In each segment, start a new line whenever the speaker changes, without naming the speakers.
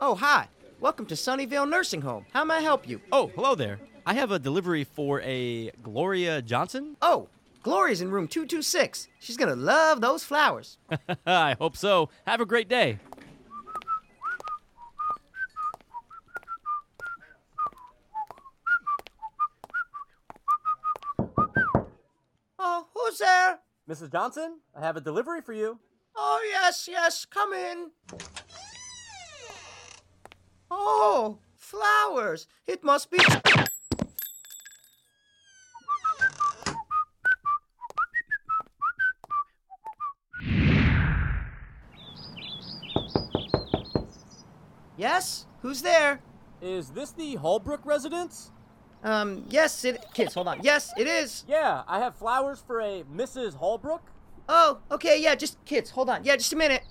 Oh, hi. Welcome to Sunnyvale Nursing Home. How may I help you?
Oh, hello there. I have a delivery for a Gloria Johnson.
Oh, Gloria's in room 226. She's gonna love those flowers.
I hope so. Have a great day.
Oh, who's there?
Mrs. Johnson, I have a delivery for you.
Oh, yes, yes, come in. Oh, flowers. It must be. Yes, who's there?
Is this the Holbrook residence?
Um, yes, it. Kids, hold on. Yes, it is.
Yeah, I have flowers for a Mrs. Holbrook.
Oh, okay, yeah, just kids, hold on. Yeah, just a minute.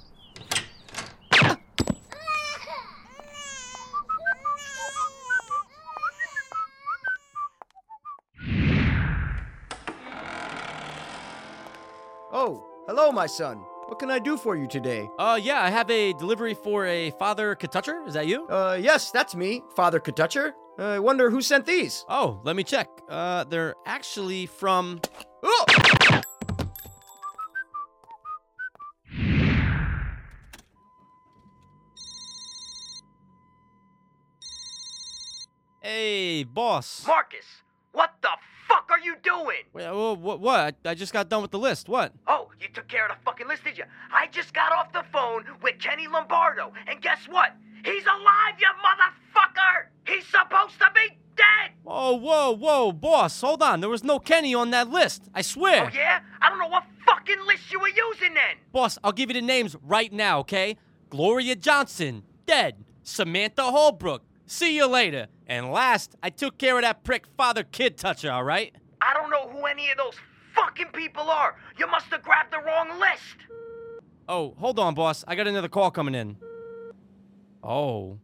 Oh, hello, my son. What can I do for you today?
Uh, yeah, I have a delivery for a Father Katucher. Is that you?
Uh, yes, that's me, Father Kaducher. Uh, I wonder who sent these.
Oh, let me check. Uh, they're actually from.
Oh!
Hey, boss.
Marcus, what the fuck are you doing?
Wait, wha- wha- what? I just got done with the list. What?
Oh, you took care of the fucking list, did you? I just got off the phone with Kenny Lombardo, and guess what? He's alive, you motherfucker! He's supposed to be dead!
Oh, whoa, whoa, boss, hold on. There was no Kenny on that list. I swear.
Oh, yeah? I don't know what fucking list you were using then!
Boss, I'll give you the names right now, okay? Gloria Johnson, dead. Samantha Holbrook, see you later. And last, I took care of that prick father kid toucher, all right?
I don't know who any of those fucking people are! You must have grabbed the wrong list!
Oh, hold on, boss. I got another call coming in. Oh,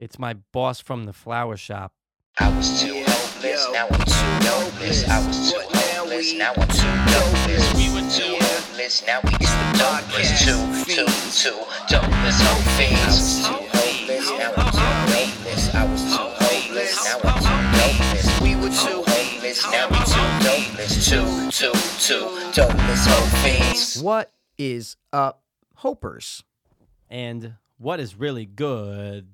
it's my boss from the flower shop.
I was too hopeless,
Yo.
now I'm too hopeless. I was too
But now
hopeless,
we-
now I'm too hopeless.
We were
too
too-
hopeless, now we too
podcast
hopeless. Too, too,
fiends.
too hopeless, hope fiends. I
fiends.
was too hopeless, now I'm too hopeless. I was too hopeless, now I'm too hopeless.
We were
Too
too
hopeless, now we
we
too hopeless. Too, too, too hopeless, hope fiends.
What is up, Hopers?
And what is really good?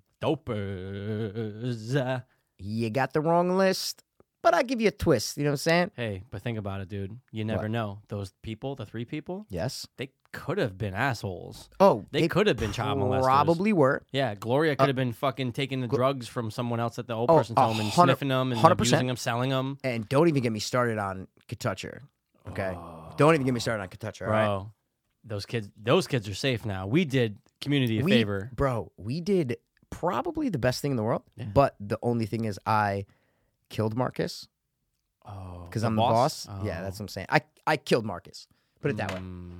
Dopers. Uh,
You got the wrong list, but I give you a twist, you know what I'm saying?
hey, but think about it, dude. You never
What?
know. Those people, the three people,
Yes.
they could have been assholes.
Oh,
They, could have been child molesters.
Probably were.
Yeah, Gloria could have been fucking taking the drugs from someone else at the old
Oh,
person's home and
100
sniffing them and
100%.
abusing them, selling them.
And don't even get me started on Katucher. Okay. Don't even get me started on Katucher.
Oh. Bro,
All right.
those kids, those kids are safe now. We did community a
we,
favor.
Bro, we did probably the best thing in the world. But the only thing is I killed Marcus
Oh,
because I'm the boss. Yeah,
Oh.
that's what I'm saying. I, I killed Marcus. Put it that way.
Mm.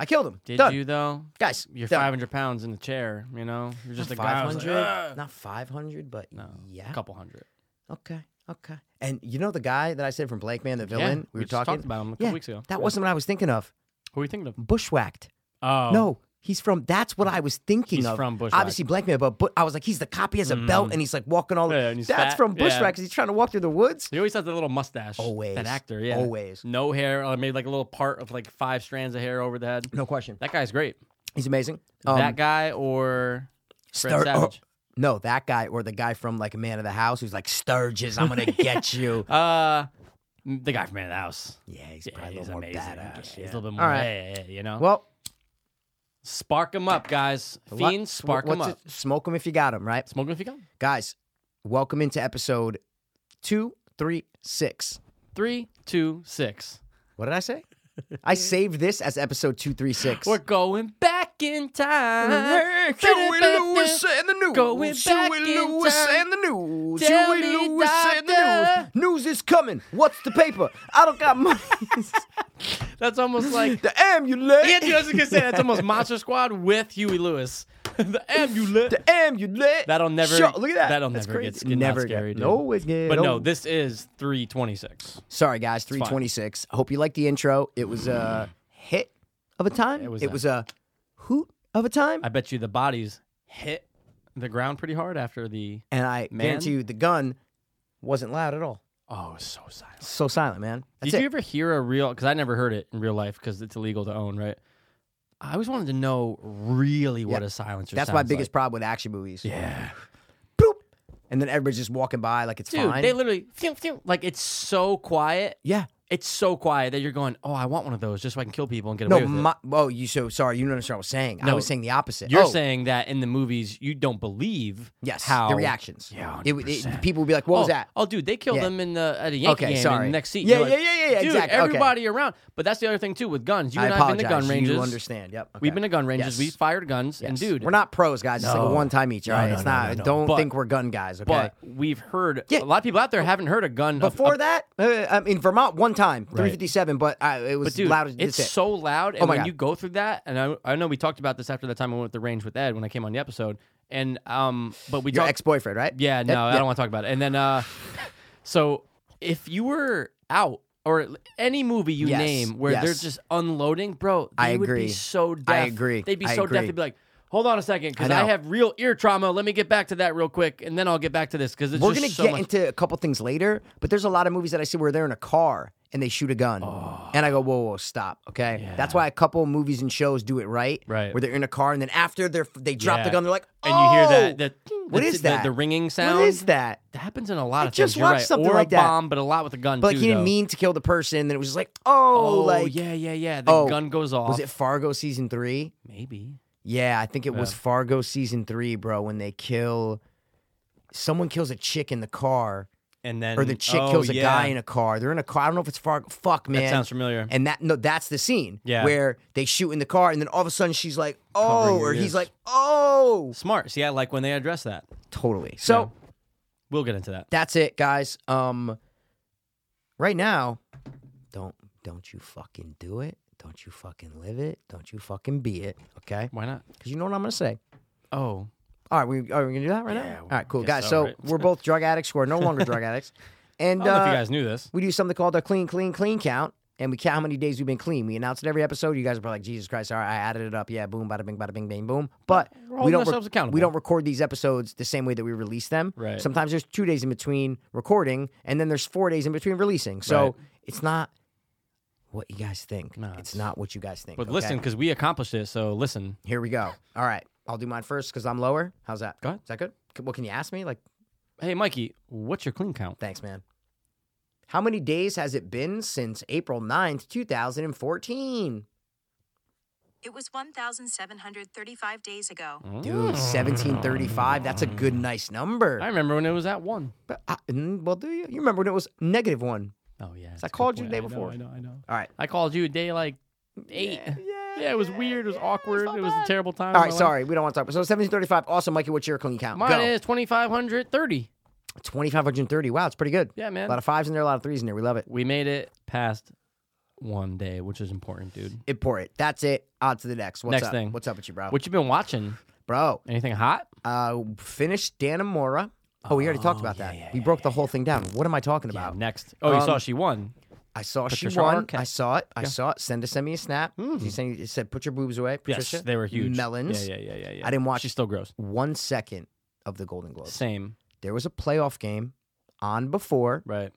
I killed him.
Did
Done.
you though?
Guys,
You're
done.
500 pounds in the chair. You know, you're just a guy.
Five
who's like,
hundred,
"Ugh."
not five hundred, but
no,
yeah,
a couple hundred.
okay, okay. And you know the guy that I said from Blank Man, the
Yeah,
villain. we were
just
talking
talked about him a couple
yeah,
weeks ago.
That wasn't what I was thinking of.
Who are you thinking of?
Bushwhacked.
Oh,
No, he's from. That's what I was thinking
He's
of.
from Bushwhacked. Mm-hmm.
Obviously, Blank Man, but, but I was like, he's the cop. He has a belt, and he's like walking all.
Yeah, and he's
that's
fat,
from
yeah.
Bushwhacked 'cause he's trying to walk through the woods.
He always has that little mustache.
Always.
That actor, yeah.
Always.
No hair, or maybe like a little part of like five strands of hair over the head.
No question.
That guy's great.
He's amazing. Um,
that guy or Fred
Stur-
Savage?
oh, no, that guy or the guy from like Man of the House who's like Sturgis. I'm gonna get you.
Uh, the guy from Man of the House.
Yeah, oh. he's
Yeah,
probably
he's
a little more
amazing. Yeah,
badass.
he's
yeah.
a little bit more,
All right.
yeah, yeah, yeah, you know?
Well,
spark him up, guys.
What-
Fiends, spark
wh-
him
what's
up.
it? Smoke them if you got them, right?
Smoke him if you can.
Guys, welcome into episode 236.
Three, two, six.
What did I say? I saved this as episode 236.
We're going back in time.
Huey Lewis and the news.
Going back
Huey
in
Lewis
time.
and the news.
Tell
Huey
me,
Lewis and the
doctor.
news. News is coming. What's the paper? I don't got money.
That's almost like.
the amulet.
Yeah, dude, I was gonna say that's almost Monster Squad with Huey Lewis. the amulet.
the amulet.
That'll never.
Sure, look at that.
That'll
That's
never
crazy.
get skin
never
not scary.
Get,
Dude.
no, it's get
But no,
old.
this is 326.
Sorry, guys. Three
fine.
twenty-six. Hope you liked the intro. It was a hit of a time.
It was a-
a hoot of a time.
I bet you the bodies hit the ground pretty hard after the.
And I
Man?
guarantee you, the gun wasn't loud at all.
Oh, so silent.
So silent, man. That's
Did
it.
you ever hear a real? Because I never heard it in real life because it's illegal to own, right? I always wanted to know really what
Yeah.
a silencer.
That's my
sounds
biggest problem with action movies.
like. Yeah,
Boop. And then everybody's just walking by like it's
dude,
fine.
they literally phew, phew, like it's so quiet.
yeah.
It's so quiet that you're going, oh, I want one of those just so I can kill people and get away
No,
with it.
my, oh, you so sorry. You don't understand what I was saying. I
No.
was saying the opposite.
You're
Oh,
saying that in the movies you don't believe
yes.
how
the reactions.
Yeah,
It, it-
100%.
people would be like, "What
oh,
was that?"
Oh, dude, they killed
Yeah.
them in the at a Yankee
Okay,
game in
sorry.
the next seat.
Yeah,
You're like,
yeah, yeah, yeah, yeah,
Dude,
exactly. Okay.
everybody around. But that's the other thing too with guns. You
I
and I've been
apologize.
to gun ranges.
You understand? Yep.
We've
okay.
been to gun ranges.
Yes.
We fired guns, and
Yes.
dude,
we're not pros, guys. It's like
No.
a one time each. All
No,
right,
no,
it's
no,
not.
no, no.
Don't
But-
think we're gun guys. Okay.
but we've heard
Yeah.
a lot of people out there haven't heard a gun of-
Before
of-
that, uh, um, in Vermont, one time, 357, but I, it was
but dude,
loud as
it's
that's it.
so loud, and
Oh my
when
God.
you go through that, and I, I know we talked about this after the time I went to the range with Ed when I came on the episode, and um, but we
Your
talked-
ex boyfriend, right?
Yeah,
Yep,
no, I
yep.
don't want to talk about it. And then, uh, so if you were out or any movie you
Yes,
name where they're
yes.
just unloading, bro, they
I
would be
agree.
so deaf.
I agree.
They'd be
I
so deaf.
agree.
They'd be like, hold on a second, because
I
I,
know.
have real ear trauma. Let me get back to that real quick, and then I'll get back to this because it's
We're
just
gonna
so
get
much-
into a couple things later, but there's a lot of movies that I see where they're in a car and they shoot a gun,
Oh.
and I go, "Whoa, whoa, stop!" Okay, that's why a couple movies and shows do it right,
Right.
Where they're in a car and then after they are they drop
Yeah.
the gun, they're like,
and you hear
"Oh,
that that
what
the,
is
the-
that?
the, ringing sound
What is that?"
That happens in a lot of
just
things. You're
watched
right.
something
or
like
a
that.
bomb, but a lot with a gun
But like
too.
he didn't
though.
mean to kill the person. Then it was just like, "Oh,
Oh,
like
yeah, yeah, yeah. The
oh,
gun goes off.
was it Fargo season three?
Maybe.
Yeah, I think it was
Yeah.
Fargo season three, bro. When they kill, someone kills a chick in the car,
And then
or the chick
oh,
kills a
yeah.
guy in a car. They're in a car. I don't know if it's Fargo. Fuck, man.
That sounds familiar.
And that no, that's the scene
Yeah.
where they shoot in the car, and then all of a sudden she's like,
Covering
"Oh,"
her
or
ears.
he's like, "Oh."
Smart. See, I like when they address that.
Totally. So
We'll get into that.
that's it, guys. Um, right now, don't don't you fucking do it. Don't you fucking live it. Don't you fucking be it. Okay,
Why not?
because you know what I'm gonna say.
Oh,
All right, we are we gonna do that right
Yeah,
now? All right, cool, guys.
guess so,
So
right?
we're both drug addicts. We're no longer drug addicts, and
I don't know if
uh,
you guys knew this.
we do something called a clean, clean, clean count, and we count how many days we've been clean. We announce it every episode. You guys are probably like, Jesus Christ! All right, I added it up. Yeah, boom, bada bing, bada bing, bing, boom. But
We're
we
holding
don't rec-
ourselves accountable.
we don't record these episodes the same way that we release them.
Right.
Sometimes there's two days in between recording, and then there's four days in between releasing. So
Right.
it's not what you guys think.
No,
it's,
it's-
not what you guys think.
But
okay?
listen, because we accomplished it. So listen.
Here we go. All right. I'll do mine first because I'm lower. How's that?
Go ahead.
Is that good? C- What can you ask me? Like,
Hey, Mikey, what's your clean count?
thanks, man. How many days has it been since April 9th, 2014?
It was 1,735 days ago.
Dude, 1735. That's a good, nice number.
I remember when it was at one.
But I- mm, well, do you? You remember when it was negative one?
Oh yeah. that's
I
a good
called you
point.
the day
I know,
before.
I know. I know.
All right.
I called you a day like eight. Yeah. it was weird. It was awkward. It was a terrible time.
All
in
right,
my life.
sorry, we don't want to talk. So 1735. Also, Mikey, what's your clean count?
Mine
Go.
is twenty five hundred thirty.
2530. Wow, it's pretty good.
Yeah,
A
man.
lot of fives in there, a lot of threes in there. We love it.
we made it past one day, which is important, dude.
It pour it. That's it. On to the next. What's
Next
up?
thing.
What's up with you, bro?
What you been watching?
bro,
Anything hot?
uh, finished Danamora. Oh, we already talked about that. we broke the whole thing down. What am I talking
Yeah,
about?
next. Oh, you
Um,
saw she won.
I saw she
Patricia
won.
Arquette. Hmm.
I saw it. I saw it. Send us, send me a snap. She sent- it said, "Put your boobs away."
Yes,
Patricia.
they were huge.
Melons.
Yeah, yeah, yeah, yeah, yeah.
I didn't watch-
She's still gross.
One second of the Golden Globes.
Same.
There was a playoff game on before.
Right.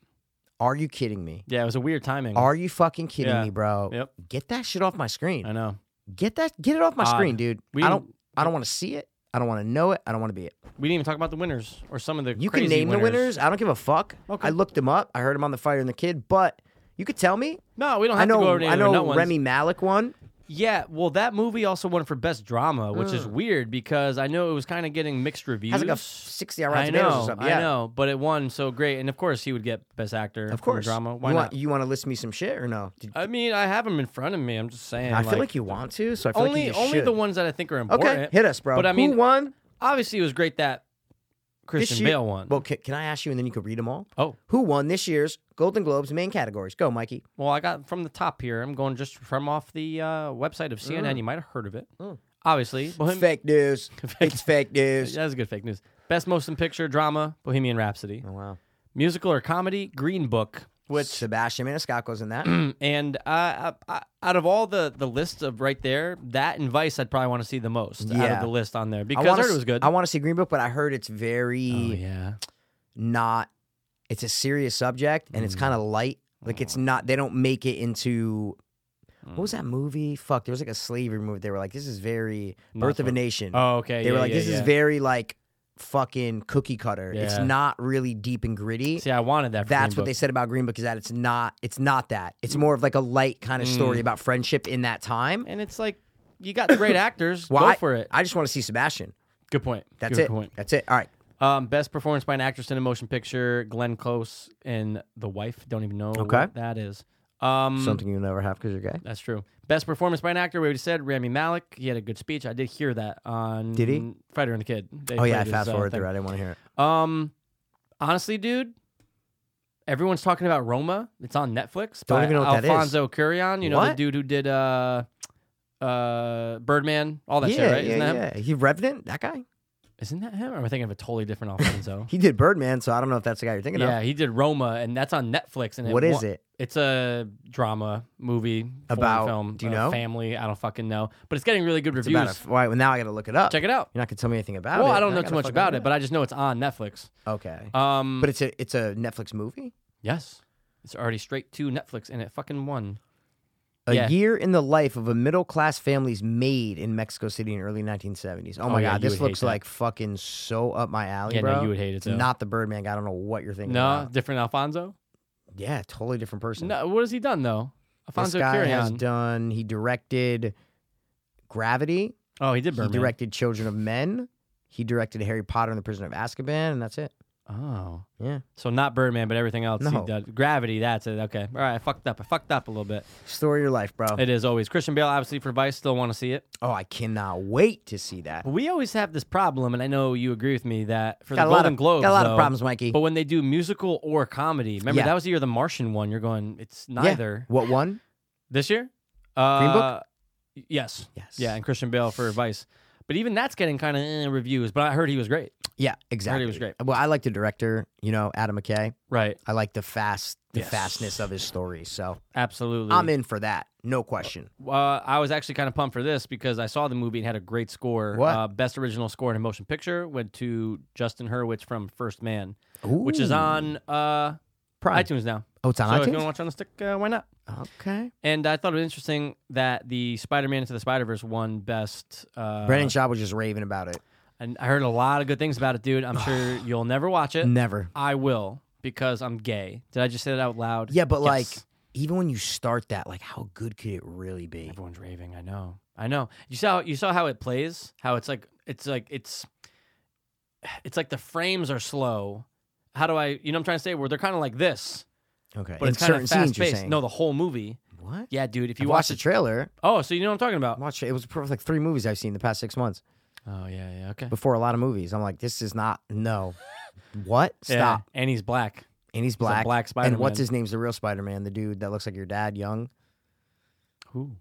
Are you kidding me?
Yeah, it was a weird timing.
Are you fucking kidding
Mm. Yeah.
me, bro?
Yep.
Get that shit off my screen.
I know.
Get that. Get it off my
Odd.
screen, dude.
We
I
didn't-
don't. I don't want to see it. I don't want to know it. I don't want to be it.
We didn't even talk about the winners or some of the.
You can
crazy
name the winners. I don't give a fuck.
Okay.
I looked them up. I heard them on the Fire and the Kid, but you could tell me.
No, we don't
I
have to go
know.
over any
I
of the nut
know
ones.
Remy Malik won.
Yeah, well, that movie also won for best drama, which is weird because I know it was kind of getting mixed reviews.
Mm. Has like a f- sixty hour
I
tomatoes
know,
or something.
I
Yeah.
know, but it won so great, and of course he would get best actor.
Of course.
for drama. Why
you
not?
Want, you want to list me some shit or no? Did-
I mean, I have them in front of me. I'm just saying.
I feel like you want to, so I feel
only
like you
only
should.
the ones that I think are
Okay,
important.
hit us, bro.
But I mean,
Who won
obviously it was great that
this
Christian
year?
Bale won.
Well, can, can I ask you, and then you could read them all?
oh,
Who won this year's Golden Globes main categories? Go, Mikey.
Well, I got from the top here. I'm going just from off the uh, website of CNN. You might have heard of it. Obviously, Bohem-
Mm. Fake news. it's fake news.
That's good fake news. Best motion picture drama: Bohemian Rhapsody.
Oh, wow.
Musical or comedy: Green Book. Which
Sebastian Maniscalco's in that.
and uh, I, I, out of all the the lists of right there, that and Vice I'd probably want to see the most out of
Yeah.
the list on there because
I
I,
wanna
heard
s-
it was good.
I want to see Green Book, but I heard it's very
oh yeah,
not. It's a serious subject, and it's
Mm.
kind of light. Like it's not. They don't make it into. What
Mm.
was that movie? Fuck, there was like a slavery movie. They were like, "This is very Birth of a
Motherfucker.
Nation."
Oh okay,
they
yeah,
were like,
yeah,
"This
yeah.
is very like fucking cookie cutter. It's
Yeah.
not really deep and gritty."
See, I wanted that. For
That's
Green
what they
Book.
said about Green Book is that it's not. It's not that. It's more of like a light kind of
Mm.
story about friendship in that time.
And it's like you got great actors.
Well,
Go
I-
for it.
I just want to see Sebastian.
Good point.
That's
Good
it.
Point.
That's it. All right.
Um, best performance by an actress in a motion picture: Glenn Close in The Wife. Don't even know
Okay.
what that is. Um,
Something you'll never have because you're gay.
That's true. Best performance by an actor. We already said Rami Malik. He had a good speech. I did hear that on
Did he?
Fighter and the Kid. They
Oh yeah, I
played his,
fast
uh,
forward
thing.
through. I didn't want to hear it.
Um, honestly, dude, everyone's talking about Roma. It's on Netflix.
Don't
by
even know what that is.
Alfonso Curion. You know the
What?
dude who did uh, uh, Birdman, all that
yeah,
shit, right?
yeah,
Isn't that him?
yeah. He Revenant, that guy.
Isn't that him? Or am I thinking of a totally different Alfonso?
He did Birdman, so I don't know if that's the guy you're thinking
yeah,
of.
he did Roma, and that's on Netflix. And
What
it
is
won-
it?
It's a drama movie foreign
About-
film.
do you
uh,
know?
Family. I don't fucking know, but it's getting really good
It's
reviews.
about a, f- why- well, now I got to look it up.
Check it out.
You're not gonna tell me anything about
Well,
it.
I don't
Now
know
gotta
too much
fucking
about
look
it, but I just know it's on Netflix.
okay.
Um,
but it's a it's a Netflix movie.
yes, it's already straight to Netflix, and it fucking won.
A
Yeah.
year in the life of a middle class family's maid in Mexico City in early 1970s. Oh my
Oh, yeah,
god,
you
this
would hate
looks
that.
like fucking so up my alley,
Yeah, no,
bro.
you would hate it,
It's
though.
not the Birdman guy. I don't know what you're thinking.
No,
about.
different Alfonso.
yeah, totally different person.
No, what has he done though?
this
Alfonso
guy has
Cuarón.
done. He directed Gravity.
Oh, he did
He
Birdman.
directed Children of Men. He directed Harry Potter and the Prison of Azkaban, and that's it.
Oh,
Yeah.
so not Birdman, but everything else.
No.
He did. Gravity. That's it. Okay. All right. I fucked up. I fucked up a little bit.
Story of your life, bro.
It is always Christian Bale. Obviously for Vice, still want to see it.
Oh, I cannot wait to see that.
But we always have this problem, and I know you agree with me that for
Got
the
a lot
Golden
of
Globes,
got a lot of
though,
problems, Mikey.
But when they do musical or comedy, remember
Yeah.
that was the year the Martian won. You're going, it's
Yeah.
neither
What one?
this year.
Green Book?
Uh, Yes.
Yes.
Yeah, and Christian Bale for Vice. But even that's getting kind of eh, reviews. But I heard he was great.
Yeah, exactly.
was great.
Well, I like the director. You know, Adam McKay.
Right.
I like the fast, the
Yes.
fastness of his story. So
Absolutely.
I'm in for that, no question.
Uh, I was actually kind of pumped for this because I saw the movie and had a great score.
What?
Uh, best original score in a motion picture went to Justin Hurwitz from First Man, Oh, which is
Ooh.
on uh,
Prime.
iTunes now.
Oh, it's
so
on
if you want to
iTunes.
watch on the stick, uh, why not?
Okay.
And I thought it was interesting that the Spider-Man into the Spider-Verse won best. Uh,
Brendan Shaw was just raving about it.
and I heard a lot of good things about it, dude. I'm sure you'll never watch it.
Never.
I will because I'm gay. Did I just say that out loud?
Yeah, but
Yes.
like, even when you start that, like, how good could it really be?
Everyone's raving. I know. I know. You saw you saw how it plays. How it's like it's like it's it's like the frames are slow. How do I? You know, what I'm trying to say where they're kind of like this,
Okay.
but
In
it's kind
certain
of
scenes,
fast
you're
paced.
saying.
No, the whole movie.
What?
Yeah, dude. If
You
you
watched
watch
the
it,
trailer.
oh, so you know what I'm talking
I
about?
watched it. It was probably like three movies I've seen the past six months.
Oh yeah, yeah. Okay.
Before a lot of movies, I'm like, this is not no. what?
Yeah,
Stop.
And he's black.
And he's
a
black.
black
And what's
Spider-Man.
his name's the real Spider-Man? The dude that looks like your dad, young.
Who?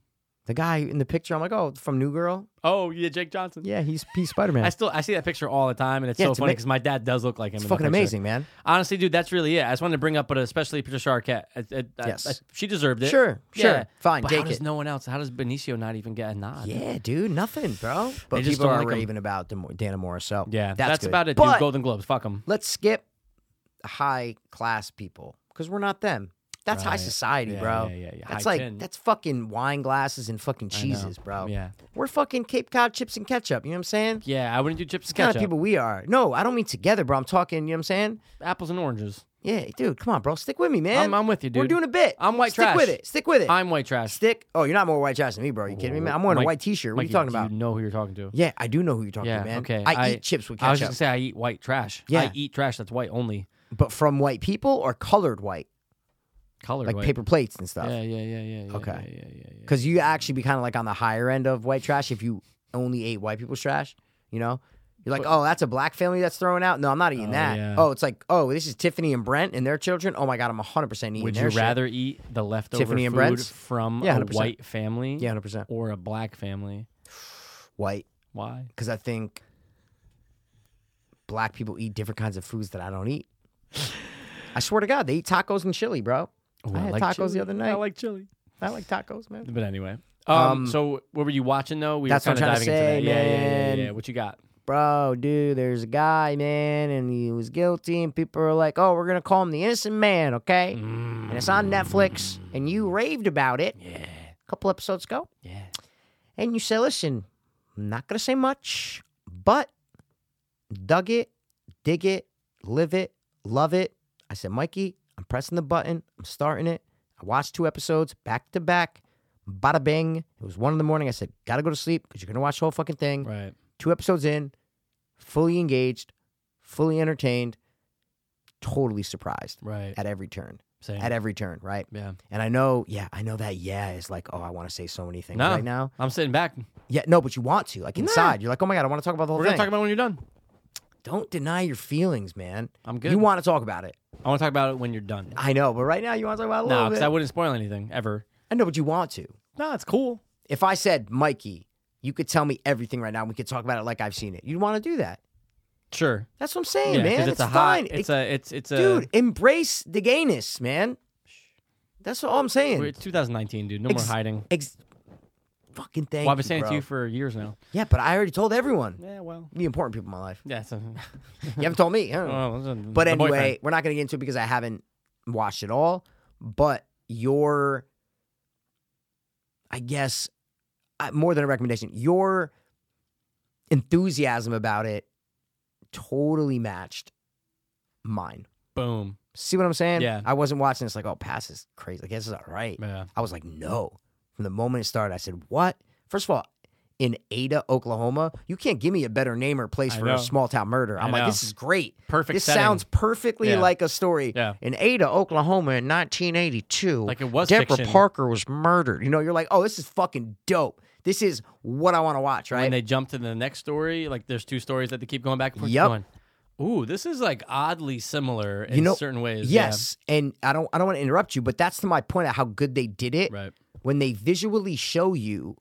The guy in the picture. I'm like, oh, from New Girl.
Oh yeah, Jake Johnson.
Yeah, he's he's Spider-Man.
I still I see that picture all the time, and it's
Yeah,
so
it's
funny
ama-
because my dad does look like him.
it's
in that
fucking
picture.
amazing, man.
Honestly, dude, that's really it. I just wanted to bring up, but especially Patricia Arquette. I, I, I-
Yes.
I- she deserved it.
Sure, sure.
Yeah.
Fine,
But how
take
does
it.
no one else? How does Benicio not even get a nod?
Yeah, dude, nothing, bro. But
just
people
don't
are
like 'em.
raving about Dem- Dana Morris, so
Yeah,
that's,
that's,
good.
about it,
But
dude. Golden Globes, fuck them.
let's skip high class people because we're not them. That's high
Right.
society,
Yeah,
bro.
yeah, yeah, yeah.
That's
High
like
tin.
that's fucking wine glasses and fucking cheeses, bro.
Yeah.
We're fucking Cape Cod chips and ketchup. You know what I'm saying?
Yeah, I wouldn't do chips and
Kind
ketchup.
of people we are. No, I don't mean together, bro. I'm talking. You know what I'm saying?
Apples and oranges.
Yeah, dude, come on, bro. Stick with me, man.
I'm- I'm with you,
We're
dude.
doing a bit.
I'm white
Stick with
trash.
it. Stick with it.
I'm Oh, white trash.
Stick. Oh, you're not more white trash than me, bro. You kidding me, man? I'm wearing a
Mike-
white T-shirt. What are
Mikey,
you talking
do
about?
You know who you're talking to.
Yeah, I do know who you're talking
Yeah,
to, man.
okay.
I, eat chips with
I was
ketchup,
just gonna say I eat white trash. I
Yeah.
eat trash that's white only.
but from white people or colored white,
Colored
like
white.
paper plates and stuff.
Yeah, yeah, yeah, yeah. yeah,
Okay.
Yeah, yeah, yeah.
Because you actually be kind of like on the higher end of white trash if you only ate white people's trash. You know, you're like, oh, that's a black family that's throwing out. No, I'm not eating
Oh,
that.
yeah.
Oh, it's like, oh, this is Tiffany and Brent and their children. Oh my god, I'm 100 percent eating.
Would
their
you
shit.
rather eat the leftover
Tiffany and
food
Brent's?
from
Yeah,
a
100%.
white family
Yeah, 100 percent
or a black family?
white
Why?
because I think black people eat different kinds of foods that I don't eat. I swear to God, they eat tacos and chili, bro. I, had tacos the other night. I like,
chili.
tacos, man.
But anyway. Um,
Um,
so what were you watching though? We
that's
were
what
kind of
I'm
diving
trying to say,
into that. Yeah, Yeah, yeah, yeah,
man.
yeah. What you got?
Bro, dude, there's a guy, man, and he was guilty, and people are like, oh, we're going to call him the innocent man, okay?
Mm-hmm.
And it's on Netflix, and you raved about it
Yeah.
a couple episodes ago.
Yeah.
And you say, listen, I'm not going to say much, but dug it, dig it, live it, love it. I said, Mikey, I'm pressing the button. I'm starting it. I watched two episodes back to back. Bada bing. It was one in the morning. I said, gotta go to sleep because you're going to watch the whole fucking thing.
Right.
Two episodes in, fully engaged, fully entertained, totally surprised
Right.
at every turn.
Same.
At every turn, right?
yeah.
And I know, yeah, I know that yeah is like, oh, I want to say so many things
No.
right now.
I'm sitting back.
Yeah, no, but you want to. Like inside, you're like, oh my God, I want to talk about the whole
We're
thing.
gonna talk about it when you're done.
Don't deny your feelings, man.
I'm good.
You want to talk about it.
I want to talk about it when you're done.
I know, but right now you want to talk about it a
No,
little
because
bit.
I wouldn't spoil anything ever.
I know, but you want to.
No, it's cool.
If I said, Mikey, you could tell me everything right now and we could talk about it like I've seen it, you'd want to do that.
Sure.
That's what I'm saying,
yeah, 'cause
man.
it's, a
fine.
hot. It's
It-
a. It's it's a.
dude, embrace the gayness, man. That's all I'm saying.
we're- it's 2019, dude. No
Ex-
more hiding.
Ex- fucking thank
Well, I've
you,
been saying it
bro.
to you for years now.
yeah, but I already told everyone.
Yeah. Well.
The important people in my life.
Yeah. It's a,
You haven't told me. I don't know.
well, it's a-
But
the
anyway,
Uh, boyfriend.
we're not going to get into it because I haven't watched it all. But your, I guess, uh, more than a recommendation, your enthusiasm about it totally matched mine.
boom.
See what I'm saying?
Yeah.
I wasn't watching this like, oh, pass is crazy. Like, this is all right.
Yeah.
I was like, no. From the moment it started, I said, what? First of all, in Ada, Oklahoma, you can't give me a better name or place
I
for
know.
a small town murder. I'm
I
like,
know.
this is great.
Perfect
This
setting.
sounds perfectly
Yeah.
like a story.
Yeah.
In Ada, Oklahoma, in 1982,
Like it was
Deborah
fiction.
Parker was murdered. You know, you're like, oh, this is fucking dope. This is what I want to watch, right?
When they jump to the next story, like there's two stories that they keep going back and forth.
Yep.
Going, Ooh, this is like oddly similar in
You know-
certain ways. Yeah.
Yes, and I don't I don't want to interrupt you, but that's to my point of how good they did it.
Right.
When they visually show you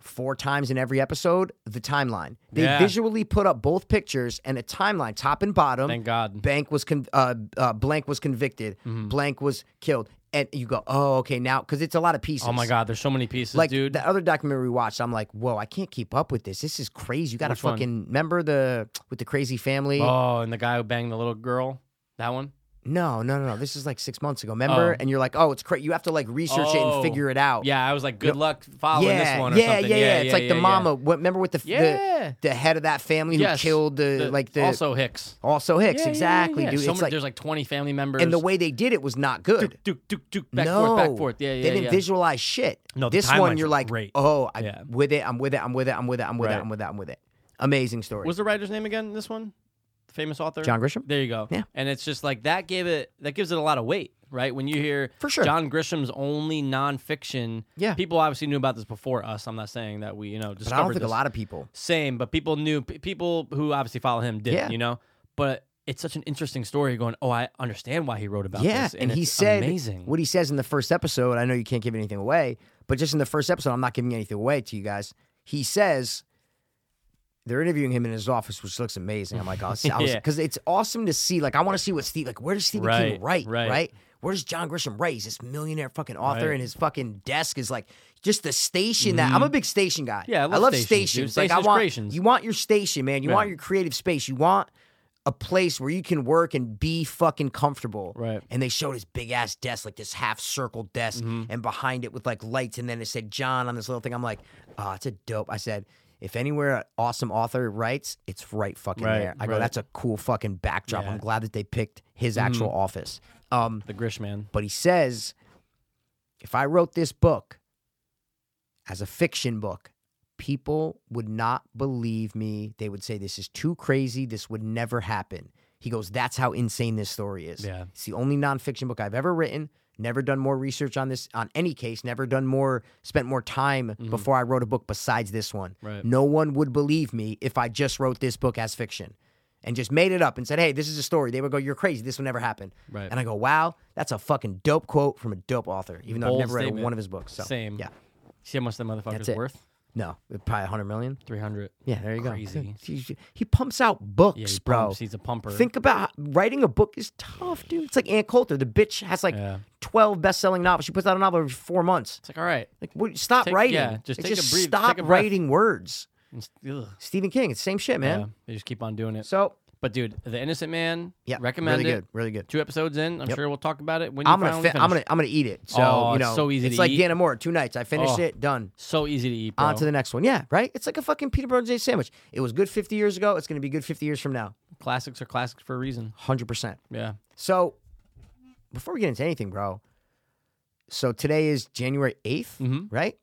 four times in every episode the timeline, they
Yeah.
visually put up both pictures and a timeline, top and bottom.
Thank God. Mm-hmm.
Bank was con- uh, uh, blank was convicted,
Mm.
blank was killed, and you go, oh, okay, now because it's a lot of pieces.
Oh my God, there's so many pieces,
Like
dude.
the other documentary we watched, I'm like, whoa, I can't keep up with this. This is crazy. You got to
Which one?
fucking remember the with the crazy family.
oh, and the guy who banged the little girl. That one.
No, no, no, no. This is like six months ago. Remember?
Oh.
And you're like, oh, it's crazy. You have to like research it
Oh.
and figure it out.
Yeah, I was like, good luck following
yeah,
this one or
yeah,
something.
yeah, yeah, It's like the
yeah.
mama. What, remember with the,
Yeah.
the the head of that family who
Yes.
killed the, like the also,
also Hicks.
Hicks.
Yeah, yeah,
exactly,
yeah.
dude.
So
it's
many-
like
there's like 20 family members.
and the way they did it was not good.
Duke, Duke, Duke, back
no,
forth, back forth. Yeah, yeah,
They didn't
yeah.
visualize shit.
No, the
this
timelines
one you're
are
like,
great.
oh, I'm
Yeah.
with it. I'm with it. I'm with it. I'm with it. I'm with
Right.
it. I'm with it. I'm with it. Amazing story.
What's the writer's name again? This one, famous author
John Grisham?
There you go.
Yeah.
and it's just like that gave it that gives it a lot of weight, right? When you hear
For sure.
John Grisham's only nonfiction.
Yeah.
people obviously knew about this before us. I'm not saying that we you know
but
discovered
I don't think
this.
a lot of people.
Same, but people knew p- people who obviously follow him did,
Yeah.
you know. But it's such an interesting story. Going, oh, I understand why he wrote about
yeah,
this.
and, he
it's
said
amazing.
what he says in the first episode. I know you can't give anything away, but just in the first episode, I'm not giving anything away to you guys. He says they're interviewing him in his office, which looks amazing. I'm like, because I was
Yeah.
'cause it's awesome to see. Like, I want to see what Steve, like, where does Stephen
Right,
King write?
right.
Right. Where does John Grisham write? He's this millionaire fucking author,
Right. Mm-hmm.
and his fucking desk is like just the station that I'm a big station guy.
Yeah, I love stations, dude.
Like, I
Stations,
want
creations.
you want your station, man. You
Yeah.
want your creative space. You want a place where you can work and be fucking comfortable.
Right.
And they showed his big ass desk, like this half circle desk,
Mm-hmm.
and behind it with like lights, and then it said John on this little thing. I'm like, oh, it's a dope. I said, if anywhere an awesome author writes, it's right fucking
Right,
there. I
right.
go, that's a cool fucking backdrop.
Yeah. Mm-hmm.
I'm glad that they picked his actual office. Um,
the Grish man.
but he says, if I wrote this book as a fiction book, people would not believe me. They would say, this is too crazy. This would never happen. He goes, that's how insane this story is.
Yeah.
It's the only nonfiction book I've ever written. Never done more research on this, on any case. Never done more, spent more time before I wrote a book besides this one.
Mm-hmm. Right.
No one would believe me if I just wrote this book as fiction and just made it up and said, hey, this is a story. They would go, you're crazy. This will never happen.
Right.
And I go, wow, that's a fucking dope quote from a dope author, even though
Bold
I've never
statement.
read one of his books. So,
Same.
Yeah.
See how much that motherfucker's
it.
worth?
No, probably 100 million.
300.
Yeah, there you go.
Crazy.
He, he pumps out books,
Yeah, he
bro.
pumps, he's a pumper.
Think about writing a book is tough, dude. It's like Ann Coulter. The bitch has like
Yeah.
12 best-selling novels. She puts out a novel every four months.
It's like, all right.
Like, what, stop
Take-
writing.
yeah, just
Like,
take a breathe- take
stop
a breath.
writing words.
It's- ugh.
Stephen King. It's the same shit, man.
Yeah, they just keep on doing it.
So
but dude, The Innocent Man,
yeah,
recommend
really
it.
good, really good.
Two episodes in, I'm
Yep.
sure we'll talk about it when you
I'm gonna,
finally
fi- I'm
finish.
gonna, I'm gonna eat it. So
Oh,
you
it's
know,
so easy to
It's like
eat.
Dana Moore. Two nights. I finished
Oh.
it. Done.
So easy to eat, bro.
On to the next one. Yeah, right. It's like a fucking Peter Burns Day sandwich. It was good 50 years ago. It's gonna be good 50 years from now.
classics are classics for a reason.
100. percent
Yeah.
So before we get into anything, bro. So today is January 8th,
Mhm.
right?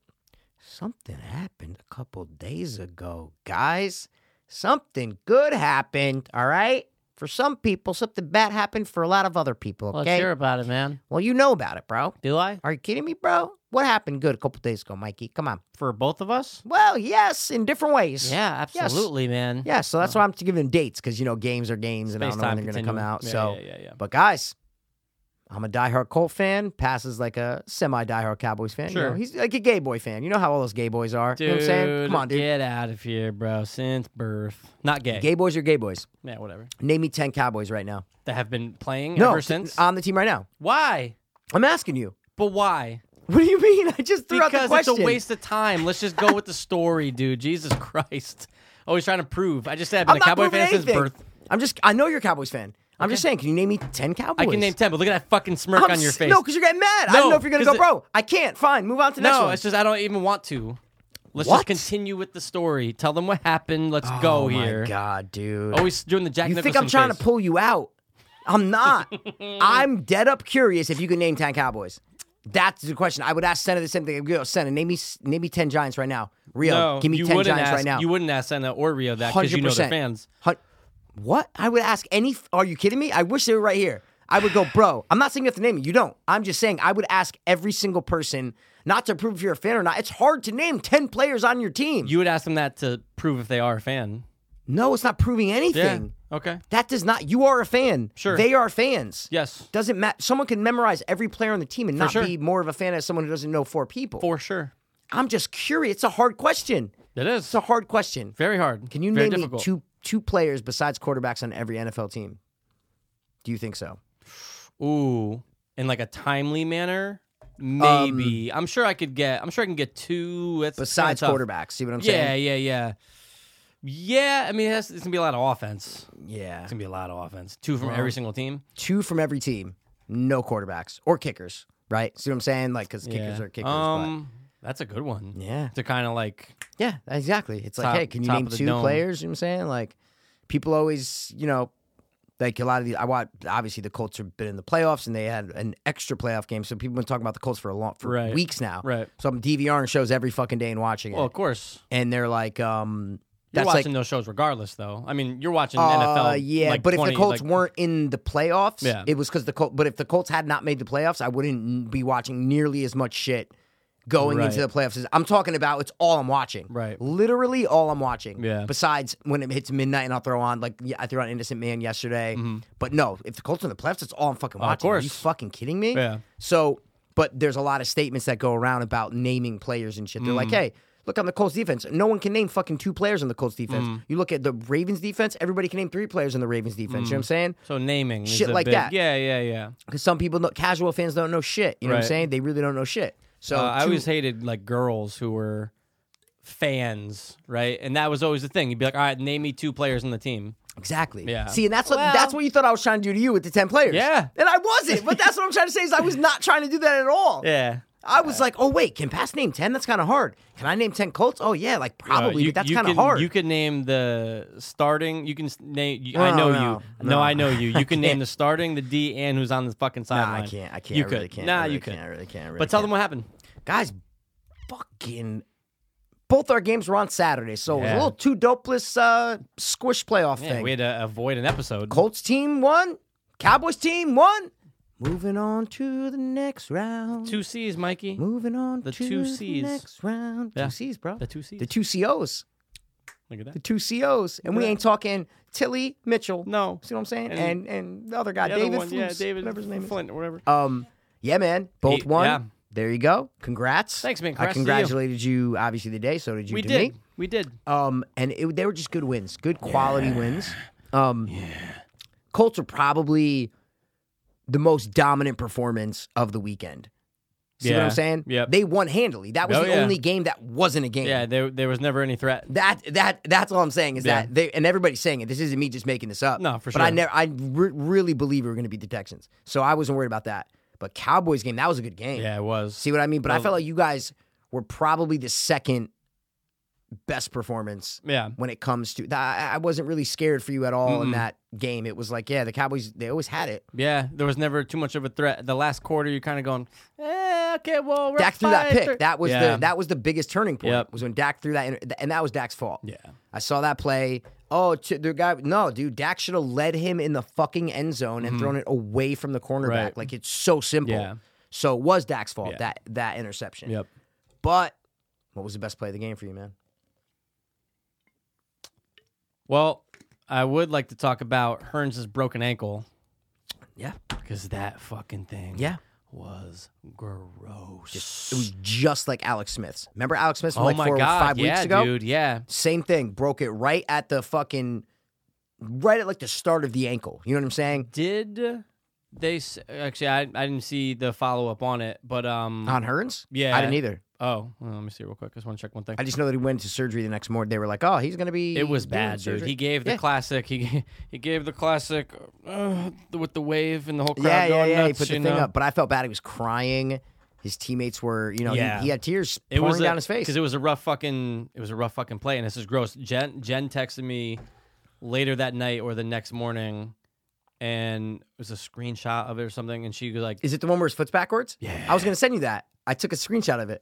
Something happened a couple days ago, guys. Something good happened. All right. For some people, something bad happened for a lot of other people. Okay.
about it, man.
Well, you know about it, bro.
Do I?
Are you kidding me, bro? What happened good a couple days ago, Mikey? Come on.
For both of us?
Well, yes, in different ways. Yes.
man.
Yeah, so
Uh-huh.
that's why I'm giving dates because, you know, games are games and I don't know when
FaceTime
they're going to come
continuum.
out.
Yeah,
so,
yeah, yeah, yeah.
but guys, I'm a diehard Colt fan, passes like a semi diehard Cowboys fan. you know.
Sure.
he's like a gay boy fan. You know how all those gay boys are.
Dude,
you know what I'm saying? Come on, dude.
Get out of here, bro. Since birth. Not gay.
Gay boys are gay boys.
Yeah, whatever.
Name me 10 Cowboys right now.
That have been playing
No, uh,
ever since?
on the team right now.
why?
I'm asking you.
But why?
What do you mean? I just threw out
Because
the question.
it's a waste of time. Let's just go with the story, dude. Jesus Christ. Always trying to prove. I just said I've been
I'm
a
not
Cowboy
proving
fan since
anything.
birth.
I'm just. I know you're a Cowboys fan. I'm just saying. Can you name me ten Cowboys?
I can name 10, but look at that fucking smirk
I'm
on your
s-
face.
No, because you're getting mad. I don't
No,
know if you're gonna
'cause
go,
it-
bro. I can't. Fine, move on to the next
No,
one.
it's just I don't even want to. Let's
What?
just continue with the story. Tell them what happened. Let's
oh
go
my
here. Oh,
god, dude.
Always doing the Jack
you
Nicholson
think I'm trying
face.
to pull you out? I'm not. I'm dead up curious if you can name ten Cowboys. That's the question. I would ask Senna the same thing. Yo, Senna, name me s- name me ten Giants right now. Rio,
No,
give me
you
ten
wouldn't
Giants
ask,
right now.
You wouldn't ask Santa or Rio that because you know they're fans.
Hun- What? I would ask any. f- Are you kidding me? I wish they were right here. I would go, bro. I'm not saying you have to name it. You don't. I'm just saying I would ask every single person not to prove if you're a fan or not. It's hard to name ten players on your team.
You would ask them that to prove if they are a fan.
no, it's not proving
Yeah.
anything.
Okay.
That does not. You are a fan.
Sure.
They are fans.
Yes.
Doesn't matter. Someone can memorize every player on the team and not
sure.
be more of a fan as someone who doesn't know four people.
For sure.
I'm just curious. It's a hard question.
It
It's
is.
a hard question.
Very hard.
Can you
Very
name
difficult.
me two two players besides quarterbacks on every NFL team? Do you think so?
Ooh, in like a timely manner? Maybe. I'm sure I could get. I'm sure I can get two. That's kinda
Um, Besides
tough.
quarterbacks, see what I'm
Yeah,
saying?
yeah, yeah. Yeah, I mean, it's, it's gonna be a lot of offense.
Yeah,
It's gonna be a lot of offense. Two from every single team.
two from every team, no quarterbacks or kickers, right? See what I'm saying? Like because kickers
yeah.
are kickers.
Um, that's a good one.
Yeah.
to kind of like
but yeah, exactly. It's like,
Top-
hey, can you
top
name
of the
two
dome.
players? You know what I'm saying? Like people always, you know, like a lot of the I want obviously the Colts have been in the playoffs and they had an extra playoff game, so people have been talking about the Colts for a long for
Right.
weeks now.
Right.
So I'm DVRing shows every fucking day and watching it,
Well, of course.
and they're like, um,
You're
that's like
watching those shows regardless, though. I mean, you're watching
Uh,
NFL.
yeah,
like
but
20,
if the Colts
like-
weren't in the playoffs,
Yeah.
it was because the Colts. But if the Colts had not made the playoffs, I wouldn't be watching nearly as much shit going into the
Right.
playoffs. as- I'm talking about it's all I'm watching,
Right.
Literally all I'm watching.
Yeah.
Besides when it hits midnight and I'll throw on like yeah, I threw on Innocent Man yesterday, but no, if the Colts are in the playoffs, it's all I'm fucking watching. Are you
Mm-hmm. Oh, course.
fucking kidding me?
Yeah.
So, but there's a lot of statements that go around about naming players and shit. They're
Mm.
like, hey, look on the Colts defense. No one can name fucking two players on the Colts defense.
Mm.
You look at the Ravens defense, everybody can name three players on the Ravens defense.
Mm.
You know what I'm saying?
so naming is
Shit
a
like
big-
that.
Yeah, yeah, yeah.
Because some people, know, casual fans, don't know shit. You know what I'm
Right.
saying? They really don't know shit. So
Uh, I
Oh, two-
always hated like girls who were fans, right? And that was always the thing. You'd be like, all right, name me two players on the team.
exactly.
Yeah.
See, and that's what
Well-
that's what you thought I was trying to do to you with the ten players.
Yeah.
and I wasn't. But that's what I'm trying to say is I was not trying to do that at all.
Yeah.
I was like, oh wait, can pass name ten? That's kind of hard. Can I name ten Colts? Oh yeah, like probably,
Uh, you,
but that's
you
kind of
can-
hard.
You could name the starting. You can s- name. You,
No,
I know
no,
you. No,
no.
I know you. You can name the starting, the D, and who's on the fucking
Nah,
sideline.
I can't. I can't.
You
I
could.
really can't.
Nah,
I really
you could.
Can't, I really can't. I really
but tell
can't.
them what happened.
guys, fucking. Both our games were on Saturday, so it was a
Yeah.
little too dopeless uh, squish playoff
Yeah,
thing.
we had to avoid an episode.
Colts team won. Cowboys team won. Moving on to the next round.
Two C's, Mikey.
Moving on
The
to
two
the
Cs.
next round.
Yeah.
Two C's, bro.
The two C's.
The two COs.
Look at
The
that.
two COs. And we ain't talking Tilly Mitchell.
No.
See what I'm saying? And
And-
and, the other guy,
The other
David
one, yeah,
Flus,
David
whatever his name is. Oh,
Flint or whatever.
Um, yeah, man. Both
He-
won.
yeah.
There you go. Congrats.
Thanks,
I
man. Congrats to you.
congratulated you. obviously today. So did you
we
to
did.
me.
We did.
Um, and it, they were just good wins, good quality wins. Um, Colts are probably the most dominant performance of the weekend. See what
Yeah.
I'm saying?
Yep.
They won handily. That was
Oh,
the
yeah.
only game that wasn't a game.
Yeah, there, there was never any threat.
That that that's all I'm saying is
Yeah.
that they and everybody's saying it. This isn't me just making this up.
No, for
But I
sure.
never I re- really believe we were going to beat the Texans, so I wasn't worried about that. But Cowboys game that was a good game.
Yeah, it was.
See what I mean? But I
Well-
felt like you guys were probably the second best performance
yeah.
when it comes to I I wasn't really scared for you at all in that game. It was like, yeah, the Cowboys they always had it.
Yeah, there was never too much of a threat. The last quarter, you're kind of going, eh, okay, well, we're
Dak
up
threw that
five, thir-"
pick. That was
Yeah.
the that was the biggest turning point.
Yep.
Was when Dak threw that, and- and that was Dak's fault.
Yeah.
I saw that play. Oh, t- the guy. No, dude, Dak should have led him in the fucking end zone and thrown it away from the cornerback.
Mm-hmm. Right.
Like it's so simple.
Yeah.
So it was Dak's fault
Yeah.
that that interception.
Yep.
But what was the best play of the game for you, man?
Well, I would like to talk about Hearns' broken ankle
Yeah.
because that fucking thing
Yeah.
was gross.
It was just like Alex Smith's. Remember Alex Smith from
oh
like
my
four
God.
or five
yeah,
weeks ago?
dude. Yeah.
Same thing. Broke it right at the fucking, right at like the start of the ankle. You know what I'm saying?
Did they s- actually? I, I didn't see the follow up on it, but um.
On Hearns?
Yeah.
I didn't either.
oh, well, let me see real quick. I just want to check one thing.
I just know that he went to surgery the next morning. They were like, oh, he's going to be.
It was
doing
bad, dude.
surgery.
He gave the
Yeah.
classic. He he gave the classic uh, with the wave and the whole crowd
Yeah, yeah,
going
yeah. He
nuts.
put the
you
thing
know?
up, but I felt bad. He was crying. His teammates were, you know,
Yeah.
he, he had tears
It
pouring
was
down his face.
because it was a rough fucking. It was a rough fucking play, and this is gross. Jen Jen texted me later that night or the next morning, and it was a screenshot of it or something, and she was like,
Is it the one where his foot's backwards? Yeah. I was going to send you that. I took a screenshot of it.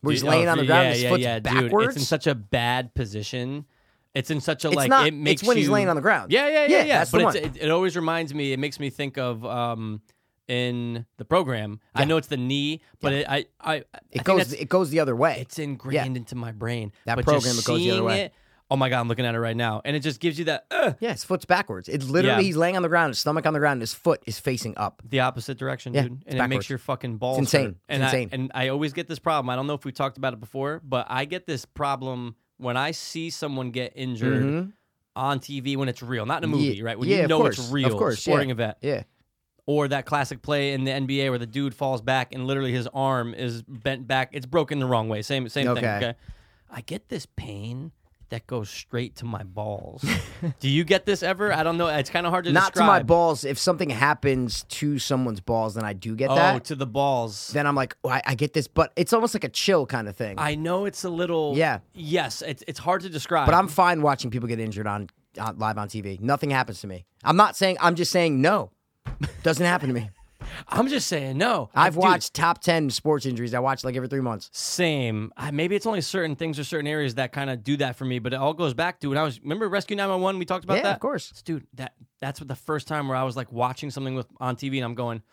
Where he's
Dude,
laying
oh,
on the
dude,
ground,
yeah,
and his
yeah,
foot's
yeah,
backwards.
Dude, it's in such a bad position. It's in such a
It's
like
not-
it makes
it's when he's
you-
laying on the ground.
Yeah, yeah, yeah,
Yeah,
yeah.
that's the
but it's, it, it always reminds me. It makes me think of um in the program. I know it's the knee, but it, I I it
it goes, it goes the other way.
it's ingrained into my brain.
That
but
program,
just
it goes the other
seeing
way.
It, oh my god, I'm looking at it right now, and it just gives you that uh,
yeah, his foot's backwards. It's literally
Yeah.
he's laying on the ground, his stomach on the ground, and his foot is facing up.
the opposite direction,
Yeah,
dude,
it's
and it
backwards.
makes your fucking balls
It's insane.
hurt.
It's
And
insane.
I, and I always get this problem. I don't know if we talked about it before, but I get this problem when I see someone get injured. On TV when it's real, not in a movie,
Yeah.
right? When
Mm-hmm. Yeah,
you
of
know
course.
it's
Of
real,
course, yeah.
sporting event,
Yeah.
or that classic play in the NBA where the dude falls back and literally his arm is bent back. It's broken the wrong way. Same same thing.
Okay.
Okay. I get this pain that goes straight to my balls. Do you get this ever? I don't know. It's kind of hard to
Not to
describe.
my balls. If something happens to someone's balls, then I do get
Oh,
that.
to the balls.
then I'm like, oh, I, I get this, but it's almost like a chill kind of thing.
I know it's a little.
Yeah.
Yes, it's it's hard to describe.
But I'm fine watching people get injured on, on live on TV. Nothing happens to me. I'm not saying. I'm just saying no. Doesn't happen to me.
I'm just saying no.
I've
Dude,
watched top ten sports injuries. I watch like every three months.
Same. I, maybe it's only certain things or certain areas that kind of do that for me, but it all goes back to when I was remember Rescue 911 we talked about
Yeah,
that.
of course.
Dude, that that's what the first time where I was like watching something with on TV and I'm going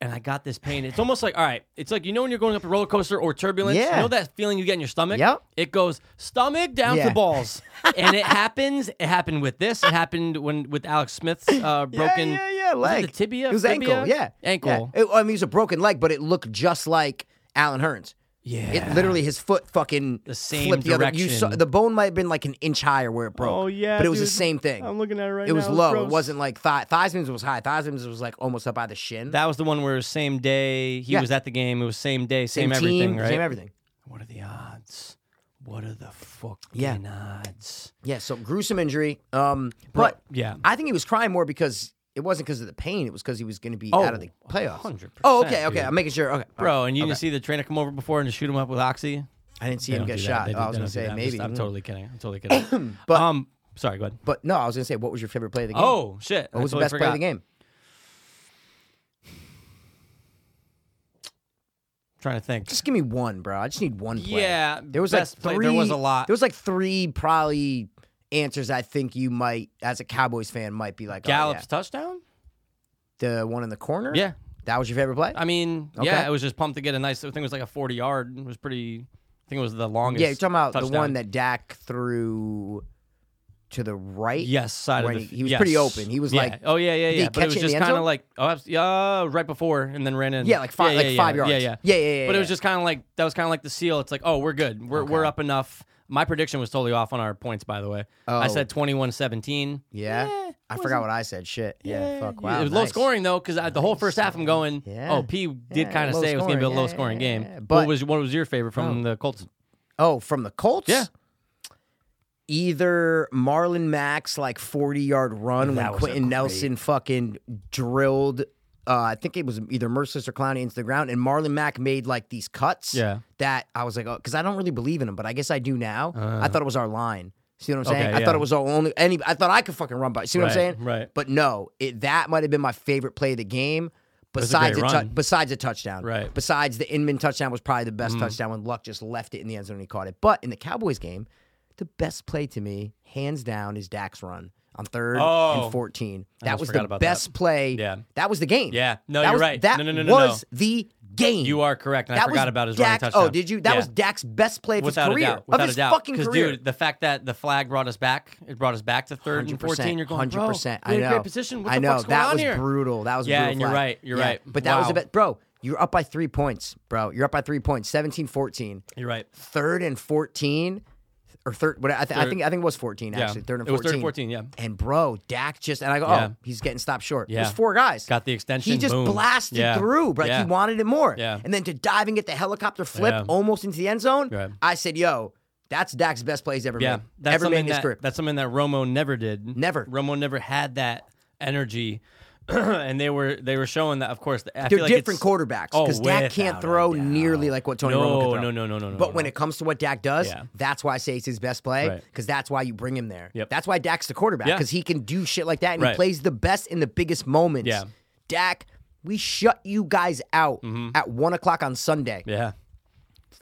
and I got this pain. It's almost like all right, it's like you know when you're going up a roller coaster or turbulence,
Yeah.
you know that feeling you get in your stomach?
Yep.
It goes stomach down
Yeah.
to balls. and it happens. It happened with this. It happened when with Alex Smith's uh, broken
yeah, yeah, yeah,
was it
leg.
the tibia.
It was
Fibia?
ankle. Yeah,
Ankle.
Yeah. It- I mean, it was a broken leg, but it looked just like Alan Hearns.
Yeah.
It literally his foot fucking
The same
flipped the other. You saw
direction.
the bone might have been like an inch higher where it broke.
Oh, yeah,
but it was the
dude.
same thing.
I'm looking at it right
It was
now. It's
low. It
gross.
wasn't like thigh. Theismann's was high. Theismann's was like almost up by the shin.
That was the one where same day he
Yeah.
was at the game. It was same day, same,
same,
everything,
team,
right?
Same everything.
What are the odds? What are the fucking
Yeah.
odds?
Yeah, so gruesome injury. Um, but
yeah.
I think he was crying more because it wasn't because of the pain; it was because he was going to be out of the playoffs.
100%,
oh, okay, okay.
Oh, dude.
I'm making sure. Okay, all
Bro,
right,
and you
okay.
didn't see the trainer come over before and just shoot him up with oxy?
I didn't see
They
him
don't
get
do that.
shot.
They do-
I was
they
going
don't
to
do
say
that. I'm
maybe,
just- I'm totally kidding. I'm totally kidding.
But-
um, sorry, go ahead.
but no, I was going to say, what was your favorite play of the game?
Oh shit!
what was the best play of the game?
trying to think.
Just give me one, bro. I just need one play.
Yeah,
there was
best
like
play.
three.
There was a lot.
There was like three probably answers. I think you might, as a Cowboys fan, might be like oh,
Gallup's touchdown.
yeah. the one in the corner.
Yeah.
that was your favorite play.
I mean,
Okay.
yeah, it was just pumped to get a nice. I think it was like a forty yard. It was pretty. I think it was the longest.
yeah, you're talking about the
touchdown.
one that Dak threw to the right.
Yes, side
when
of
he-
the. f-
he was
yes.
pretty open. He was
Yeah.
like-
oh yeah, yeah,
Did he
yeah. But
catch
it was
it in the
just
end
kind of
zone?
like, oh, abs- yeah, right before, and then ran in.
Yeah, like five,
yeah,
like
yeah,
five
yeah,
yards.
Yeah, yeah,
yeah, yeah. yeah,
But it
yeah.
was just kind of like that was kind of like the seal. It's like, oh, we're good. We're we're up enough. My prediction was totally off on our points, by the way. I
Oh.
said 21-17.
yeah. I forgot what I said. Shit. Yeah. fuck. Wow.
It was low
nice.
scoring though, because the whole first half I'm going.
Yeah.
Oh, P did
Yeah,
kind of
low
say it was going to be a
scoring.
low
Yeah,
scoring
yeah,
game.
yeah.
what
But-
was what was your favorite from the Colts?
Oh, from the Colts.
Yeah.
Either Marlon Mack's like forty yard run when
That was a
Quentin
great-
Nelson fucking drilled. Uh, I think it was either Merciless or Clowney into the ground, and Marlon Mack made like these cuts.
Yeah.
That I was like, oh, because I don't really believe in him, but I guess I do now. I thought it was our line. See what I'm saying?
Uh. Okay,
I thought
yeah.
it was our only any. I thought I could fucking run by. See what I'm
Right,
saying?
right.
But no, it, that might have been my favorite play of the game.
was a
Besides a,
great
tou-
run.
besides a touchdown,
Right. Mm-hmm.
Besides the Inman touchdown was probably the best touchdown when Luck just left it in the end zone and he caught it. But in the Cowboys game, the best play to me, hands down, is Dak's run on third
Oh.
and fourteen.
almost
That was
forgot
the
about
best play.
Yeah.
that was the game.
Yeah. No,
That
you're
was-
right.
That
No, no, no, no,
was the game.
You are correct. And I
That
forgot
was
about his
Dak,
running touchdown.
Oh, did you? That
Yeah.
was Dak's best play of
Without
his career.
a doubt, without
of his
a doubt,
fucking
'Cause,
career.
dude, the fact that the flag brought us back, it brought us back to third and fourteen. You're going, bro,
100%.
we're
I
in
know.
great position. What
I
the
know.
fuck's going
that
on
was
here?
brutal. That was a
Yeah,
brutal
and you're
flag.
right. You're
Yeah.
right.
But that was
Wow.
a bit, bro. You're up by three points, bro. You're up by three points. 17-14.
You're right.
Third and fourteen, or third. What I, th- I
Third.
think I think it was fourteen
Yeah.
actually. Third and
It was
fourteen.
third and 14, yeah.
And bro, Dak just and I go,
Yeah.
oh, he's getting stopped short.
Yeah.
There's four guys.
Got the extension,
He just
boom.
blasted
Yeah.
through, bro. Like
Yeah.
he wanted it more.
Yeah.
And then to dive and get the helicopter flip
Yeah.
almost into the end zone.
Right.
I said, yo, that's Dak's best plays ever
Yeah,
made.
that's
ever made in
something
his career.
that, that's something that Romo never did.
Never.
Romo never had that energy, and they were they were showing that. Of course, I
They're
feel like
different
it's-
quarterbacks
Oh,
because Dak
without
can't
a
throw
doubt.
nearly like what Tony
No,
Romo can throw.
no, no, no, no, no,
But
no,
when
no.
it comes to what Dak does,
Yeah.
that's why I say it's his best play
Right.
because that's why you bring him there.
Yep.
That's why Dak's the quarterback
Yeah.
because he can do shit like that and
Right.
he plays the best in the biggest moments.
Yeah.
Dak, we shut you guys out at one o'clock on Sunday.
Mm-hmm. Yeah, Mm-hmm.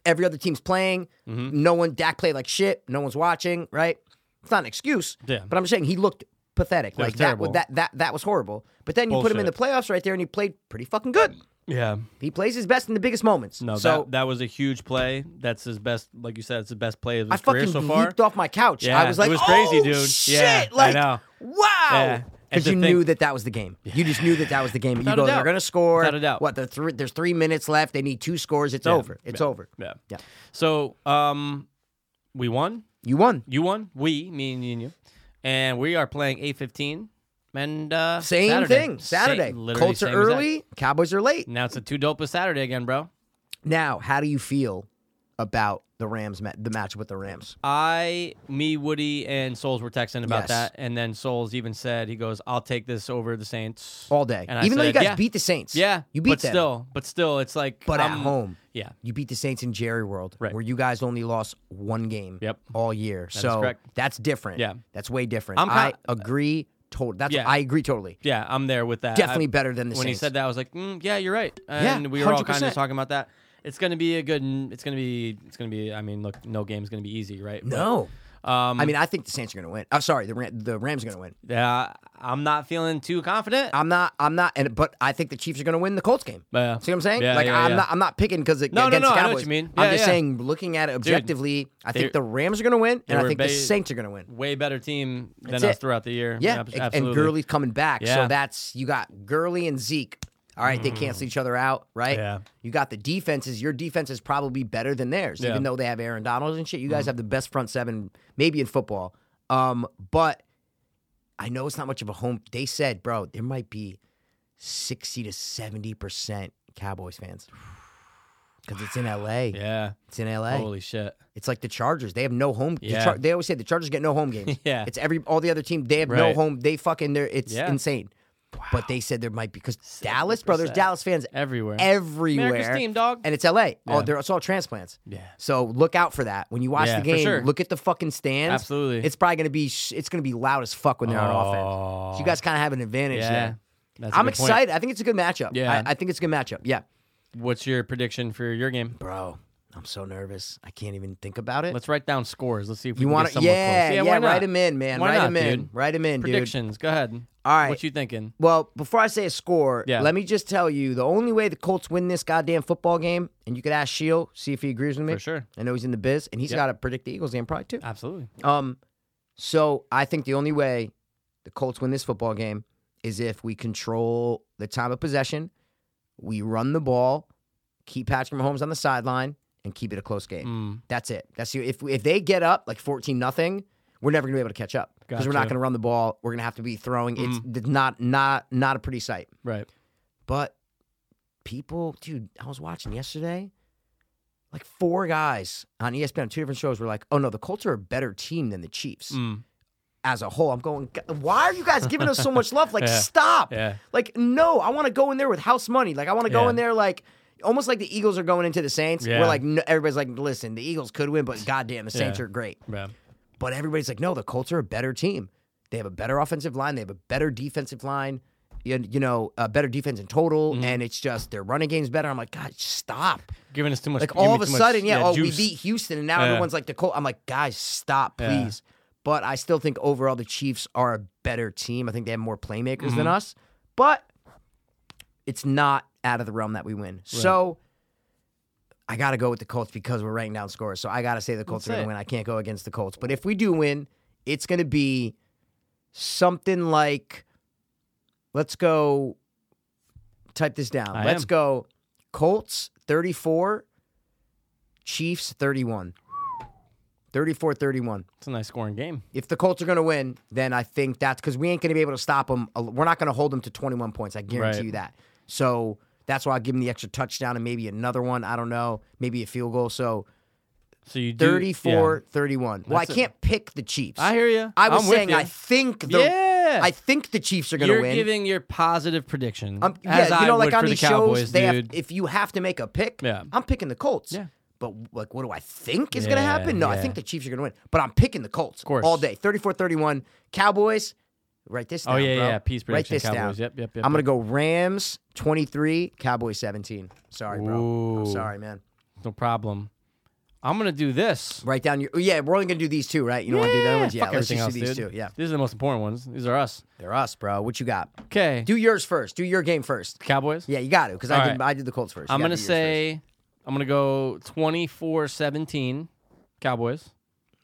Every other team's playing. No one Dak played like shit. No one's watching. Right? It's not an excuse.
Yeah.
But I'm just saying he looked pathetic.
was
like that,
terrible.
that that that was horrible. But then you put him in the playoffs right there and he played pretty fucking good.
yeah.
He plays his best in the biggest moments.
No,
so
that, that was a huge play. That's his best. Like you said, it's the best play of
I
his career
fucking
so far.
leaped off my couch.
Yeah,
I was like,
it was crazy,
"Oh,
dude."
Shit,
Yeah, I
like,
know. Yeah.
wow.
And
Because
to
you
think-
knew that that was the game. You just knew that that was the game.
Without
You
a
go,
doubt.
they're gonna score.
Without a doubt.
What? The three, there's three minutes left. They need two scores. It's over. It's over.
Yeah.
Yeah.
So, um, we won.
You won.
You won. We, me and you and you, and we are playing eight fifteen. And uh,
Same
Saturday.
thing. Saturday.
Sa- literally
Colts are
same exact. Mm.
early. Cowboys are late.
Now it's a two dopa Saturday again, bro.
Now, how do you feel about the Rams? ma- The match with the Rams.
I, me, Woody, and Souls were texting about
Yes.
that, and then Souls even said he goes, "I'll take this over the Saints
All day.
And I
Even though you
said,
guys
yeah.
beat the Saints.
Yeah,
You beat
but
them.
still, but still, it's like,
But at
I'm-
home.
Um, yeah,
You beat the Saints in Jerry World,
Right.
where you guys only lost one game
Yep.
all year. so
correct.
that's different.
Yeah.
That's way different.
I'm
I
ki-
agree totally. That's
Yeah.
I agree totally.
yeah, I'm there with that.
Definitely
I-
better than the
when he
Saints.
said that, I was like, mm, yeah, you're right,
Yeah,
and we were all kind of
100%.
talking about that. It's gonna be a good. It's gonna be. It's gonna be. I mean, look, no game's gonna be easy, right? But,
No.
um,
I mean, I think the Saints are going to win. I'm sorry, the Ram, the Rams are going to win.
yeah, I'm not feeling too confident.
I'm not. I'm not. And but I think the Chiefs are going to win the Colts game.
Yeah.
See what I'm saying?
Yeah,
like
yeah,
I'm
yeah.
not. I'm not picking because
No, no,
against
no, I
the
know
Cowboys.
what you mean.
I'm
Yeah,
just
yeah.
saying, looking at it objectively, I
they-
think the Rams are going to win,
they
and I
were
think
ba-
the Saints are going to win.
Way better team than
That's
us
it.
throughout the year.
Yeah,
Abs-
and-
absolutely.
and Gurley's coming back.
Yeah. Mm.
So that's you got Gurley and Zeke. All right, they cancel each other out, right?
Yeah.
You got the defenses. Your defense is probably better than theirs,
Yeah. Mm.
even though they have Aaron Donald and shit. You guys have the best front seven, maybe in football. Um, but I know it's not much of a home. They said, bro, there might be sixty to seventy percent Cowboys fans because it's in L.A.
Yeah.
It's in L.A.
Holy shit.
It's like the Chargers. They have no home. the
Yeah.
Char- they always say the Chargers get no home games.
Yeah.
It's every all the other team. They have no
Right.
home. They fucking they're it's
Yeah.
insane. But they said there might be because Dallas, bro, there's
70%.
Dallas fans
Everywhere.
everywhere.
America's team, dog.
And it's LA. Oh, they're it's all transplants.
Yeah.
So look out for that. When you watch
Yeah,
the
for
game,
sure.
look at the fucking stands.
Absolutely.
It's probably gonna be sh- it's gonna be loud as fuck when they're on offense. So you guys kinda have an advantage
Yeah.
there.
That's a
I'm
good point.
excited. I think it's a good matchup.
Yeah.
I, I think it's a good matchup. Yeah.
What's your prediction for your game?
Bro, I'm so nervous. I can't even think about it.
Let's write down scores. Let's see if we
You
can
want
get
to?
somewhere
Yeah,
close.
yeah.
why
write
not?
him in, man.
Why
write
not,
him in.
dude?
Write him in, dude.
Predictions. Go ahead.
All right.
What you thinking?
Well, before I say a score,
Yeah.
let me just tell you the only way the Colts win this goddamn football game, and you could ask Shield, see if he agrees with me.
For sure.
I know he's in the biz, and he's got to predict the Eagles game probably too.
Absolutely.
Um, So I think the only way the Colts win this football game is if we control the time of possession, we run the ball, keep Patrick Mahomes on the sideline, and keep it a close game.
Mm,
That's it. That's the- if if they get up like fourteen nothing, we're never gonna be able to catch up because we're not
Gotcha.
gonna run the ball. We're gonna have to be throwing. It's It's not not not a pretty sight.
Right.
But people, dude, I was watching yesterday. Like four guys on E ESPN on two different shows were like, "Oh no, the Colts are a better team than the Chiefs
Mm,
as a whole." I'm going, "G- why are you guys giving us so much love? Like,
Yeah.
stop!
Yeah.
Like, no, I want to go in there with house money. Like, I want to go
Yeah.
in there like almost like the Eagles are going into the Saints.
Yeah.
We're like, no, everybody's like, "Listen, the Eagles could win, but goddamn, the Saints
Yeah.
are great."
Right.
But everybody's like, no, the Colts are a better team. They have a better offensive line. They have a better defensive line. You, you know, a better defense in total,
Mm-hmm.
and it's just their running game's better. I'm like, God, stop!
Giving us too much.
Like
give
all
me
of a
too much,
sudden, yeah, oh,
juice.
we beat Houston, and now
Yeah.
everyone's like the Colts. I'm like, guys, stop,
Yeah.
please. But I still think overall the Chiefs are a better team. I think they have more playmakers
Mm-hmm.
than us, but it's not out of the realm that we win. So I got to go with the Colts because we're writing down scores. So I got to say the Colts
That's
are going
it.
to win. I can't go against the Colts. But if we do win, it's going to be something like let's go type this down.
I
let's
am.
go Colts 34, Chiefs 31. 34 31.
It's a nice scoring game.
If the Colts are going to win, then I think that's because we ain't going to be able to stop them. We're not going to hold them to 21 points. I guarantee
Right.
you that. So that's why I'll give them the extra touchdown and maybe another one. I don't know. Maybe a field goal. So
So you do,
34 31. Well, I
That's it.
can't pick the Chiefs.
I hear you.
I was
I'm with
saying
you.
I think the
Yeah.
I think the Chiefs are
Yeah.
going to
You're
win.
giving your positive prediction.
I'm,
as
yeah, you know,
I
like
would
on
for
these
the Cowboys,
shows, they have,
dude.
if you have to make a pick,
Yeah.
I'm picking the Colts.
Yeah.
But like, what do I think is going to
Yeah,
happen? No, I
yeah.
think the Chiefs are going to win. But I'm picking the Colts
course.
all day. 34-31. Cowboys. Write this down.
oh yeah,
bro.
yeah. Peace
Write
prediction.
this down.
Cowboys. Yep, yep, yep.
I'm gonna
yep.
go Rams 23, Cowboys 17. Sorry, bro. I'm
Ooh.
sorry, man.
No problem. I'm gonna do this.
Write down your. Yeah, we're only gonna do these two, right? You don't want to do the other ones. Yeah,
Fuck
let's
everything
just
else,
do these
dude.
two. Yeah,
These are the most important ones. These are us.
they're us, bro. What you got?
Okay.
Do yours first. Do your game first.
Cowboys.
Yeah, you got to because
All
I did.
right.
I did the Colts first. You
I'm
gotta
going to
do yours first.
say I'm going to go 24-17 Cowboys.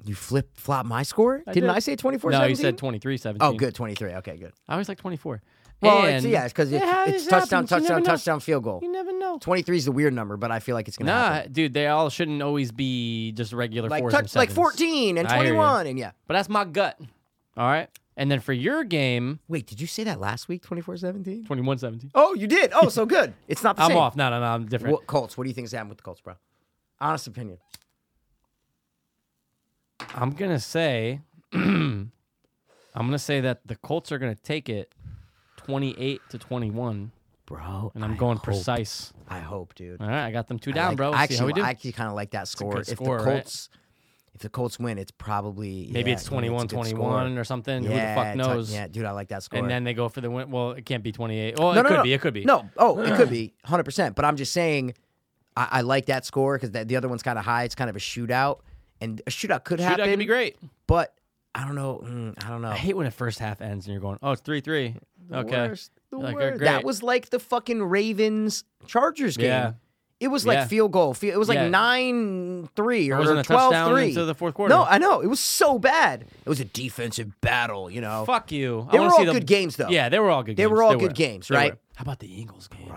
You flip flop my score?
I
Didn't
did.
I say 24
No, you said 23-17.
Oh, good. 23. Okay, good.
I always like 24.
Well, it's,
And-
yeah, it's because
It
it's,
ha-
it's
it
touchdown,
happens. You
touchdown,
never know.
touchdown, field goal.
You never know.
23 is the weird number, but I feel like it's going to
Nah,
happen.
dude, they all shouldn't always be just regular
Like,
fours and
touch, like
sevens.
14 and
I hear you.
21. And yeah.
But that's my gut. All right? And then for your game,
Wait, did you say that last week, 24 17?
21-17.
Oh, you did. Oh, so good. It's not the
I'm
same.
off. No, no, no, I'm different.
What, Colts, what do you think's happened with the Colts, bro? Honest opinion.
I'm going to say I'm going to say that the Colts are going to take it 28 to 21
Bro.
and I'm
I
going
hope-
precise.
I hope, dude.
All right, I got them two
I
down,
like-
bro.
I
See how
actually,
we do.
I actually kind of like that score.
good
If the
score, right?
Colts, if the Colts win, it's probably
Maybe
yeah,
it's
I mean, a
21
good score.
21 or something.
Yeah,
Who the fuck
touch-
knows?
yeah, dude, I like that score.
and then they go for the win. Well, it can't be 28.
no,
Well, it
no,
could
no.
be. It could be.
No, oh, it could be 100. percent But I'm just saying, I, I like that score because the other one's kind of high. It's kind of a shootout, and a shootout could
Shootout
happen.
could be great.
but I don't know. mm, I don't know.
I hate when the first half ends and you're going, oh, it's 3 3. Okay.
Worst, the
Like, uh,
worst.
great.
That was like the fucking Ravens Chargers game.
Yeah.
It was like
Yeah.
field goal. fi- It was like
Yeah.
nine three or
wasn't a
12
touchdown
3.
into the fourth quarter.
No, I know. It was so bad. It was a defensive battle, you know.
Fuck
Oh.
you. I
They
wanna
were all
see the-
good games, though.
Yeah, they were all good
They
games.
were all good games,
They
right?
were. How about the Eagles game? dude?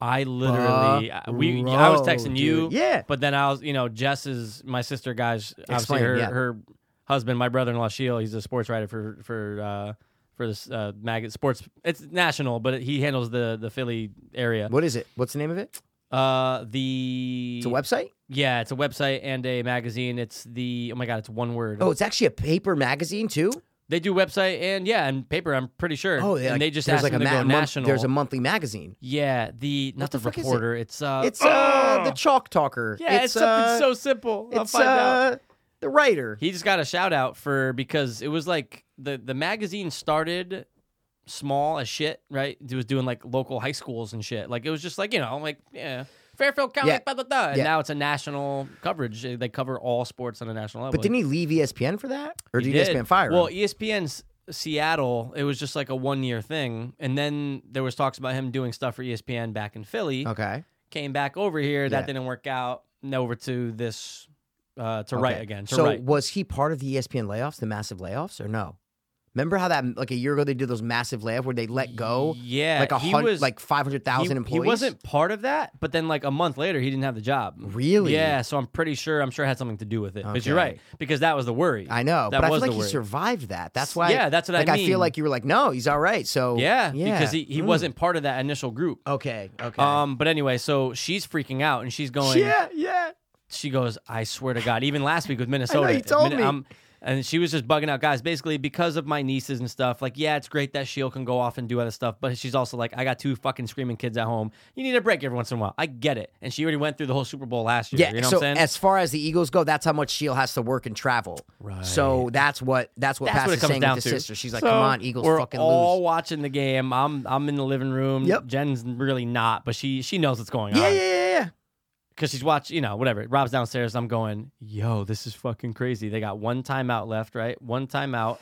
I literally, I- we, I was
Bro,
texting you,
dude. Yeah.
But then I was, you know, Jess is my sister, guys. Obviously,
Explain,
her,
yeah.
her husband, my brother-in-law, Sheil, he's a sports writer for for uh, for this uh, magazine, sports. It's national, but he handles the the Philly area.
What is it? What's the name of it?
Uh, the
It's a website?
Yeah, it's a website and a magazine. It's the oh my god, it's one word.
Oh, it's actually a paper magazine, too?
They do website and yeah, and paper. I'm pretty sure.
Oh,
and
like,
they just
there's
asked
like
them
a
to
ma- month-
go national.
There's a monthly magazine.
yeah, the not
the
the,
fuck is it?
reporter. It's uh,
It's uh, the Chalk Talker.
yeah, it's, something
uh,
so simple. I'll
It's
find out.
uh, the writer.
He just got a shout out for because it was like the the magazine started small as shit, right? It was doing like local high schools and shit. Like it was just like you know like yeah. Fairfield County,
Yeah.
blah, blah, blah. And
Yeah.
now it's a national coverage. They cover all sports on a national level.
But didn't he leave E ESPN for that? Or did E
He did.
ESPN fire him?
Well, E ESPN's Seattle, it was just like a one year thing, and then there was talks about him doing stuff for E ESPN back in Philly.
okay.
Came back over here,
Yeah.
that didn't work out. And over to this uh, to
Okay.
write again. To
so
write.
was he part of the E ESPN layoffs, the massive layoffs, or no? Remember how that like a year ago they did those massive layoffs where they let go
Yeah,
like a
he
hundred
was-
like five hundred
he,
thousand
he
employees.
wasn't part of that, but then like a month later, he didn't have the job.
Really?
Yeah, so I'm pretty sure. I'm sure it had something to do with it. But you're
Okay.
right because that was the worry.
I know,
that
but I feel
was
like
the
he
worry.
survived that. That's why.
Yeah, that's what I
like, I
mean.
feel like you were like, no, he's all right. So
yeah, because he, he
Mm.
wasn't part of that initial group.
Okay. Okay.
Um, but anyway, so she's freaking out and she's going.
yeah. Yeah.
She goes, I swear to God, even last week with Minnesota.
you told
Min-
me.
I'm- and she was just bugging out guys, basically because of my nieces and stuff. Like, yeah, it's great that Shield can go off and do other stuff, but she's also like, I got two fucking screaming kids at home. You need a break every once in a while. I get it. And she already went through the whole Super Bowl last year.
Yeah.
you know
so
what I'm saying?
as far as the Eagles go, that's how much Shield E has to work and travel.
Right.
So that's what that's what
That's
Pat's
what it
is
comes
saying
down
with
to.
his sister. She's like,
So
come on, Eagles
we're
fucking
all
lose.
watching the game. I'm I'm in the living room.
Yep.
Jen's really not, but she she knows what's going
Yeah,
on
yeah, yeah, yeah.
because she's watching, you know, whatever. Rob's downstairs. I'm going, yo, this is fucking crazy. They got one timeout left, right? One timeout.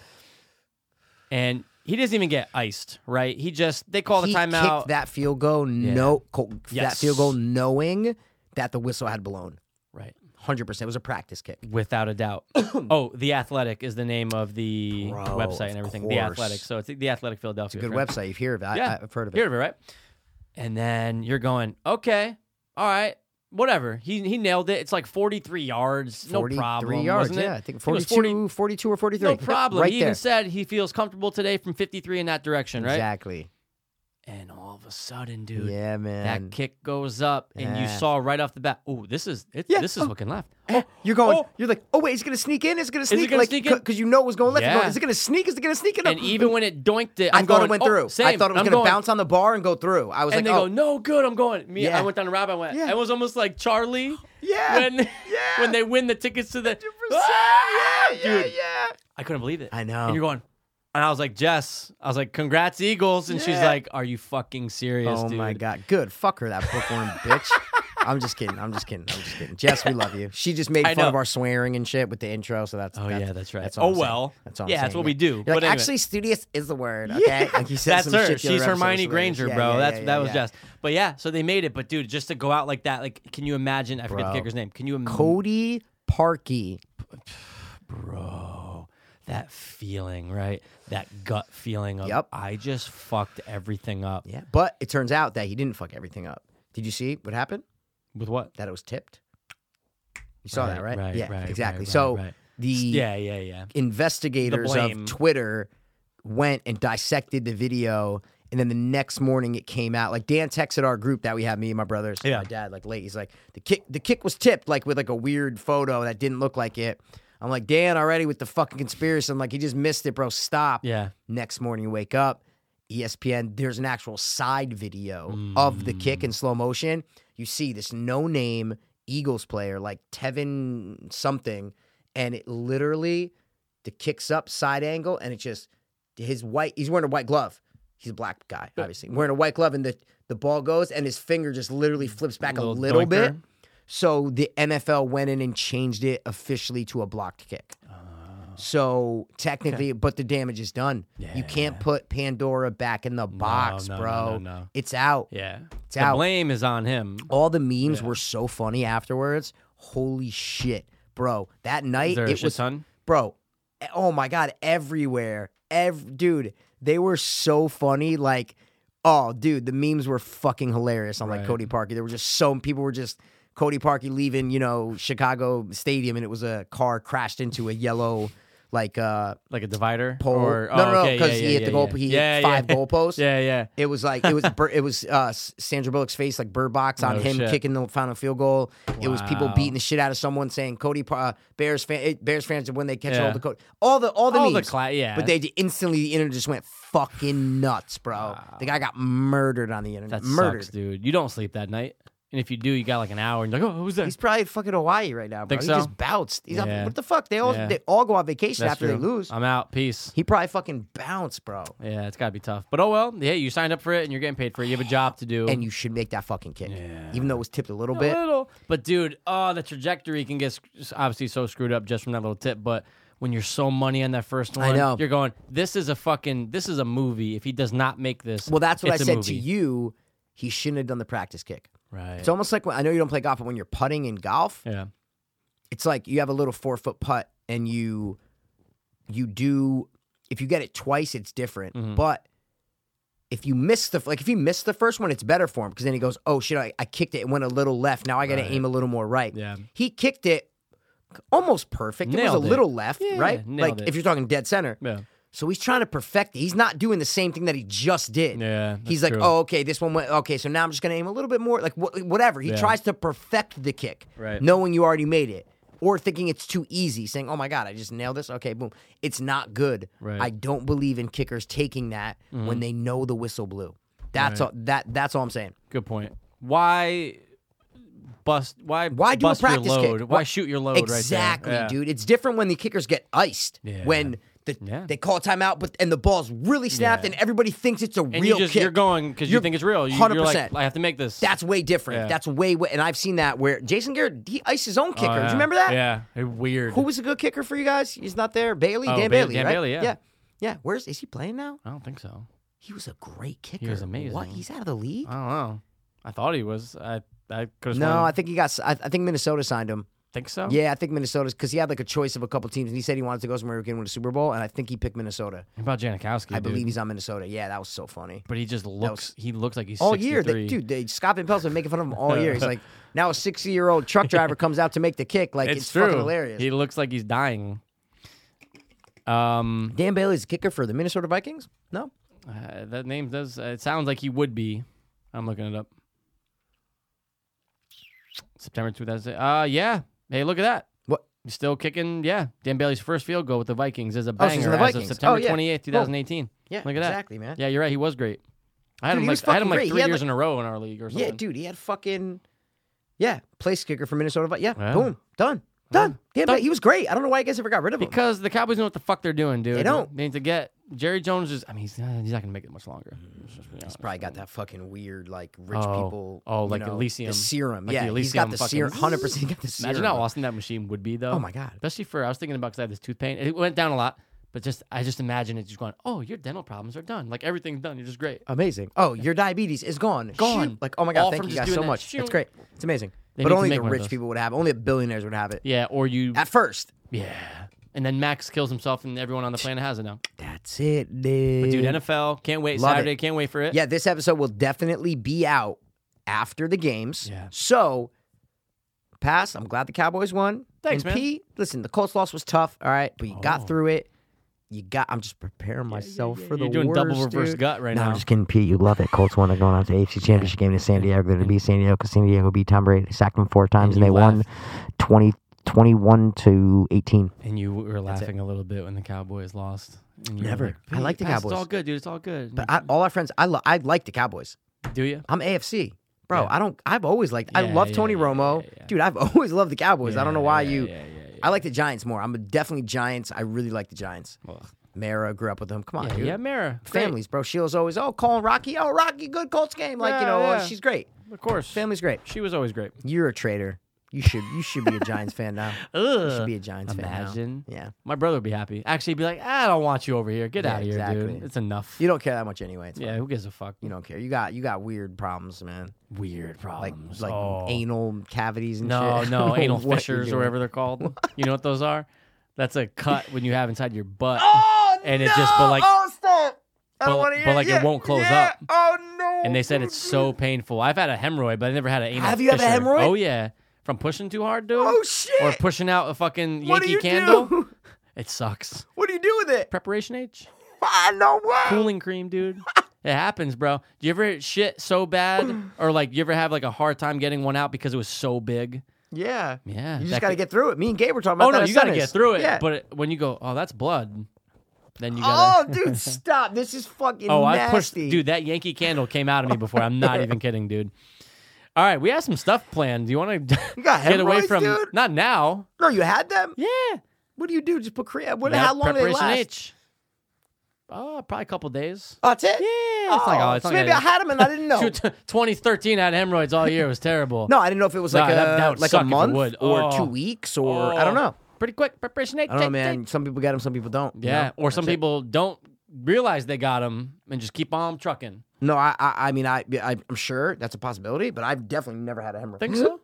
And he doesn't even get iced, right? He just, they call
he
the timeout.
kicked that field goal, no, co- that
Yes.
field goal, knowing that the whistle had blown.
right.
Hundred percent, it was a practice kick.
Without a doubt. oh, The Athletic is the name of the
Bro,
website and
of
everything. The
course.
Athletic. So it's The Athletic Philadelphia.
Good
correct?
website. You've heard of it.
Yeah.
I, I've heard of it.
Heard of it, right? And then you're going, okay, all right, whatever. He he nailed it. It's like 43 yards, no
43
problem.
yards.
wasn't it?
Yeah, I think
It was
42, 42 or 43.
No
Yep,
problem.
Right
he
there.
even said he feels comfortable today from 53 in that direction, right?
Exactly.
And all of a sudden, dude,
yeah, man.
that kick goes up, and you
Yeah.
saw right off the bat, oh, this is it,
Yeah.
this is
Oh.
looking left.
Eh, you're going.
oh.
You're like, oh wait, it's gonna sneak in. It's gonna
it
sneak.
gonna
like,
sneak in?
because you know it was going left. You're
Yeah.
going, is it gonna sneak? Is it gonna sneak in?
And even when it doinked it,
I
I'm
thought
going,
it went
"Oh,
through. I
same.
thought it was
I'm
gonna
going,
bounce on the bar and go through. I was
And
like,
they
oh,
go, no, good, I'm going. Me, I
Yeah.
went down to Rob. I went,
Yeah.
I was almost like Charlie.
Yeah.
When,
Yeah.
when they win the tickets to the.
100%,
Ah!
yeah, yeah, yeah.
Dude, I couldn't believe it.
I know.
And you're going, and I was like, Jess, I was like, congrats, Eagles. And she's
Yeah.
like, are you fucking serious,
Oh
dude?
my god, good. Fuck her, that bookworm bitch. I'm just kidding. I'm just kidding. I'm just kidding. Jess, we love you. She just made
I
fun of
know.
our swearing and shit with the intro, so that's
Oh,
that's,
yeah, that's right.
all
Oh,
I'm saying.
well.
that's all. I'm
Yeah, that's
saying,
what we do.
You're
But
like,
anyway.
actually, studious is the word. Okay, like you said
That's
some shit
her.
the other
She's
episode, it was
Hermione
hilarious.
Granger,
Yeah,
bro.
yeah,
That's
yeah,
that
yeah,
was
yeah.
Jess. But yeah, so they made it. But dude, just to go out like that, like, can you imagine? I forget
Bro.
the kicker's name. Can you imagine,
Cody Parkey.
bro? That feeling, right? That gut feeling of
Yep.
I just fucked everything up.
Yeah, but it turns out that he didn't fuck everything up. Did you see what happened?
With what?
That it was tipped. You saw that, right?
Right, right,
yeah,
right,
exactly.
right,
so
right.
the
Yeah, yeah, yeah.
investigators
blame.
of Twitter went and dissected the video. And then the next morning it came out. Like Dan texted our group that we had, me and my brothers, and
Yeah.
my dad, like late. He's like, the kick the kick was tipped, like with like a weird photo that didn't look like it. I'm like, Dan already with the fucking conspiracy. I'm like, he just missed it, bro. Stop.
Yeah.
Next morning you wake up, E ESPN, there's an actual side video of the
Mm.
kick in slow motion. You see this no name Eagles player, like Tevin something, and it literally the kicks up side angle and it just his white he's wearing a white glove. He's a black guy, obviously. Wearing a white glove and the, the ball goes and his finger just literally flips back a
Mm. Little
little bit.
doinker.
So the NFL went in and changed it officially to a blocked kick.
Oh.
So technically, but the damage is done. You can't put Pandora back in the box,
no, no,
bro.
no, no.
It's out.
Yeah.
It's
The
out. Oh,
blame is on him.
All the memes were so funny afterwards. Holy shit, bro! That night
Is there a
it
shit
was,
ton?
bro. e- Oh my god, everywhere, ev- dude. They were so funny. Like, oh, dude, the memes were fucking hilarious on like
Right.
Cody Parkey. There were just so people were just Cody Parkey leaving, you know, Chicago Stadium, and it was a car crashed into a yellow, like, uh,
Like a divider?
Pole.
Or, oh,
No, no, no,
okay,
'cause
yeah,
he
yeah,
hit the
yeah,
goal-
yeah.
he hit
Yeah,
five
yeah.
goalposts.
Yeah, yeah.
It was like it was Bir- it was uh, S- Sandra Bullock's face like Bird Box on
No
him
shit.
kicking the final field goal. It was people
Wow.
beating the shit out of someone saying Cody Pa- uh, Bears fan it- Bears fans when they catch
Yeah.
all the code all the all the
All the
memes.
cla- yeah.
But they d- instantly the internet just went fucking nuts, bro. The guy got murdered on the internet.
That
murdered.
sucks, dude. You don't sleep that night. And if you do, you got like an hour and you're like, oh, who's that?
He's probably in fucking Hawaii right now, bro.
Think
he
so?
just bounced. He's
Yeah.
up, what the fuck? They all
Yeah.
they all go on vacation
That's
after they
true. Um,
lose.
I'm out. Peace.
he probably fucking bounced, bro.
Yeah, it's got to be tough. But oh well. Yeah, you signed up for it and you're getting paid for it. You have a job to do.
And you should make that fucking kick, even though it was tipped a little
a
bit.
little. But dude, oh, the trajectory can get sc- obviously so screwed up just from that little tip. But when you're so money on that first one,
know.
you're going, this is a fucking, this is a movie. If he does not make this,
Well, that's what
it's
I
a
said to
movie.
you. He shouldn't have done the practice kick.
Right.
It's almost like when I know you don't play golf, but when you're putting in golf,
yeah.
it's like you have a little four foot putt and you you do if you get it twice it's different
Mm-hmm.
but if you miss the like if you miss the first one it's better for him because then he goes oh shit I, I kicked it and went a little left now i gotta aim a little more right
Yeah.
he kicked it almost perfect it
Nailed
was a
it.
little left
Yeah,
right
nailed
like
it.
if you're talking dead center
Yeah.
so he's trying to perfect it he's not doing the same thing that he just did
Yeah,
he's
that's
like
true.
oh okay this one went okay so now i'm just gonna aim a little bit more like wh- whatever he
Yeah.
tries to perfect the kick
Right.
knowing you already made it or thinking it's too easy saying oh my god i just nailed this okay boom it's not good
Right. Mm-hmm.
i don't believe in kickers taking that when they know the whistle blew that's all that that's all i'm saying
Good point. Why bust? Why
Why do a
bust
practice
your load?
kick?
Why
What-
shoot your load
exactly,
right there? Yeah.
dude. It's different when the kickers get iced.
Yeah.
When the,
Yeah.
they call a timeout, but and the ball's really snapped,
Yeah.
and everybody thinks it's a
And
real
you just,
kick.
you're going because you
You're
think it's real. You, are like,
100%.
I have to make this.
That's way different.
Yeah.
That's way, way. And I've seen that where Jason Garrett he iced his own kicker.
Oh,
Do
yeah.
you remember that?
Yeah, Hey, weird.
Who was a good kicker for you guys? He's not there. Bailey,
Oh,
Dan
Ba-
Bailey,
Dan
right?
Bailey, yeah.
yeah, Yeah. Where's is he playing now?
I don't think so.
He was a great kicker.
was
What?
amazing. Uh,
He's out of the league?
I don't know. I thought he was. I I could have.
no, I think he got. s- I, I think Minnesota signed him.
think so.
Yeah, I think Minnesota's because he had like a choice of a couple teams, and he said he wanted to go somewhere where he can win a Super Bowl, and I think he picked Minnesota.
What about Janikowski?
I believe he's on Minnesota. Yeah, that was so funny.
But he just looks. He looks like he's
All year, they,
63.
dude, they, Scott Van Pelt's been making fun of him all year. He's like, now a 60 year old truck driver comes out to make the kick. Like, it's,
It's, true.
fucking hilarious.
He looks like he's dying. Um,
Dan Bailey's a kicker for the Minnesota Vikings? No.
uh, that name does. Uh, it sounds like he would be. I'm looking it up. September 2000. Uh, yeah. Hey, look at that.
What?
He's still kicking. Yeah, Dan Bailey's first field goal with the Vikings is a
Oh, so he's in
banger
the
as of
Vikings.
September
Oh, yeah.
28th, 2018.
Yeah,
look at that.
exactly, man.
Yeah, you're right. He was great. I had
Dude,
him
he was
like I had him
fucking
like
great.
three
He had,
years
like-
in a row in our league or something.
Yeah, dude, he had fucking, yeah, place kicker for Minnesota. Vi- Yeah,
Yeah.
boom, done, done. Dan Bailey, he was great. I don't know why you guys ever got rid of him.
Because the Cowboys know what the fuck they're doing, dude.
They don't.
They need to get Jerry Jones. Is I mean, he's, not- he's not gonna make it much longer. Let's just be honest.
probably got that fucking weird, like rich
Oh.
people.
Oh,
you
like
know,
Elysium.
the serum.
Like
yeah,
the
he's got
Elysium
the
fucking-
serum. Hundred percent, he got the serum.
Imagine how awesome that machine would be, though.
Oh, my God.
Especially for I was thinking about because I had this tooth pain. It went down a lot, but just I just imagine it just going. Oh, your dental problems are done. Like everything's done. You're just great.
Amazing. Oh, your diabetes is gone.
Gone.
Shoot. Like, oh my God,
All
thank
from
you guys
just doing
so
that.
much.
Shoot.
It's great. It's amazing.
They
but
need to
only
make
the
one of
rich
those.
people would have it. Only the billionaires would have it.
Yeah. Or you.
At first.
yeah. And then Max kills himself, and everyone on the planet has it now.
That's it, dude.
Dude, NFL can't wait.
Love it.
Saturday can't wait for it.
Yeah, this episode will definitely be out after the games.
Yeah.
So, pass. I'm glad the Cowboys won.
Thanks,
and
man.
P, listen, the Colts loss was tough. All right, but you
Oh.
got through it. You got. I'm just preparing myself for the
You're doing double
worst,
reverse
dude.
gut right
No,
now.
I'm just kidding, Pete. You love it. Colts won. They're going on to AFC Championship game to San Diego. They're going to beat San Diego because San Diego beat Tom Brady. They sacked him four times,
And
and,
you
they won 20, 21 to 18.
And you were laughing a little bit when the Cowboys lost. And you were
Never. I like the
"Pass,
Cowboys."
It's all good, dude. It's all good.
But I, all our friends, I, lo- I like the Cowboys.
Do you?
I'm AFC. Bro,
Yeah.
I don't. I've always liked. I
Yeah,
love
yeah,
Tony
yeah,
Romo,
yeah, yeah.
dude. I've always loved the Cowboys. I don't know
Yeah,
why
yeah,
you.
yeah, yeah, yeah.
I like the Giants more. I'm definitely Giants. I really like the Giants.
Ugh.
Mara grew up with them. Come on,
Yeah,
dude.
yeah, Mara. Great.
Families, bro. Sheila's always oh calling Rocky. Oh Rocky, good Colts game. Like you
Yeah,
know, oh,
yeah.
she's great.
Of course.
Family's great.
She was always great.
You're a traitor. You should you should be a Giants fan now. You should be a Giants
Uh, Imagine.
fan. now. Yeah.
My brother would be happy. Actually, he'd be like, "Ah, I don't want you over here. Get
Yeah,
out of here, dude.
exactly.
It's enough.
You don't care that much anyway. It's
yeah,
fine.
who gives a fuck?
You don't care. You got you got weird problems, man.
Weird
Like
problems.
like
Oh.
anal cavities and
No,
shit. I don't
no,
know
anal
what you're
fissures or
doing.
whatever they're called. You know what those are? That's a cut when you have inside your butt.
Oh,
And it just- but,
no!
like-
oh stop! I
but-
don't want to hear.
but, like, it
yeah,
won't close
yeah.
up.
Oh no!
And they said it's so painful. I've had a hemorrhoid, but I never had an anal
Have you had a
fissure.
hemorrhoid?
Oh, yeah. From pushing too hard, dude.
Oh shit!
Or pushing out a fucking
what do
Yankee
you
candle.
do?
It sucks.
What do you do with it?
Preparation age?
I know what.
cooling cream, dude. It happens, bro. Do you ever shit so bad, or like you ever have like a hard time getting one out because it was so big?
Yeah.
Yeah,
You
that
just got to
could-
get through it. Me and Gabe were talking about
Oh
that.
no,
at
you got to
Sundays.
get through it.
Yeah.
But it- when you go, oh, that's blood, then you
oh,
gotta.
dude, stop! This is fucking.
oh, I pushed,
nasty.
dude. That Yankee candle came out of me before. I'm not even kidding, dude. All right, we have some stuff planned. Do you want to
got
get away
hemorrhoids,
from?
dude?
Not now.
No, you had them.
Yeah.
What do you do? Just put cream. What?
Yeah,
how long do they
preparation
last?
H. Oh, probably a couple days.
Oh, that's it.
Yeah, it's like- oh, it's
so
not
maybe
gonna-
I had them and I didn't know.
2013, I had hemorrhoids all year. It was terrible.
No, I didn't know if it was
Nah,
like a
that- that would
like
suck
a
if it
month
would.
or
Oh.
two weeks or I don't know.
Pretty quick preparation.
I don't know, man. Some people get them, some people don't. you
Yeah,
know?
or some
That's it.
people don't realize they got them and just keep on trucking.
No, I, I, I mean, I, I, I'm sure that's a possibility, but I've definitely never had a hemorrhoid.
Think so?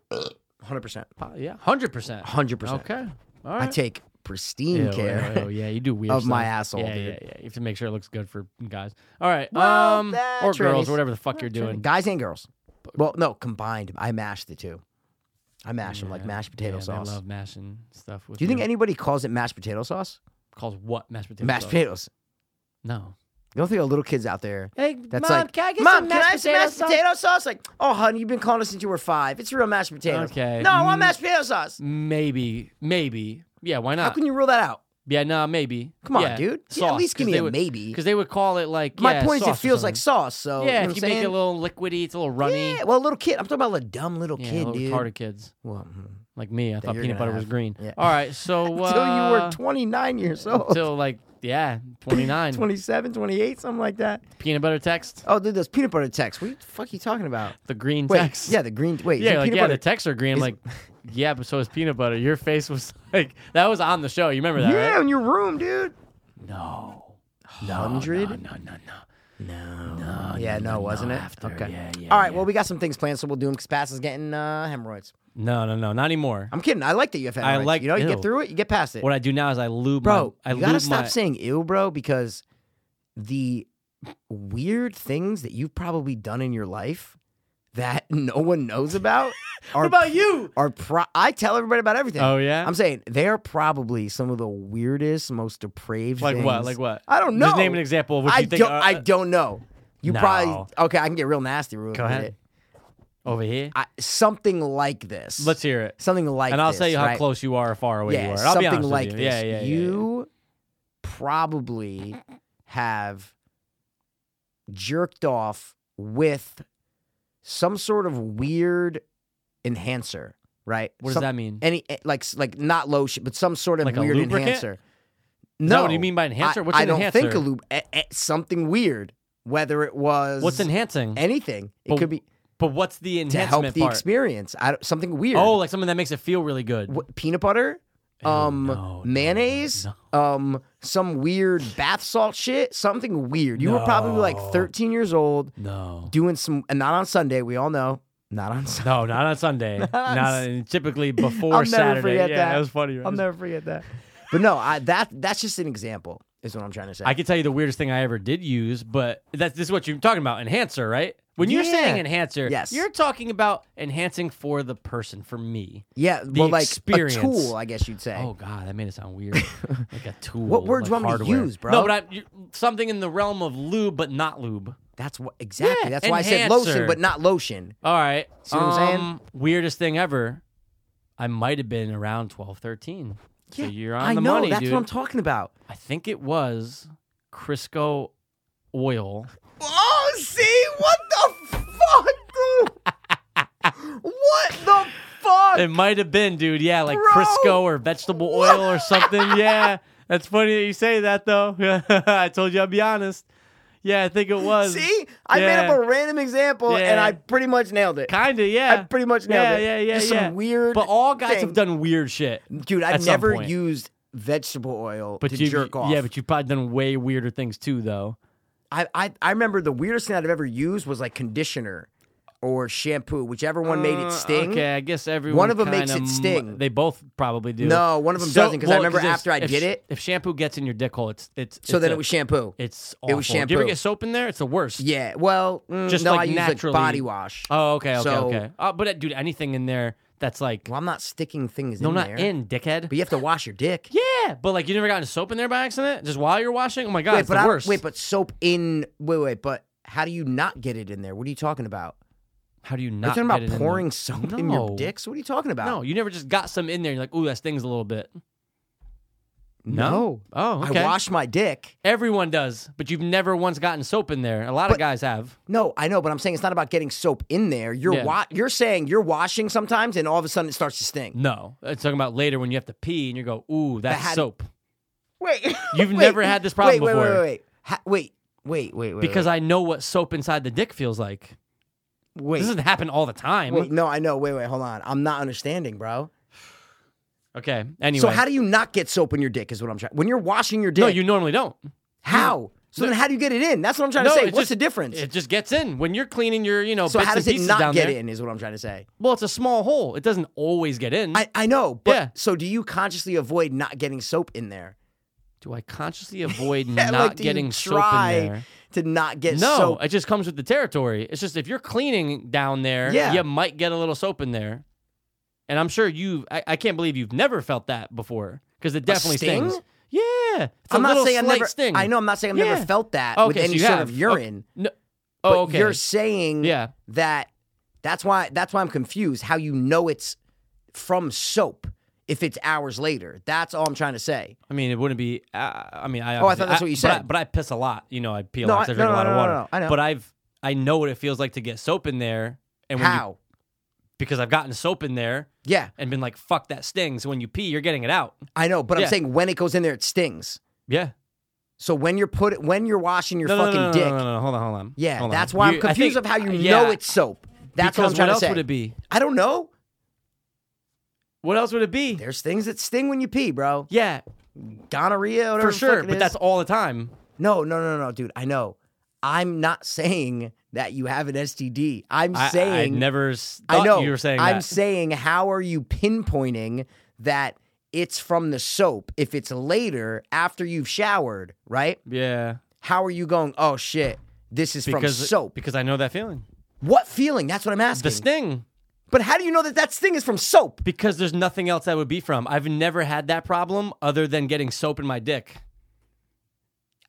hundred percent,
Po- Yeah, hundred percent.
hundred percent.
Okay. All
I
right.
take pristine
Ew,
care.
ew, ew, yeah, you do weird
of my
stuff.
asshole,
yeah,
dude.
Yeah, yeah. You have to make sure it looks good for guys. All right.
Well,
um,
uh,
or
trannies.
girls, or whatever the fuck you're doing.
Guys and girls. Well, no, combined. I mash the two. I mash them like mashed potato
Yeah,
sauce.
I love mashing stuff. With
Do you think
your-
anybody calls it mashed potato sauce?
calls what mashed potato?
mashed
sauce?
potatoes.
No.
You don't think of little kids out there
Hey,
that's like, Mom, can I have some mashed potato sauce? Like, oh, honey, you've been calling us since you were five. It's real mashed potatoes.
Okay.
No, I want
Mm.
mashed potato sauce.
Maybe, maybe. Yeah, why
How
not?
can you rule that out?
yeah, no, maybe.
Come on,
Yeah,
dude. Yeah, at
sauce,
least give
'cause
me
they
a
would-
maybe.
Because they would call it like
My
yeah,
point is, it
sauce or
feels like
something.
sauce. So
yeah,
you know
if you
what I'm
make it a
saying?
little liquidy, it's a little runny.
Yeah, well, a little kid. I'm talking about a little dumb little
Yeah,
kid,
little
dude.
retarded kids
Well, mm.
like me. I thought
you're
peanut
gonna
butter was
have.
green.
Yeah.
All right, so
Until you were
uh,
29 years old.
Until like yeah, twenty nine.
27, 28, something like that.
peanut butter text.
Oh, dude, those peanut butter texts. What the fuck are you talking about?
The green
Wait,
text.
yeah, the green. Wait,
yeah,
yeah,
like,
peanut
yeah,
butter.
the texts are green. I'm
is-
like, yeah, but so is peanut butter. Your face was like that was on the show. You remember that?
yeah,
Right?
in your room, dude.
No.
Hundred?
No, no, no, no.
No. Yeah, no, wasn't it?
after,
okay.
yeah, yeah,
All right.
yeah.
Well, we got some things planned, so we'll do them because Pass is getting uh, hemorrhoids.
No, no, no, not anymore.
I'm kidding. I like that you have hemorrhoids.
like-
you know, you
ew.
get through it, you get past it.
What I do now is I lube
bro,
my I
you gotta
lube
stop
my-
saying ew, bro, because the weird things that you've probably done in your life that no one knows about are
about you?
Are pro- I tell everybody about everything.
Oh, yeah?
I'm saying they are probably some of the weirdest, most depraved.
Like what?
things.
Like what?
I don't know.
Just name an example of what
Uh, I
you think.
Don't,
uh,
I don't know. You
No.
probably okay. I can get real nasty. Real
Go
with
ahead.
it.
over here.
I, something like this.
Let's hear it.
something like
and I'll
this,
tell you how
right?
close you are or far away
yeah,
you are. I'll
something
be honest with
like
you.
this.
Yeah, yeah, yeah, yeah.
you probably have jerked off with some sort of weird enhancer, right?
What does
Some-
that mean?
Any eh, like like not lotion, but some sort of
Like a
weird
lubricant?
enhancer. No,
that what you mean by enhancer?
I,
What's
I
an
don't think
enhancer?
a lube. eh, eh, something weird. Whether it was
What's enhancing?
anything, it
But
could be
but what's the
to help
enhancement
the
part?
experience. I don't, something weird.
Oh, like something that makes it feel really good.
Wh- peanut butter,
Ew,
um,
no, no, no,
mayonnaise,
no.
um, some weird bath salt shit, something weird. You were probably like
No.
13 years old
No.
doing some, and not on Sunday. We all know, not on Sunday.
No, not on Sunday. not on, typically before
I'll never
Saturday.
forget
yeah,
that.
was funny. Right?
I'll never forget that. But no, I, that that's just an example, is what I'm trying to say.
I can tell you the weirdest thing I ever did use, but that's this is what you're talking about, enhancer, right? When you're
Yeah.
saying enhancer,
Yes.
you're talking about enhancing for the person, for me.
yeah, well, like
experience.
a tool, I guess you'd say.
Oh God, that made it sound weird. like a tool.
What word
like
do you want me to
hardware.
use, bro?
No, but I, you, something in the realm of lube, but not lube.
That's what exactly.
Yeah,
that's why I said
enhancer.
lotion, but not lotion.
All right.
See what I'm saying?
Um, Weirdest thing ever. I might have been around 12, 13. So you're on
I
the
know.
money,
that's
dude.
what I'm talking about.
I think it was Crisco oil.
Oh, see? What the fuck, dude? What the fuck?
It might have been, dude. Yeah, like
Bro!
Crisco or vegetable oil or something. Yeah. That's funny that you say that, though. I told you I'd be honest. Yeah, I think it was.
see? I made
Yeah.
up a random example and
Yeah.
I pretty much nailed it.
Kinda, yeah.
I pretty much nailed
yeah,
it.
Yeah, yeah,
Just some
yeah.
weird
But all guys
thing.
have done weird shit.
Dude, I've
at some
never
point.
used vegetable oil
But
to
you,
jerk off.
yeah, but you've probably done way weirder things too, though.
I, I, I remember the weirdest thing that I've ever used was like conditioner or shampoo, whichever one made it
Uh,
sting.
Okay, I guess everyone.
One of 'em makes
kinda
it
mu-
sting.
They both probably do.
No, one of 'em doesn't, 'cause I remember
if-
after I
if
did
sh-
it-
If shampoo gets in your dick hole, it's it's.
So
it's
then
a-
it was shampoo.
It's awful.
it was
Do you ever
shampoo.
get soap in there? It's the worst.
yeah, well, mm,
Just
no,
like
I use
naturally-
like body wash.
Oh, okay, okay,
So-
okay. Uh, but uh, dude, anything in there that's like
well, I'm not sticking things
no,
in
not
there.
in, dickhead.
But you have to wash your dick.
yeah, but like you never gotten soap in there by accident, just while you're washing. Oh my god,
wait,
it's
but
the
I don't-
worst.
wait, but soap in wait, wait, but how do you not get it in there? What are you talking about?
how do you
Are you
not?
talking
get
about
it in
pouring
there?
soap in your
No.
dicks? What are you talking about?
No, you never just got some in there. and You're like, ooh, that stings a little bit.
no.
Oh, okay.
I wash my dick.
Everyone does, but you've never once gotten soap in there. A lot of
But-
guys have.
No, I know, but I'm saying it's not about getting soap in there. You're
Yeah.
wa- you're saying you're washing sometimes, and all of a sudden it starts to sting.
No, I'm talking about later when you have to pee and you go, ooh, that's
how do-
soap.
Wait,
You've never had this
wait,
problem
wait,
before.
Wait, wait, wait, Ha- wait, wait, wait, wait.
because I know what soap inside the dick feels like.
wait,
This doesn't happen all the time.
wait, no, I know. Wait, wait, hold on. I'm not understanding, bro.
Okay. Anyway.
So how do you not get soap in your dick? Is what I'm trying. When you're washing your dick,
No, you normally don't.
how? So then, how do you get it in? That's what I'm trying to
No,
say.
it
What's
just-
the difference?
It just gets in when you're cleaning your, you know,
so
bits
how
and
does it
pieces
not
down
get
there.
in? Is what I'm trying to say.
Well, it's a small hole. It doesn't always get in.
I, I know, but
Yeah.
so do you consciously avoid not getting soap in there?
Do I consciously avoid
Yeah,
not
like, do you
getting soap
try
in there?
to not get
No,
soap.
it just comes with the territory. It's just if you're cleaning down there,
Yeah.
you might get a little soap in there. And I'm sure you've, I, I can't believe you've never felt that before because it definitely
sting?
stings. Yeah. It's
I'm not
a little
saying I
slight
never.
sting.
I know. I'm not saying I've
Yeah.
never felt that with
Okay, so
any
you
sort
have.
of
Okay.
urine.
No.
But
Oh, okay.
you're saying
Yeah.
that that's why that's why I'm confused. How you know it's from soap if it's hours later? That's all I'm trying to say.
I mean, it wouldn't be. Uh, I mean, I.
Oh, I thought that's what you
but I-
said.
But I, piss a lot. You know, I pee a
No,
lot.
I-
'cause I
no,
drink a
no,
lot of
no,
water.
no, no, I know.
But I've. I know what it feels like to get soap in there, and when you,
How?
because I've gotten soap in there
yeah,
and been like, "Fuck that stings." When you pee, you're getting it out.
I know, but
Yeah.
I'm saying when it goes in there, it stings.
Yeah.
So when you're put when you're washing your
No, no,
fucking
no, no,
dick,
No, no, no, Hold on, hold on.
yeah,
Hold on.
that's why
You-
I'm
I
confused
think- uh,
of how you
yeah,
know it's soap. That's what
because
I'm trying
what
to
else
say.
would it be?
I don't know.
What else would it be?
There's things that sting when you pee, bro.
yeah,
Gonorrhea, whatever.
for
the fuck
sure.
it
But
is.
that's all the time.
No, no, no, no, dude. I know. I'm not saying that you have an STD. I'm
I,
saying
I never. s-
I
thought
know
you were saying
I'm
that.
saying how are you pinpointing that it's from the soap if it's later after you've showered, right?
yeah.
How are you going? Oh shit, this is
Because
from soap.
Because I know that feeling.
what feeling? That's what I'm asking.
The sting.
but how do you know that that sting is from soap?
Because there's nothing else that would be from. I've never had that problem other than getting soap in my dick.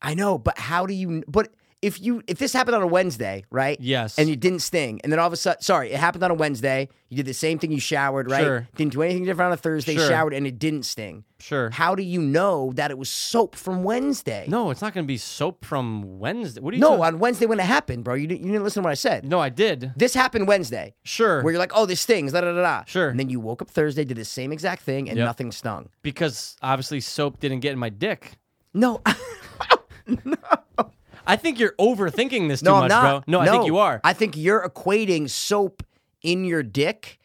I know, but how do you? But if you if this happened on a Wednesday, right?
Yes.
And you didn't sting, and then all of a sudden, sorry, it happened on a Wednesday. You did the same thing. You showered, right?
Sure.
Didn't do anything different on a Thursday.
Sure.
Showered, and it didn't sting.
Sure.
How do you know that it was soap from Wednesday?
No, it's not going to be soap from Wednesday. What are you?
No,
talking-
on Wednesday when it happened, bro. You didn't, you didn't listen to what I said.
no, I did.
This happened Wednesday,
Sure.
where you're like, oh, this stings, da da da da.
Sure.
And then you woke up Thursday, did the same exact thing, and
Yep.
nothing stung.
because obviously soap didn't get in my dick.
No,
I think you're overthinking this too
no, I'm
much,
not.
bro. No, I think you are.
I think you're equating soap in your dick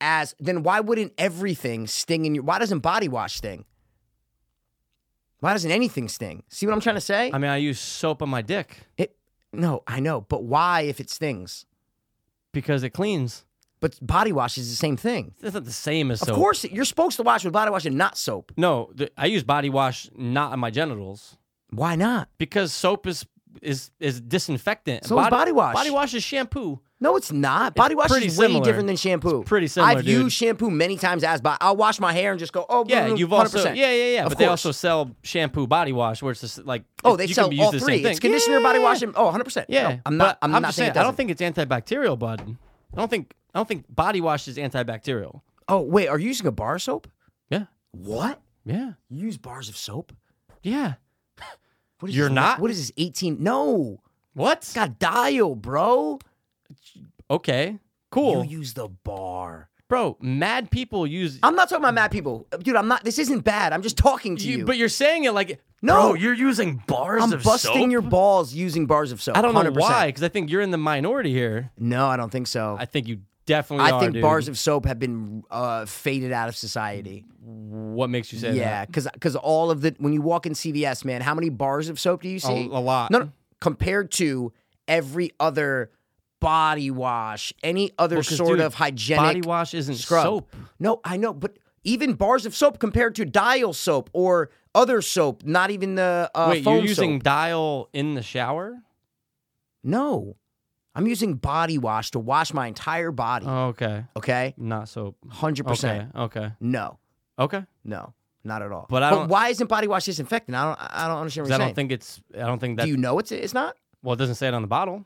as then why wouldn't everything sting in your? Why doesn't body wash sting? Why doesn't anything sting? See what I'm trying to say?
I mean, I use soap on my dick
it, no, I know, but why if it stings?
because it cleans.
But body wash is the same thing.
That's not the same as soap.
Of course, you're supposed to wash with body wash and not soap.
No, th- I use body wash not on my genitals
Why not?
because soap is is is disinfectant.
So is body wash.
Body wash is shampoo.
No, it's not. Body wash
pretty
is way
similar.
different than shampoo.
It's pretty similar,
I've
dude.
used shampoo many times as by. I'll wash my hair and just go, oh,
Yeah,
mm,
you've also
100%.
yeah yeah yeah.
Of
But they
course.
also sell shampoo, body wash, where it's just like
oh,
it-
they
you
sell
can be
all
used to the
three.
Same
It's
thing.
conditioner, body
Yeah.
wash, and oh, 100 percent.
Yeah,
no, I'm
but
not. I'm, not
just
saying.
saying.
it
I don't
doesn't.
think it's antibacterial, bud. I don't think I don't think body wash is antibacterial.
Oh wait, are you using a bar of soap?
Yeah,
What?
yeah,
You use bars of soap?
yeah.
What is
You're
this?
not?
What is this? 18? No,
What?
it's got dial, bro.
Okay, cool,
You use the bar.
bro. Mad people use.
I'm not talking about mad people, dude. I'm not. This isn't bad. I'm just talking to you.
you, but you're saying it like
No.
bro, you're using bars
I'm
of
busting
soap?
your balls using bars of soap.
I don't know
100%.
why, because I think you're in the minority here.
No, I don't think so.
I think you definitely.
I
are,
think
dude.
bars of soap have been uh, faded out of society.
What makes you say
Yeah,
that?
because all of the when you walk in CVS, man, how many bars of soap do you see?
a lot.
No, no, compared to every other body wash, any other
'cause,
sort
dude,
of hygienic
body wash isn't
scrub.
soap.
No, I know, but even bars of soap compared to Dial soap or other soap, not even the uh,
Wait,
foam
you're using
soap.
Dial in the shower?
No, I'm using body wash to wash my entire body.
Oh, okay,
okay,
not soap.
hundred
Okay,
percent.
okay,
No,
okay.
No, not at all.
But I don't-
why isn't body wash disinfectant? I don't. I don't understand
'Cause
what you're
I
saying.
don't think it's. I don't think that.
Do you know it's it's not?
well, it doesn't say it on the bottle.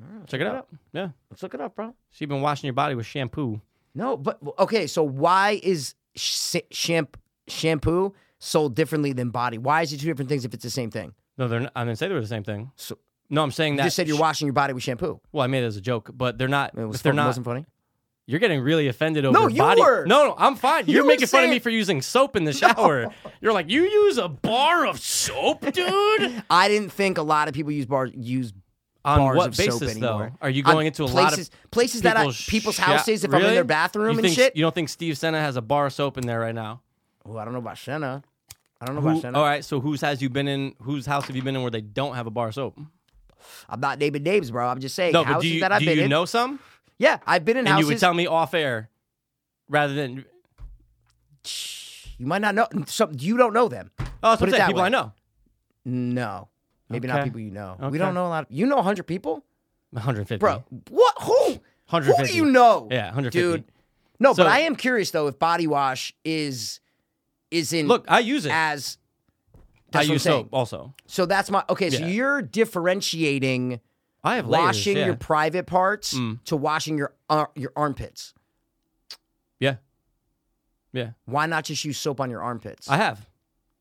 Ah,
Check it out. Yeah,
Let's look it up, bro.
so you've been washing your body with shampoo.
No, but okay. So why is sh- shampoo shampoo sold differently than body? Why is it two different things if it's the same thing?
No, they're. Not, I didn't say they were the same thing.
So-
no, I'm saying
You
that.
just said you're washing your body with shampoo.
well, I made it as a joke, but they're not.
It was
if they're
fun-
not.
wasn't funny.
You're getting really offended over
No, you
body.
were.
No, no, I'm fine. You're
You were
making fun of
saying-
me for using soap in the shower. You're like, you use a bar of soap, dude.
I didn't think a lot of people use bars use.
On
bars
what
of
basis
soap anymore.
though? Are you
On
going into a
places,
lot of
places that I,
people's
people's
shou-
houses? If I'm in
Really?
their bathroom
You
and
think-
shit.
You don't think Steve Senna has a bar of soap in there right now?
Oh, I don't know about Shenna. I don't know
Who-
about stand up.
all right, so whose has you been in? Whose house have you been in where they don't have a bar of soap?
I'm not naming names, bro. I'm just saying
No, but
houses
do you,
that I've
do
been
you
in.
know some?
Yeah, I've been in
And
houses.
you would tell me off air rather than. oh,
You might not know some. You don't know them.
Oh, that's
Put
what
it
I'm saying.
that
People
way.
I know.
No, maybe not
Okay.
people you know.
Okay.
We don't know a lot. Of, you know, hundred people,
150.
bro. What? Who? Who
150.
do you know?
Yeah, 150.
dude. No,
So-
but I am curious though if body wash is is in
Look, I use it.
as
I
that's what I'm
use
saying.
soap also.
So that's my okay. So
Yeah.
you're differentiating
I have layers,
washing
yeah.
your private parts
Mm.
to washing your ar- your armpits.
yeah, yeah.
Why not just use soap on your armpits?
I have.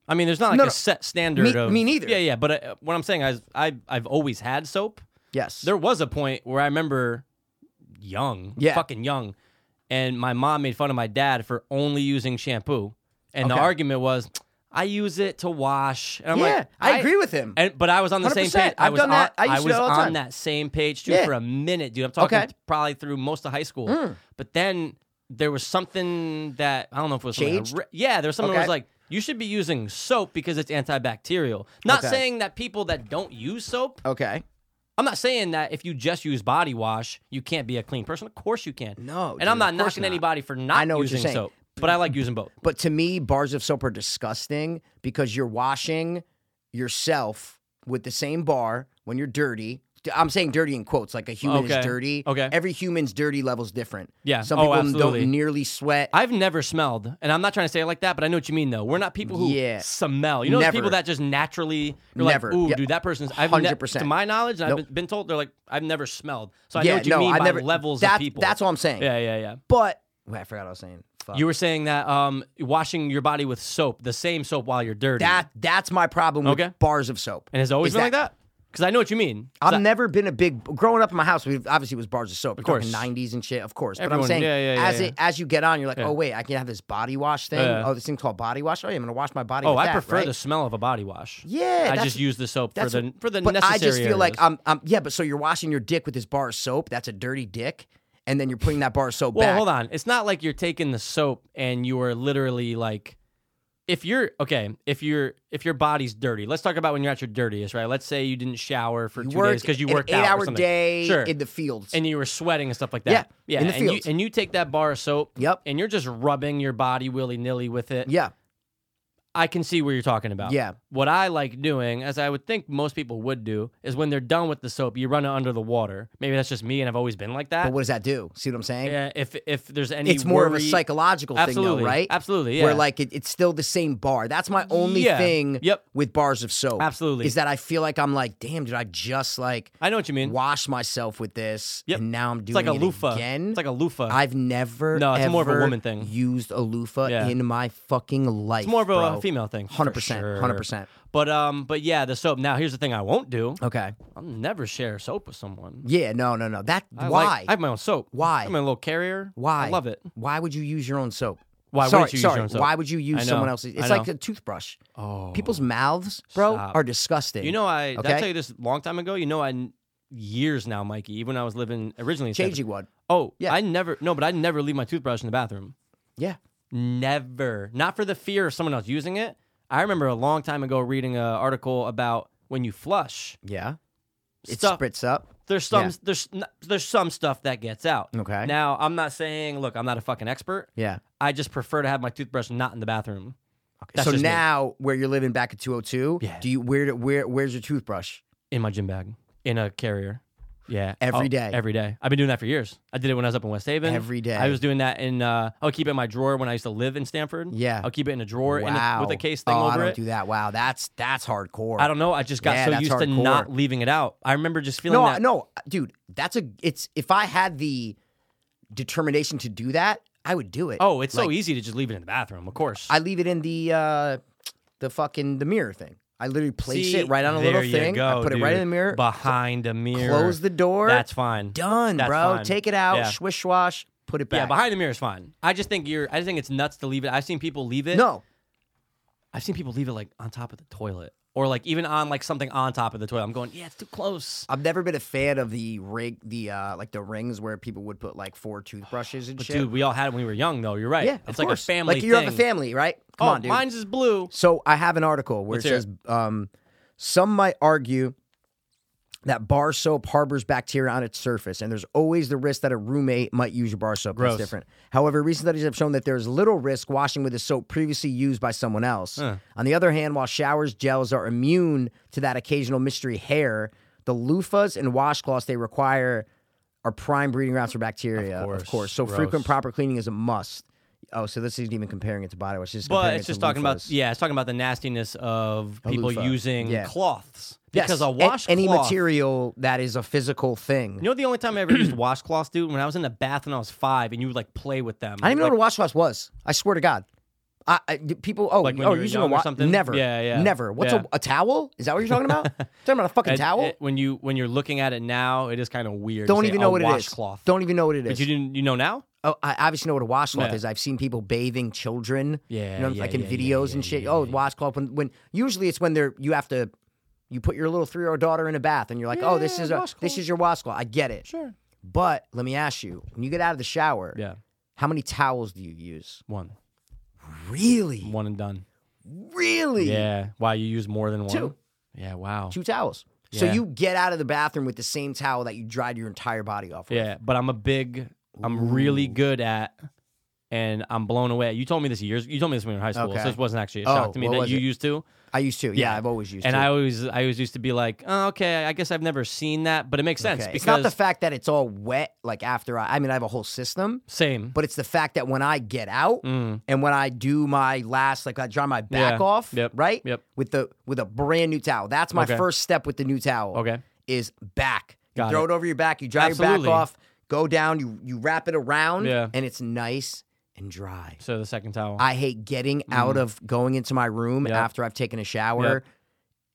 I mean, there's not like
No,
a
no.
set standard
Me-
of
me neither.
Yeah, yeah. But uh what I'm saying is, I I've always had soap.
yes.
There was a point where I remember young,
Yeah.
fucking young, and my mom made fun of my dad for only using shampoo, and the
Okay.
argument was, I use it to wash. And I'm
yeah,
like,
I, agree with him.
And, but I was on the same
100%.
page. I
I've
was
done
on,
that. I used to
was
do it all the
on
time.
that same page too
Yeah.
for a minute, dude. I'm talking
Okay. Mm.
probably through most of high school. But then there was something that I don't know if it was like a
Changed?
re- yeah, there was something that was
Okay.
like you should be using soap because it's antibacterial. Not
Okay.
saying that people that don't use soap.
okay.
I'm not saying that if you just use body wash, you can't be a clean person. Of course you can.
No,
and
dude,
I'm not
of course
knocking
not.
anybody for not
I know what you're
using
saying.
soap, but I like using both.
But to me, bars of soap are disgusting because you're washing yourself with the same bar when you're dirty. D- I'm saying dirty in quotes, like a human
Okay.
is dirty.
Okay.
Every human's dirty level's different.
Yeah.
Some
Oh,
people
absolutely.
don't nearly sweat.
I've never smelled, and I'm not trying to say it like that, but I know what you mean. Though we're not people who
Yeah.
smell. You know, those
Never.
people that just naturally. You're
Never.
like, ooh,
Yeah.
dude, that person's. I've ne-
100%.
to my knowledge, and I've
Nope.
been- been told they're like, I've never smelled. So I know
yeah,
what you
no,
mean
I
by
never
levels
that-
of people.
That's all I'm saying.
Yeah, yeah, yeah.
But wait, I forgot what I was saying. Fuck.
You were saying that um, washing your body with soap, the same soap while you're dirty,
that that's my problem with
Okay.
bars of soap.
and has it always
is
been like that. Because I know what you mean. 'Cause
I've
I-
never been a big growing up in my house. We obviously it was bars of soap, of
course.
'90s and shit, of course. but
Everyone-
I'm saying,
yeah, yeah,
as
yeah,
it as you get on, you're like, oh wait, I can have this body wash thing.
Yeah.
Oh, this thing's called body wash. Oh, yeah, I'm gonna wash my body.
oh,
with
I
that,
prefer
right?
the smell of a body wash.
Yeah,
I
that's-
just use the soap for
That's
the for the
but
necessary.
I just feel like
areas.
I'm, I'm yeah. But so you're washing your dick with this bar of soap. That's a dirty dick, and then you're putting that bar of soap
Well,
back.
hold on. It's not like you're taking the soap and you are literally like if you're okay, if you're if your body's dirty, let's talk about when you're at your dirtiest, right? Let's say you didn't shower for
You
two
work
days because you
an
worked out or
eight-hour
something.
day
sure.
in the fields.
and you were sweating and stuff like
Yeah,
that.
in the
and you,
fields.
and you take that bar of soap.
Yep.
And you're just rubbing your body willy nilly with it.
yeah,
I can see what you're talking about.
Yeah.
What I like doing, as I would think most people would do, is when they're done with the soap, you run it under the water. Maybe that's just me, and I've always been like that.
but what does that do? See what I'm saying?
yeah. If if there's any,
It's more of a
worry-
psychological thing,
Absolutely.
though, right?
Absolutely,
Where
yeah.
like it, it's still the same bar. That's my only
Yeah.
thing.
Yep.
With bars of soap,
Absolutely.
is that I feel like I'm like, damn, did I just like
I know what you mean.
wash myself with this?
Yep.
And now I'm
It's
doing
like a
it
loofah.
again.
It's like a loofah.
I've never
No, it's more of a
ever
woman thing.
Used a loofah
Yeah.
in my fucking life.
it's more of a
bro.
female thing. for
100%,
sure.
100%.
But um, but yeah, the soap. Now here's the thing: I won't do.
Okay.
I'll never share soap with someone.
Yeah. No. No. No. That.
I
why?
like- I have my own soap.
Why?
I'm a little carrier.
why?
I love it.
Why would you use your own soap?
Why wouldn't
sorry,
you use
sorry.
your own soap?
Why would you
I
use
know,
someone else's?
I
It's like
know.
a toothbrush.
Oh.
People's mouths, bro,
Stop.
are disgusting.
You know, I did I
Okay.
tell you this a long time ago. You know, I n- years now, Mikey. Even when I was living originally, in San
changing one.
Oh,
Yeah.
I never no, but I never leave my toothbrush in the bathroom.
Yeah.
Never. Not for the fear of someone else using it. I remember a long time ago reading an article about when you flush,
Yeah. It
stuff,
spritz up.
there's some
yeah.
there's n- there's some stuff that gets out.
Okay.
Now, I'm not saying, look, I'm not a fucking expert.
Yeah.
I just prefer to have my toothbrush not in the bathroom. Okay.
so now where you're living back at 202,
Yeah.
do you where where where's your toothbrush?
in my gym bag in a carrier. Yeah,
Every
every
day.
day. Every day. I've been doing that for years. I did it when I was up in West Haven.
Every day.
I was doing that in. Uh, I'll keep it in my drawer when I used to live in Stanford.
Yeah.
I'll keep it in a drawer in a,
Wow.
with a case thing
oh,
over
I don't
it.
do that. Wow, that's that's hardcore.
I don't know. I just got
Yeah,
so
that's
used to
hardcore.
not leaving it out. I remember just feeling
No,
that.
no, dude, that's a it's if I had the determination to do that, I would do it.
Oh, it's so
Like,
easy to just leave it in the bathroom. Of course.
I leave it in the uh the fucking the mirror thing. I literally place
See,
it right on a little
there you
thing.
Go,
I put
dude.
it right in the mirror.
behind a mirror.
Close the door.
That's fine.
done,
That's
bro.
fine.
Take it out,
Yeah.
swish swash, put it back.
Yeah, behind the mirror is fine. I just think you're. I just think it's nuts to leave it. I've seen people leave it.
no,
I've seen people leave it like on top of the toilet or like even on like something on top of the toilet. I'm going, yeah, it's too close.
I've never been a fan of the rig, the uh, like the rings where people would put like four toothbrushes and
But
shit.
dude, we all had it when we were young, though. You're right.
yeah,
it's
of
like
course.
a family.
Like you have a
thing.
family, right? Come
oh,
on, dude.
mine's is blue.
So I have an article where
Let's
it
hear
says um, some might argue that bar soap harbors bacteria on its surface, and there's always the risk that a roommate might use your bar soap.
Gross.
That's different. However, recent studies have shown that there is little risk washing with a soap previously used by someone else. On the other hand, while showers gels are immune to that occasional mystery hair, the loofahs and washcloths they require are prime breeding grounds for bacteria. Of course,
course.
so
Gross.
frequent proper cleaning is a must. Oh, so this isn't even comparing it to body wash. It's
But
comparing
it's
it to
just talking
loofahs.
about yeah, it's talking about the nastiness of
A
people
loofah.
using
Yeah.
cloths
Yes,
because a
a-
washcloth.
any material that is a physical thing.
You know the only time I ever used washcloths, dude, when I was in the bath when I was five, and you would like play with them.
I didn't even
like,
know what a washcloth was. I swear to God. I, I d- people oh
Like when
oh
you were
using a
young or
wa-
something?
never
Yeah, yeah.
never what's
Yeah.
a, a towel is that what you're talking about talking about a fucking
it-
towel
it- when you when you're looking at it now, it is kind of weird. to
don't
say
even
a
know what it is
washcloth.
don't even know what it
But
is
you didn't. You know now.
oh, I obviously know what a washcloth
Yeah.
is I've seen people bathing children
Yeah,
you know,
yeah,
like in
yeah, yeah,
videos
yeah,
and shit
yeah,
oh
yeah, yeah.
washcloth when when usually it's when they're you have to you put your little three year old daughter in a bath and you're like oh this
Yeah,
is a
washcloth.
this is your washcloth I get it
Sure.
but let me ask you when you get out of the shower
Yeah.
How many towels do you use?
One.
Really?
One and done.
Really?
Yeah. Wow. You use more than one.
Two.
Yeah. Wow.
Two towels. So
Yeah.
you get out of the bathroom with the same towel that you dried your entire body off with.
Yeah, but I'm a big, I'm really good at, and I'm blown away. You told me this years. You told me this when we were in high school.
Okay.
So this wasn't actually a
Oh,
shock to me
what
that
was
you
it?
used to.
I used to. Yeah, I've always used
And
to.
I always, I always used to be like, oh, okay, I guess I've never seen that, but it makes sense
Okay.
because
It's not the fact that it's all wet, like after I, I mean, I have a whole system,
same. Mm.
but it's the fact that when I get out and when I do my last, like I dry my back
Yeah.
off,
Yep.
right?
Yep.
With the with a brand new towel. That's my
Okay.
first step with the new towel.
Okay.
Is back. You
Got
throw
it.
it over your back, you dry your
Absolutely.
back off, go down, you you wrap it around,
Yeah.
and it's nice and dry.
So the second towel.
I hate getting out of going into my room
Mm. Yep.
after I've taken a shower,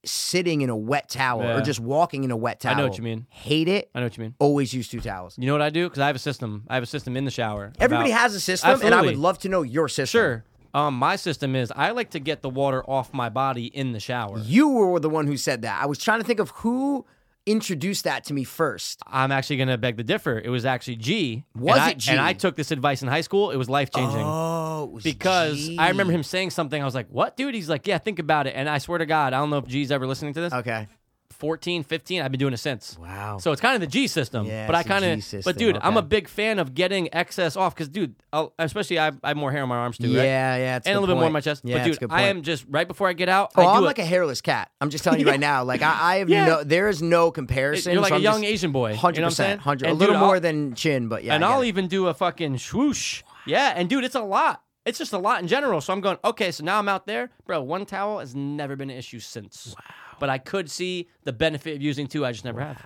sitting in a wet towel
Yeah.
or just walking in a wet towel.
I know what you mean.
Hate it.
I know what you mean.
Always use two towels.
You know what I do? Because I have a system. I have a system in the shower.
Everybody
about-
has a system, and I would
Absolutely.
love to know your system.
Sure. Um, my system is I like to get the water off my body in the shower.
You were the one who said that. I was trying to think of who introduced that to me first.
I'm actually going to beg to differ. It was actually G. and
Was
I-
it G?
And I took this advice in high school. It was life changing.
Oh, it was
because
G.
I remember him saying something. I was like, what, dude? He's like, yeah, think about it. And I swear to God, I don't know if G's ever listening to this.
Okay.
14, 15, I've been doing it since.
Wow.
So it's kind of the G system.
Yeah,
but I
it's the
kind
G
of,
system,
but dude, I'm a
okay.
big fan of getting excess off because, dude, I'll, especially I, I have more hair on my arms too, right?
Yeah, yeah. It's
And a little bit more on my chest.
Yeah,
but
it's a
dude,
good
I
point.
am just right before I get out.
Oh,
I do
I'm
a-
like a hairless cat. I'm just telling you right now. Like I, I have
Yeah.
no. There is no comparison.
You're like
so
a
I'm
young
just-
Asian boy.
Hundred
you know what I'm saying?
percent, hundred. A
And,
little
dude,
more
I'll-
than chin, but yeah.
and
I get
I'll
it.
even do a fucking swoosh. Yeah, and dude, it's a lot. It's just a lot in general. So I'm going, okay, so now I'm out there. Bro, one towel has never been an issue since. Wow. But I could see the benefit of using two. I just never have.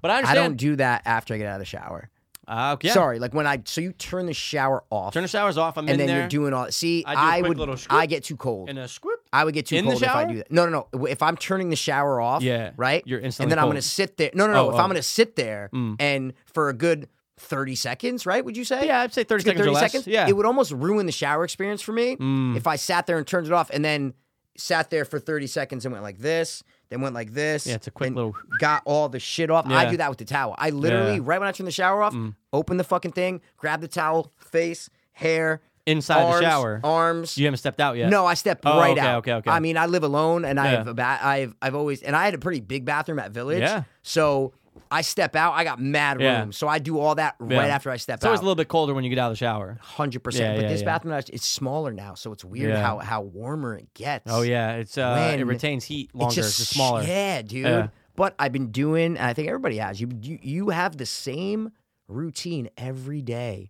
But I
I
understand.
don't do that after I get out of the shower.
Uh, yeah.
Sorry, like when I so you turn the shower off,
Turn the showers off. I'm in
and then
there.
you're doing all. See,
I do a
I,
quick
would.
little scoop
I get too cold.
in a squip.
I would get too
In the
cold if I
shower?
do that. No, no, no. If I'm turning the shower off,
Yeah,
right,
you're
And
instantly
then I'm gonna
cold.
sit there. No, no, no.
Oh,
if
Mm. oh.
I'm gonna sit there and for a good thirty seconds, right? Would you say?
Yeah, I'd say 30
It's good
seconds or less. Yeah. Mm.
It would almost ruin the shower experience for me if I sat there and turned it off and then sat there for 30 seconds and went like this, then went like this.
Yeah, it's a quick
then
little-
Got all the shit off. I
Yeah.
do that with the towel. I literally,
Yeah. Mm.
right when I turn the shower off, open the fucking thing, grab the towel, face, hair,
Inside the
arms,
shower.
Arms.
You haven't stepped out yet.
No, I step
Oh,
right
okay,
out.
okay, okay.
I mean, I live alone, and I
Yeah.
have a ba- I've I've always and I had a pretty big bathroom at Village.
Yeah.
So I step out. I got mad room,
Yeah.
so I do all that
Yeah.
right after I step
It's
out
always a little bit colder when you get out of the shower.
hundred percent.
Yeah,
But
yeah,
this
yeah.
bathroom bathroom it's smaller now, so it's weird
Yeah.
how how warmer it gets.
Oh, yeah. It's uh, It
When-
retains heat
it's
longer. It's
just
just smaller.
Yeah, dude.
Yeah.
But I've been doing, and I think everybody has. You you, you have the same routine every day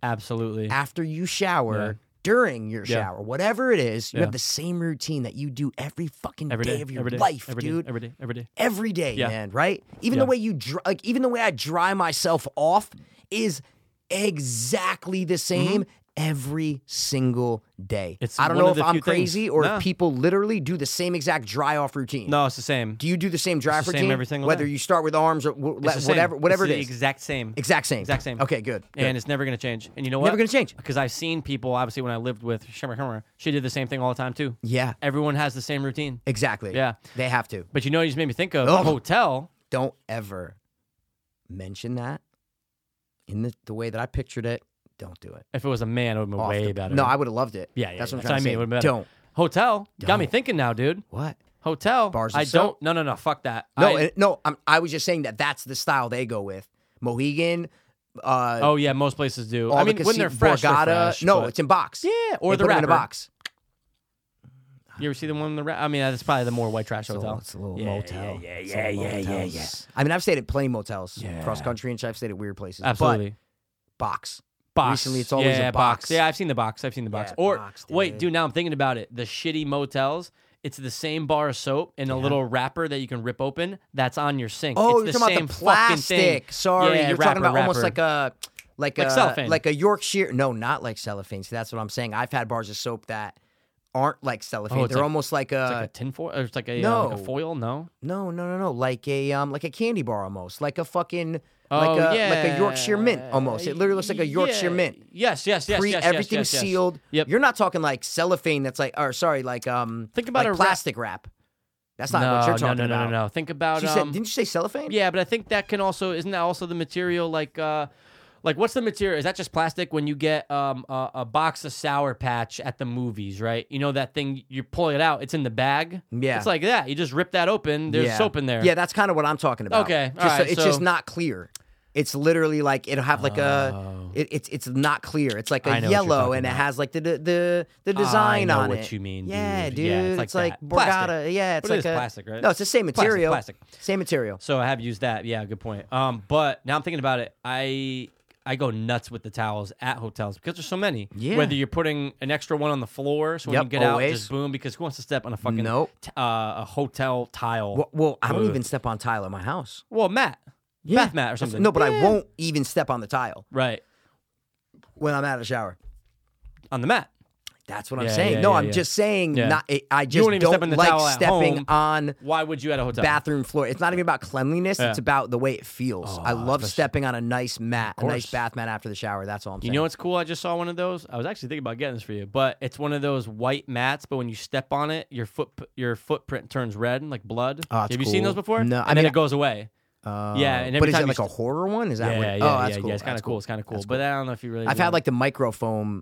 Absolutely.
after you shower.
Yeah.
During your
Yeah.
shower, whatever it is, you
Yeah.
have the same routine that you do every fucking
Every day.
of your
Every day.
life,
every day,
dude.
Every day. Every day.
every day,
Yeah.
man. Right? Even the
Yeah.
way you dry, like, even the way I dry myself off is exactly the same every single day.
Mm-hmm. It's
I don't
one
know
of
if
the
I'm
few
crazy
things.
or
No.
if people literally do the same exact dry off routine.
No, it's the same.
Do you do the same dry
It's
off
the same
routine?
every single
Whether
day.
you start with arms or wh-
It's the same.
whatever, whatever
it's
it
the
is.
exact same.
exact same.
Exact same.
Okay, good. good.
And it's never going to change. And you know what?
Never gonna change.
Because I've seen people, obviously, when I lived with Shimmer Hummer, she did the same thing all the time, too.
yeah,
Everyone has the same routine.
exactly.
Yeah.
They have to.
But you know what you just made me think of?
Ugh.
Hotel.
don't ever mention that in the, the way that I pictured it. Don't do it.
If it was a man, it would have been
Off
way
the-
better.
No, I would have loved it.
Yeah, yeah.
That's what I'm
that's
trying
I mean. It
to
would've
say.
been better.
Don't.
Hotel. Got me
Don't.
thinking now, dude.
What?
Hotel.
Bars and
I
soap.
don't. No, no, no. Fuck that.
No,
I-
and- no. I'm, I was just saying that that's the style they go with. Mohegan. Uh,
oh, yeah. Most places do.
all
I
the
mean, when they're
casi-
fresh. they're
Borgata.
fresh,
no,
but-
it's in box.
Yeah, or
They
the
put 'em in a
wrapper.
box.
You ever see the one in the ra- I mean, that's probably the more white
It's
trash
a
hotel.
little- It's a little
Yeah,
motel.
yeah, yeah,
It's
yeah,
little
yeah, yeah,
motels.
yeah.
I mean, I've stayed at plenty of motels
Yeah.
cross country and shit. I've stayed at weird places.
Absolutely.
But box.
box.
Recently, it's always a
Yeah,
box.
Yeah, I've seen the box. I've seen the box.
Yeah,
or
box,
wait,
dude.
dude, now I'm thinking about it. The shitty motels. It's the same bar of soap and a little wrapper that you can rip open. That's on your sink.
Oh,
it's
you're
the
talking
same
about the plastic.
Fucking thing.
Sorry,
Yeah,
you're
wrapper,
talking about almost
wrapper.
like a like,
Like
a
cellophane.
like a Yorkshire. No, not like cellophane. See, that's what I'm saying. I've had bars of soap that aren't like cellophane.
Oh, it's
They're
like-
almost like a,
It's like a tinfoil. Or it's like a, uh, like a
no.
foil. No.
no, no, no, no, like a um like a candy bar almost, like a fucking
Oh,
like a
yeah.
like a Yorkshire mint almost. It literally looks like a Yorkshire
Yeah.
mint.
Yes, yes, yes.
Pre
yes, yes,
everything
yes, yes.
sealed.
Yep.
You're not talking like cellophane. That's like or sorry, like um
Think about
like
a wrap-
plastic wrap. That's not
no,
what you're
no,
talking
no,
about.
No, no, no. Think about.
She
um,
said, didn't you say cellophane?
Yeah, but I think that can also isn't that also the material like uh like what's the material? Is that just plastic when you get um a, a box of sour patch at the movies, right? You know that thing you pull it out, it's in the bag.
Yeah.
It's like that. You just rip that open, there's
yeah.
soap in there.
Yeah, that's kind of what I'm talking about.
Okay,
Just
alright,
so- it's just
so-
not clear. It's literally like it'll have like a it, it's it's not clear. It's like
Oh. I
a
know what you're
yellow
talking
and it
about. Ah,
has like the the the design
I know
on
what
it.
you mean,
Yeah,
dude. Yeah, it's like
it's like,
that. Plastic.
Borgata. Yeah, it's
But it
like
is
a,
plastic, right?
No, it's the same
Plastic,
material.
plastic.
Same material.
So I have used that. Yeah, good point. Um, but now I'm thinking about it. I I go nuts with the towels at hotels because there's so many.
Yeah.
Whether you're putting an extra one on the floor, so when
Yep,
you get out,
always.
just boom. Because who wants to step on a fucking
Nope.
t- uh, a hotel tile?
Well, well, I don't
Ugh.
even step on tile in my house.
Well, Matt, bath mat or something.
No, but I
Yeah.
won't even step on the tile
Right
when I'm out of the shower.
on the mat.
That's what I'm
Yeah,
saying.
yeah,
no,
yeah,
I'm
yeah.
just saying.
Yeah.
Not. I just
don't even step on the
like
towel at
stepping
home.
on
Why would you at a hotel?
bathroom floor. It's not even about cleanliness.
Yeah.
It's about the way it feels. I love stepping on a nice mat, a nice
course.
bath mat after the shower. That's all I'm saying.
You know what's cool? I just saw one of those. I was actually thinking about getting this for you, but it's one of those white mats. But when you step on it, your foot your footprint turns red, like blood.
Oh, that's
Have you seen
cool.
those before?
No,
and
I
then
mean,
it goes away.
Uh,
yeah, and every
but is
time
it
you
like a
st-
horror one? Is that
Yeah,
what?
yeah,
oh,
yeah,
that's
yeah,
cool.
It's kind
That's
of cool. It's kind of cool,
That's
but I don't know if you really.
I've
want-
had like the microfoam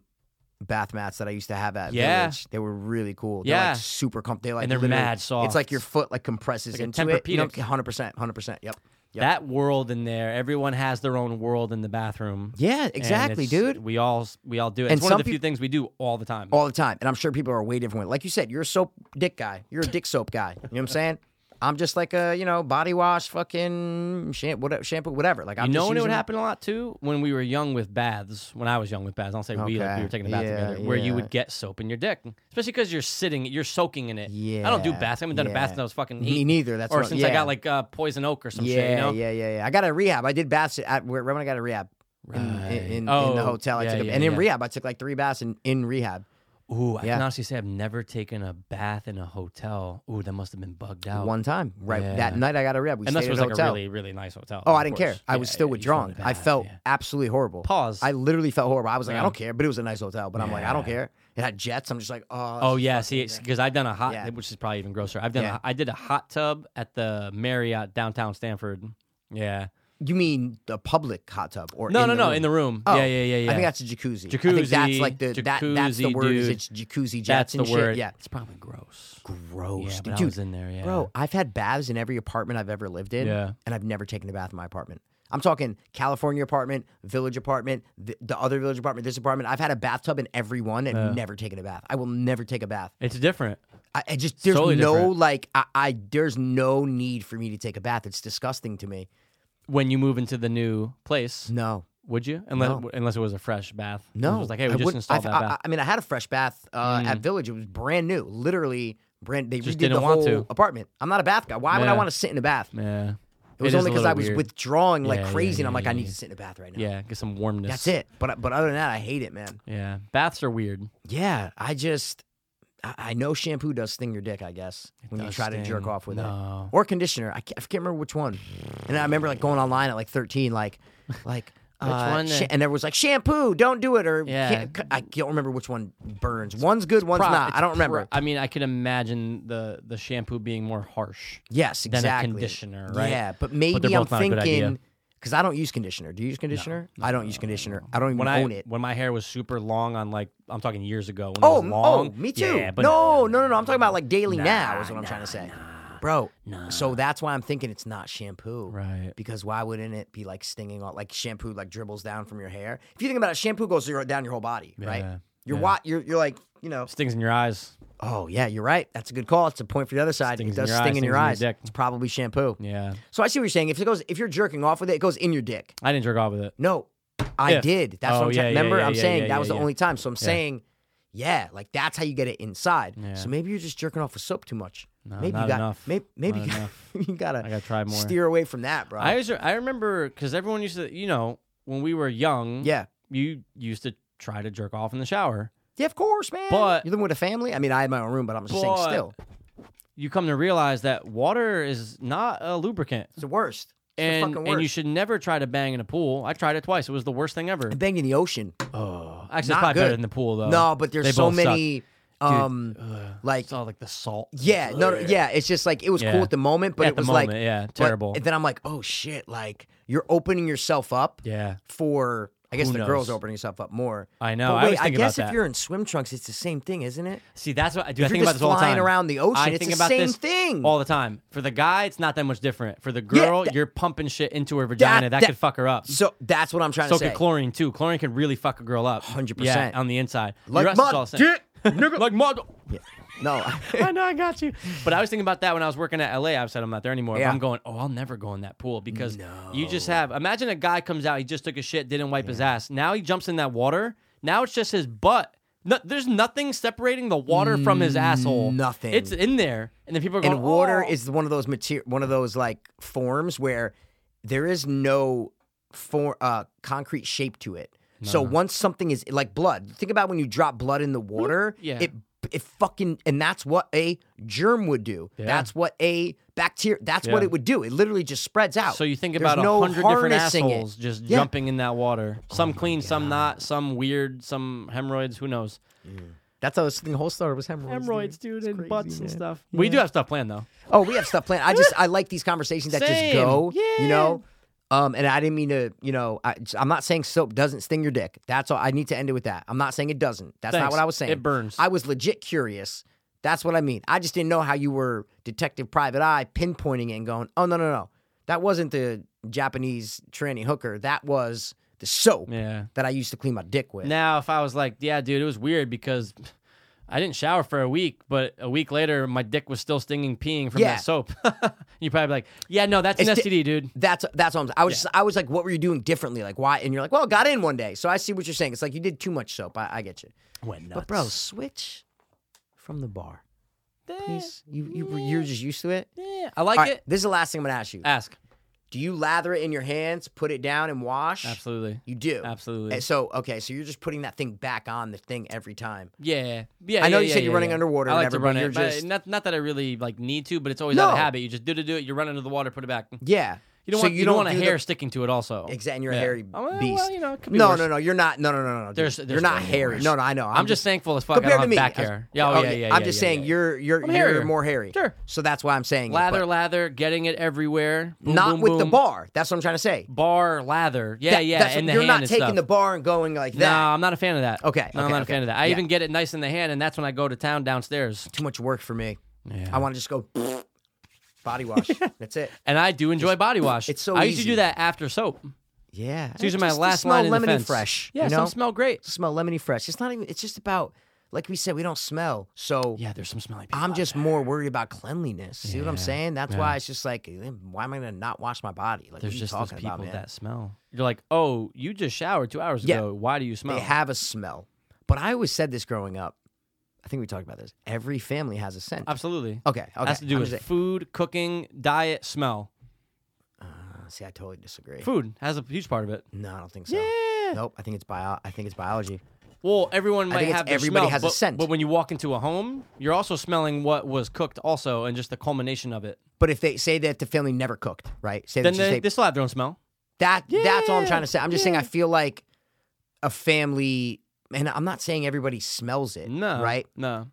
bath mats that I used to have at
Yeah.
Village. They were really cool. They're
Yeah.
like super comfortable. They like
And they're
literally-
mad
It's like
soft.
your foot like compresses
a
into it. You know,
Tempur-Pedic.
100%, 100%. Yep. Yep.
that world in there. Everyone has their own world in the bathroom.
yeah,
And
exactly,
it's-
dude.
We all we all do it.
And
it's one of
some
the few
peop-
things we do all the time.
all the time. And I'm sure people are way different. Like you said, you're a soap dick guy. You're a dick soap guy. You know what I'm saying? I'm just like a you know body wash, fucking shampoo, whatever. Shampoo, whatever. Like I'm
you know
just
when it would
using-
happen a lot too when we were young with baths. When I was young with baths, I'll say we like
Okay.
we were taking a bath
Yeah,
together, where
yeah.
you would get soap in your dick, especially because you're sitting, you're soaking in it. I don't do
Yeah,
baths. I haven't done a
yeah.
bath since I was fucking
Me
eight.
neither, that's
or
what-
since I
yeah.
got like uh, poison oak or some
Yeah,
shit. You know?
yeah, yeah, yeah. I got a rehab. I did baths at right when I got a rehab. In, in, in, in the
Oh,
hotel, I
yeah,
took, a,
yeah,
and in
yeah.
rehab, I took like three baths in, in rehab.
Ooh, I
Yeah.
can honestly say I've never taken a bath in a hotel. Ooh, that must have been bugged out.
One time, right
Oh. Yeah.
that night, I got a rehab. We
Unless
stayed
it was
at a
like
hotel.
a really, really nice hotel.
oh,
of
I didn't care.
course.
I
Yeah,
was still
yeah, you fell in
withdrawing.
the
I
bath,
felt
yeah.
absolutely horrible.
Pause.
I literally felt horrible. I was like, I
Yeah.
don't care, but it was a nice hotel. But I'm like, I don't care. It had jets. I'm just like, oh.
Oh yeah, see, because I've done a hot,
Yeah.
which is probably even grosser. I've done,
Yeah.
a, I did a hot tub at the Marriott downtown Stanford. Yeah,
You mean the public hot tub or
no,
in
no,
the
no,
room?
in the room.
Oh,
yeah, yeah, yeah, yeah.
I think that's a jacuzzi. I think that's
Jacuzzi,
like the that, that's the
jacuzzi,
word. Is
dude.
it's jacuzzi jets
That's the
and
word.
shit. Yeah,
it's probably gross.
gross.
Yeah, but
dude,
I was in there. Yeah,
bro, I've had baths in every apartment I've ever lived in,
Yeah.
and I've never taken a bath in my apartment. I'm talking California apartment, village apartment, the, the other village apartment, this apartment. I've had a bathtub in every one and never taken a bath. I will never take a bath.
it's different.
I, I just there's
totally
no
different.
like I, I there's no need for me to take a bath. It's disgusting to me.
When you move into the new place,
No,
would you? Unless
No.
unless it was a fresh bath.
No,
it was like hey, we
I
just
wouldn't-
installed
I've-
that
I,
bath. Mm.
I, I mean, I had a fresh bath uh, at Village. It was brand new, literally brand. They
Just
redid
didn't
the
want
whole
to.
apartment. I'm not a bath guy. Why would I
Yeah.
want to sit in a bath?
yeah,
It was
is
only
a
because
little
I was
weird.
withdrawing like
Yeah, yeah,
crazy, and I'm
yeah,
like,
yeah,
I need
yeah.
to sit in the bath right now.
Yeah, get some warmness.
That's it. But but other than that, I hate it, man.
Yeah, baths are weird.
Yeah, I just I, I know shampoo does sting your dick. I guess when you
does
try to jerk
sting.
off with
No.
it, or conditioner. I can't, I can't remember which one. And I remember like going online at like 13, like like. uh,
one,
sha-
uh,
and everyone was like, "Shampoo, don't do it." Or
Yeah.
can't, I can't remember which one burns. One's good, one's
Pro-
not.
it's
I don't remember.
pro- I mean, I could imagine the the shampoo being more harsh.
yes,
than a
exactly.
conditioner, right?
Yeah, but
they're
maybe I'm
both not a good idea.
thinking because I don't use conditioner. Do you use conditioner? I don't use conditioner. I don't even
When I
own it.
when my hair was super long on like I'm talking years ago. When
Oh,
it was
m-
long,
oh, me too.
Yeah, but
no, no, no, no. I'm talking about like daily now is what I'm trying to say. Bro, so that's why I'm thinking it's not shampoo.
Right.
Because why wouldn't it be like stinging all like shampoo like dribbles down from your hair? If you think about it, shampoo goes your- down your whole body,
Yeah,
right? You're
yeah.
wa- you're you're like, you know,
stings in your eyes.
oh yeah, you're right. That's a good call. It's a point for the other side.
Stings
it
in
does
your eye,
sting in
stings
your
in your
eyes.
dick.
it's probably shampoo.
Yeah,
So I see what you're saying. If it goes if you're jerking off with it, it goes in your dick.
I didn't jerk off with it.
No, I
If.
did. That's
Oh,
what I'm
yeah,
saying.
yeah,
Remember,
yeah,
I'm
yeah,
saying
yeah,
that was
yeah,
the
yeah.
only time. So I'm saying, yeah, like that's how you get it inside.
Yeah.
So maybe you're just jerking off with soap too much.
No,
maybe
not
you got,
enough.
Maybe, maybe
Not
you, got,
enough.
you gotta.
I gotta try more.
Steer away from that, bro.
I always, I remember because everyone used to, you know, when we were young,
yeah,
you used to try to jerk off in the shower.
yeah, of course, man.
But-
you living with a family. I mean, I had my own room, but I'm just saying,
But-
still,
You come to realize that water is not a lubricant,
it's the worst. It's the
and
fucking worst.
and you should never try to bang in a pool. I tried it twice; it was the worst thing ever.
I banged in the ocean.
Oh, actually,
not
it's probably
good.
better than the pool though.
no, but there's
They
so
both suck.
many. Um,
Ugh.
like
it's all like the salt.
Yeah, no, no, yeah. It's just like it was
Yeah.
cool at the moment, but
At
it
the
was like
moment, yeah,
but-
terrible.
and then I'm like, oh shit, like you're opening yourself up.
Yeah.
For I guess
Who
the girls
knows?
opening yourself up more.
I know,
But
I
wait,
was thinking about
guess if
that.
you're in swim trunks, it's the same thing, isn't it?
See, that's what I do. I
If
think
you're
about
just
this all the
flying
time.
around the ocean,
I
it's
think
the
about
same
this
thing.
all the time. For the guy, it's not that much different. For the girl,
that-
you're pumping shit into her vagina. That,
that-
could fuck her up.
So that's what I'm trying
So
to say.
could chlorine too. Chlorine can really fuck a girl up.
100%.
Yeah, on the inside. The
Like
rest is
my
all the same.
dick, nigga.
like my.
no,
I know I got you. But I was thinking about that when I was working at LA. I said I'm not there anymore. But
Yeah.
I'm going, oh, I'll never go in that pool because you just have imagine a guy comes out, he just took a shit, didn't wipe his ass. Now he jumps in that water. Now it's just his butt. No, there's nothing separating the water from his asshole.
Nothing.
It's in there. And then people are going,
and water
"Oh."
is one of those material, one of those like forms where there is no for uh, concrete shape to it. So
Uh-huh.
once something is like blood, think about when you drop blood in the water.
Yeah.
It it fucking and that's what a germ would do.
Yeah.
That's what a bacteria. That's what
Yeah.
it would do. It literally just spreads out.
So you think
There's
about a
no
hundred different
harnessing it.
assholes just
Yeah. Oh
jumping in that water. Some clean, some not, some weird, some hemorrhoids, who knows?
That's how this thing whole started was hemorrhoids.
Hemorrhoids, dude, and butts and stuff. We do have stuff planned though.
Oh, we have stuff planned. I just I like these conversations that
Same.
just go. You
Yeah.
know. Um, and I didn't mean to, you know, I, I'm not saying soap doesn't sting your dick. That's all. I need to end it with that. I'm not saying it doesn't. That's not
Thanks.
what I was saying.
It burns.
I was legit curious. That's what I mean. I just didn't know how you were Detective Private Eye pinpointing it and going, oh, no, no, no. That wasn't the Japanese tranny hooker. That was the soap
Yeah.
that I used to clean my dick with.
Now, if I was like, yeah, dude, it was weird because I didn't shower for a week, but a week later, my dick was still stinging, peeing from
Yeah.
that soap. you probably be like, yeah, no, that's an
It's di-
STD, dude.
That's that's what I'm. I was just, I was like, what were you doing differently? Like why? And you're like, well, it got in one day. So I see what you're saying. It's like you did too much soap. I, I get you.
Went
But bro, switch from the bar.
Eh,
Please. You you you're just used to it.
eh, I like
All right,
it. Uh,
This is the last thing I'm gonna ask you.
Ask.
Do you lather it in your hands, put it down, and wash?
Absolutely.
You do.
Absolutely.
And so okay, so you're just putting that thing back on the thing every time.
Yeah. Yeah.
I know
yeah,
you
yeah,
said you're
yeah,
running
yeah.
underwater
I like
and
to
everything,
run it,
you're
but
just-
not, not that I really like need to, but it's always out
No.
of habit. You just do to do it. You run under the water, put it back. You
Yeah.
don't
so
want,
you,
you don't want a
do the-
hair sticking to it, also.
Exact- and you're a
Yeah.
hairy
Oh, well,
beast.
you know, it could be
no,
worse.
no, no. You're not. No, no, no, no, no. dude.
There's- there's
you're not
way
hairy.
worse.
No, no. I know.
I'm, just thankful as fuck. I
compared to
don't have
me.
back hair. Yeah, oh, yeah, yeah,
I'm
yeah,
just
yeah,
saying
yeah.
you're you're
I'm
you're
hairier.
more hairy.
Sure.
So that's why I'm saying it,
Lather,
but
lather, getting it everywhere. Boom,
not
boom,
with the
boom.
bar. That's what I'm trying to say.
bar lather. Yeah,
That-
yeah,
that's
in
what-
the
you're
hand
not
and
taking
stuff.
the bar and going like
no,
that.
I'm not a fan of that.
Okay,
no,
okay,
I'm not
okay.
a fan of that. I
Yeah.
even get it nice in the hand, and that's when I go to town downstairs.
Too much work for me.
Yeah.
I want to just go body wash. That's it.
And I do enjoy body wash.
it's so
I used
easy.
to do that after soap.
Yeah.
It's usually
Just
my
to
last
smell
line in
lemony
defense.
fresh.
Yeah,
you know?
some smell great.
smell lemony fresh. It's not even. It's just about like we said. We don't smell. So
Yeah, there's some smelly people.
I'm
out
just
there.
more worried about cleanliness. See what I'm
Yeah,
saying? That's
yeah.
why it's just like, eh, why am I gonna not wash my body? Like, what are
There's
you
just those
talking
people
about, man?
that smell. You're like, oh, you just showered two hours
Yeah.
ago. Why do you smell?
They have a smell. But I always said this growing up. I think we talked about this. Every family has a scent.
Absolutely.
Okay, okay.
Has to do
I'm
with
just-
food, cooking, diet, smell.
See, I totally disagree.
Food has a huge part of it.
No, I don't think so.
Yeah.
Nope. I think it's bio. I think it's biology.
Well, everyone might
think it's
have their
everybody
smell,
has a
but-
scent.
But when you walk into a home, you're also smelling what was cooked, also, and just the culmination of it.
But if they say that the family never cooked, right? Say
Then
that, she
they,
say,
they still have their own smell.
that that's all I'm trying
Yeah,
to say. I'm just saying I feel like a family, and I'm not saying everybody smells it.
No,
Right,
No.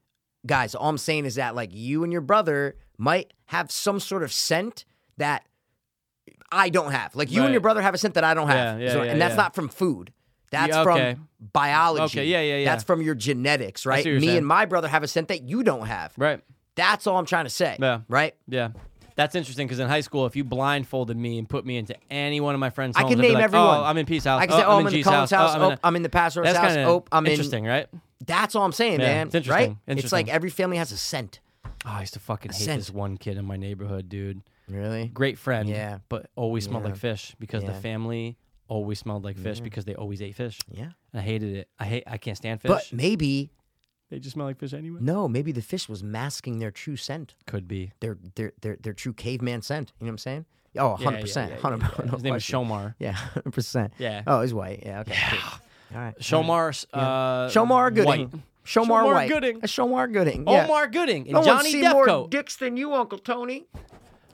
guys. All I'm saying is that like you and your brother might have some sort of scent that I don't have. Like you
Right.
and your brother have a scent that I don't have.
Yeah, yeah,
So-
yeah,
and that's
yeah.
not from food. That's
Yeah, okay.
from biology.
Okay, yeah, yeah, yeah.
That's from your genetics, right?
what you're
Me
saying.
and my brother have a scent that you don't have.
Right.
That's all I'm trying to say.
Yeah.
Right?
Yeah. That's interesting because in high school, if you blindfolded me and put me into any one of my friends'
I
homes,
can
I'd be
name
like,
everyone.
Oh, I'm in Peace House.
I can say, oh, I'm in the
G's
Collins house.
Oh,
Oh,
in a-
I'm in the pastor's
That's
house.
kinda
Oh, I'm in
interesting, right?
That's all I'm saying,
Yeah,
man.
it's
Right?
interesting.
It's
Interesting.
like every family has a scent.
Oh, I used to fucking hate
scent.
this one kid in my neighborhood, dude.
Really?
Great friend,
Yeah.
but always smelled like fish because the
Yeah.
family always smelled like fish because they always ate fish.
Yeah.
I hated it. I hate. I can't stand fish.
But maybe
they just smell like fish anyway.
no, maybe the fish was masking their true scent.
Could be.
Their their their their true caveman scent. You know what I'm saying? Oh, 100 percent.
yeah, yeah,
100
yeah. His name is Shomar.
Yeah, 100 percent.
Yeah.
Oh, he's white. Yeah, okay. All right.
Shomar. Uh,
Shomar Gooding.
White.
Shomar,
Shomar
White.
Gooding.
That's Shomar Gooding. Yeah.
Omar Gooding and
No one's
Johnny
seen more
Deppco.
dicks than you, Uncle Tony.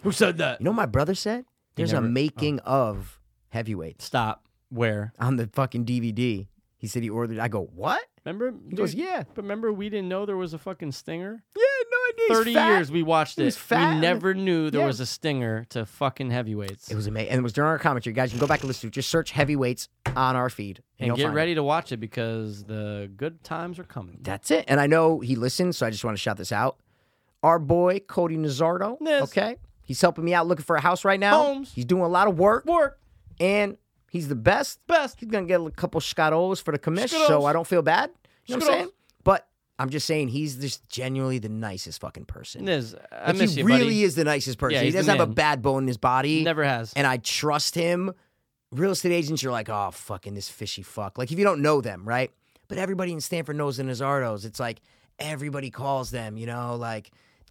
Who said that?
You know what my brother said? There's
never- oh.
a making of heavyweights
Stop. Where?
on the fucking DVD. He said he ordered. I go, what?
Remember?
He goes, yeah.
But remember, we didn't know there was a fucking stinger.
Yeah, no idea. He's
Thirty
fat.
years we watched
He
it.
was fat.
We never knew there
Yeah.
was a stinger to fucking heavyweights.
It was amazing. And it was during our commentary. Guys, you can go back and listen to it. Just search heavyweights on our feed. And,
and
you'll
get
find
ready
It.
to watch it because the good times are coming.
That's it. And I know he listens, so I just want to shout this out. Our boy, Cody Nazardo.
Yes.
Okay. He's helping me out looking for a house right now.
Homes.
He's doing a lot of work,
Work and
and he's the best.
best.
He's going to get a couple scadolas for the commish,
Scudos.
so I don't feel bad. You know what I'm
Scudos.
saying? But I'm just saying he's just genuinely the nicest fucking person.
Niz, I
Like,
miss
he
you,
really
buddy.
is the nicest person.
Yeah,
he
he's the
doesn't have a
man.
bad bone in his body.
Never has.
And I trust him. Real estate agents, you're like, oh, fucking this fishy fuck. Like, if you don't know them, right? But everybody in Stanford knows the Nazardos. It's like everybody calls them, you know? Like,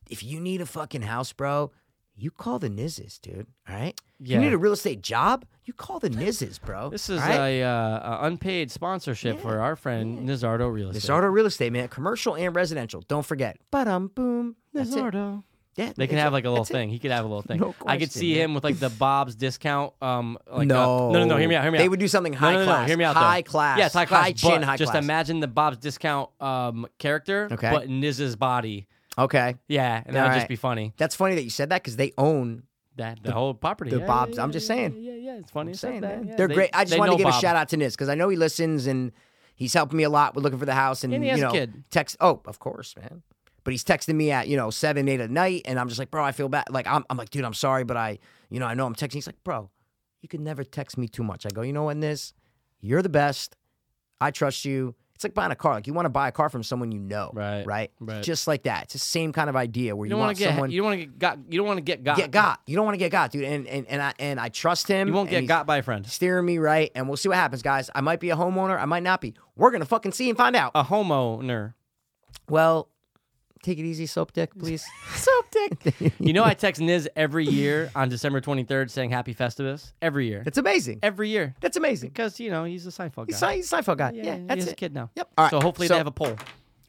if you need a fucking house, bro, you call the Nizzes, dude. All right?
Yeah.
You need a real estate job, you call the Nizzes, bro.
This is
all right?
a, uh, a unpaid sponsorship for our friend Nizardo Real Estate.
Nazardo real estate, man. Commercial and residential. Don't forget. But um, boom. That's it.
Nizardo.
Yeah,
They can
that's it.
have like a little
That's it.
thing. He could have a little thing.
No
I could see
question,
him with like the Bob's discount. Um, like uh,
No.
no, no, no. Hear me out. Hear me out.
They would do something high
no, no, no,
class,
Hear me out.
high
though.
class,
Yes, high class.
high chin,
but
high
just
class.
imagine the Bob's discount um character,
Okay.
but Niz's body.
Okay.
Yeah, and that'd
All
just
right.
be funny.
That's funny that you said that because they own.
That the, whole property.
the
yeah,
Bob's-
yeah,
I'm
yeah,
just
yeah,
saying.
Yeah, yeah, it's funny.
I'm
you said
saying,
that,
man.
yeah.
They're
They-
great. I just
they
wanted
know
to give a
Bob.
shout out to Niz because I know he listens and he's helping me a lot with looking for the house and,
And he has
you
a
know
kid.
text. Oh, of course, man. But he's texting me at you know seven, eight at night, and I'm just like, bro, I feel bad. Like I'm, I'm like, dude, I'm sorry, but I, you know, I know I'm texting. He's like, bro, you can never text me too much. I go, you know what, Niz, you're the best. I trust you. It's like buying a car. Like you want to buy a car from someone you know,
Right,
Right,
right.
Just like that. It's the same kind of idea where
You
you,
don't
want
want to get.
someone
You don't want to get got. You don't want to get got.
get got. You don't want to get got, dude. And and and I and I trust him.
You won't
and
get
he's
got by a friend.
Steering me right, and we'll see what happens, guys. I might be a homeowner. I might not be. We're gonna fucking see and find out.
A homeowner.
well, take it easy, soap dick, please. soap dick.
You know, I text Niz every year on December 23rd saying Happy Festivus. Every year.
That's amazing.
every year.
That's amazing.
Because, you know, he's a Seinfeld guy.
He's a he's a Seinfeld guy. Yeah, that's
he has
it.
a kid now.
Yep. All right.
So hopefully
So-
they have a poll.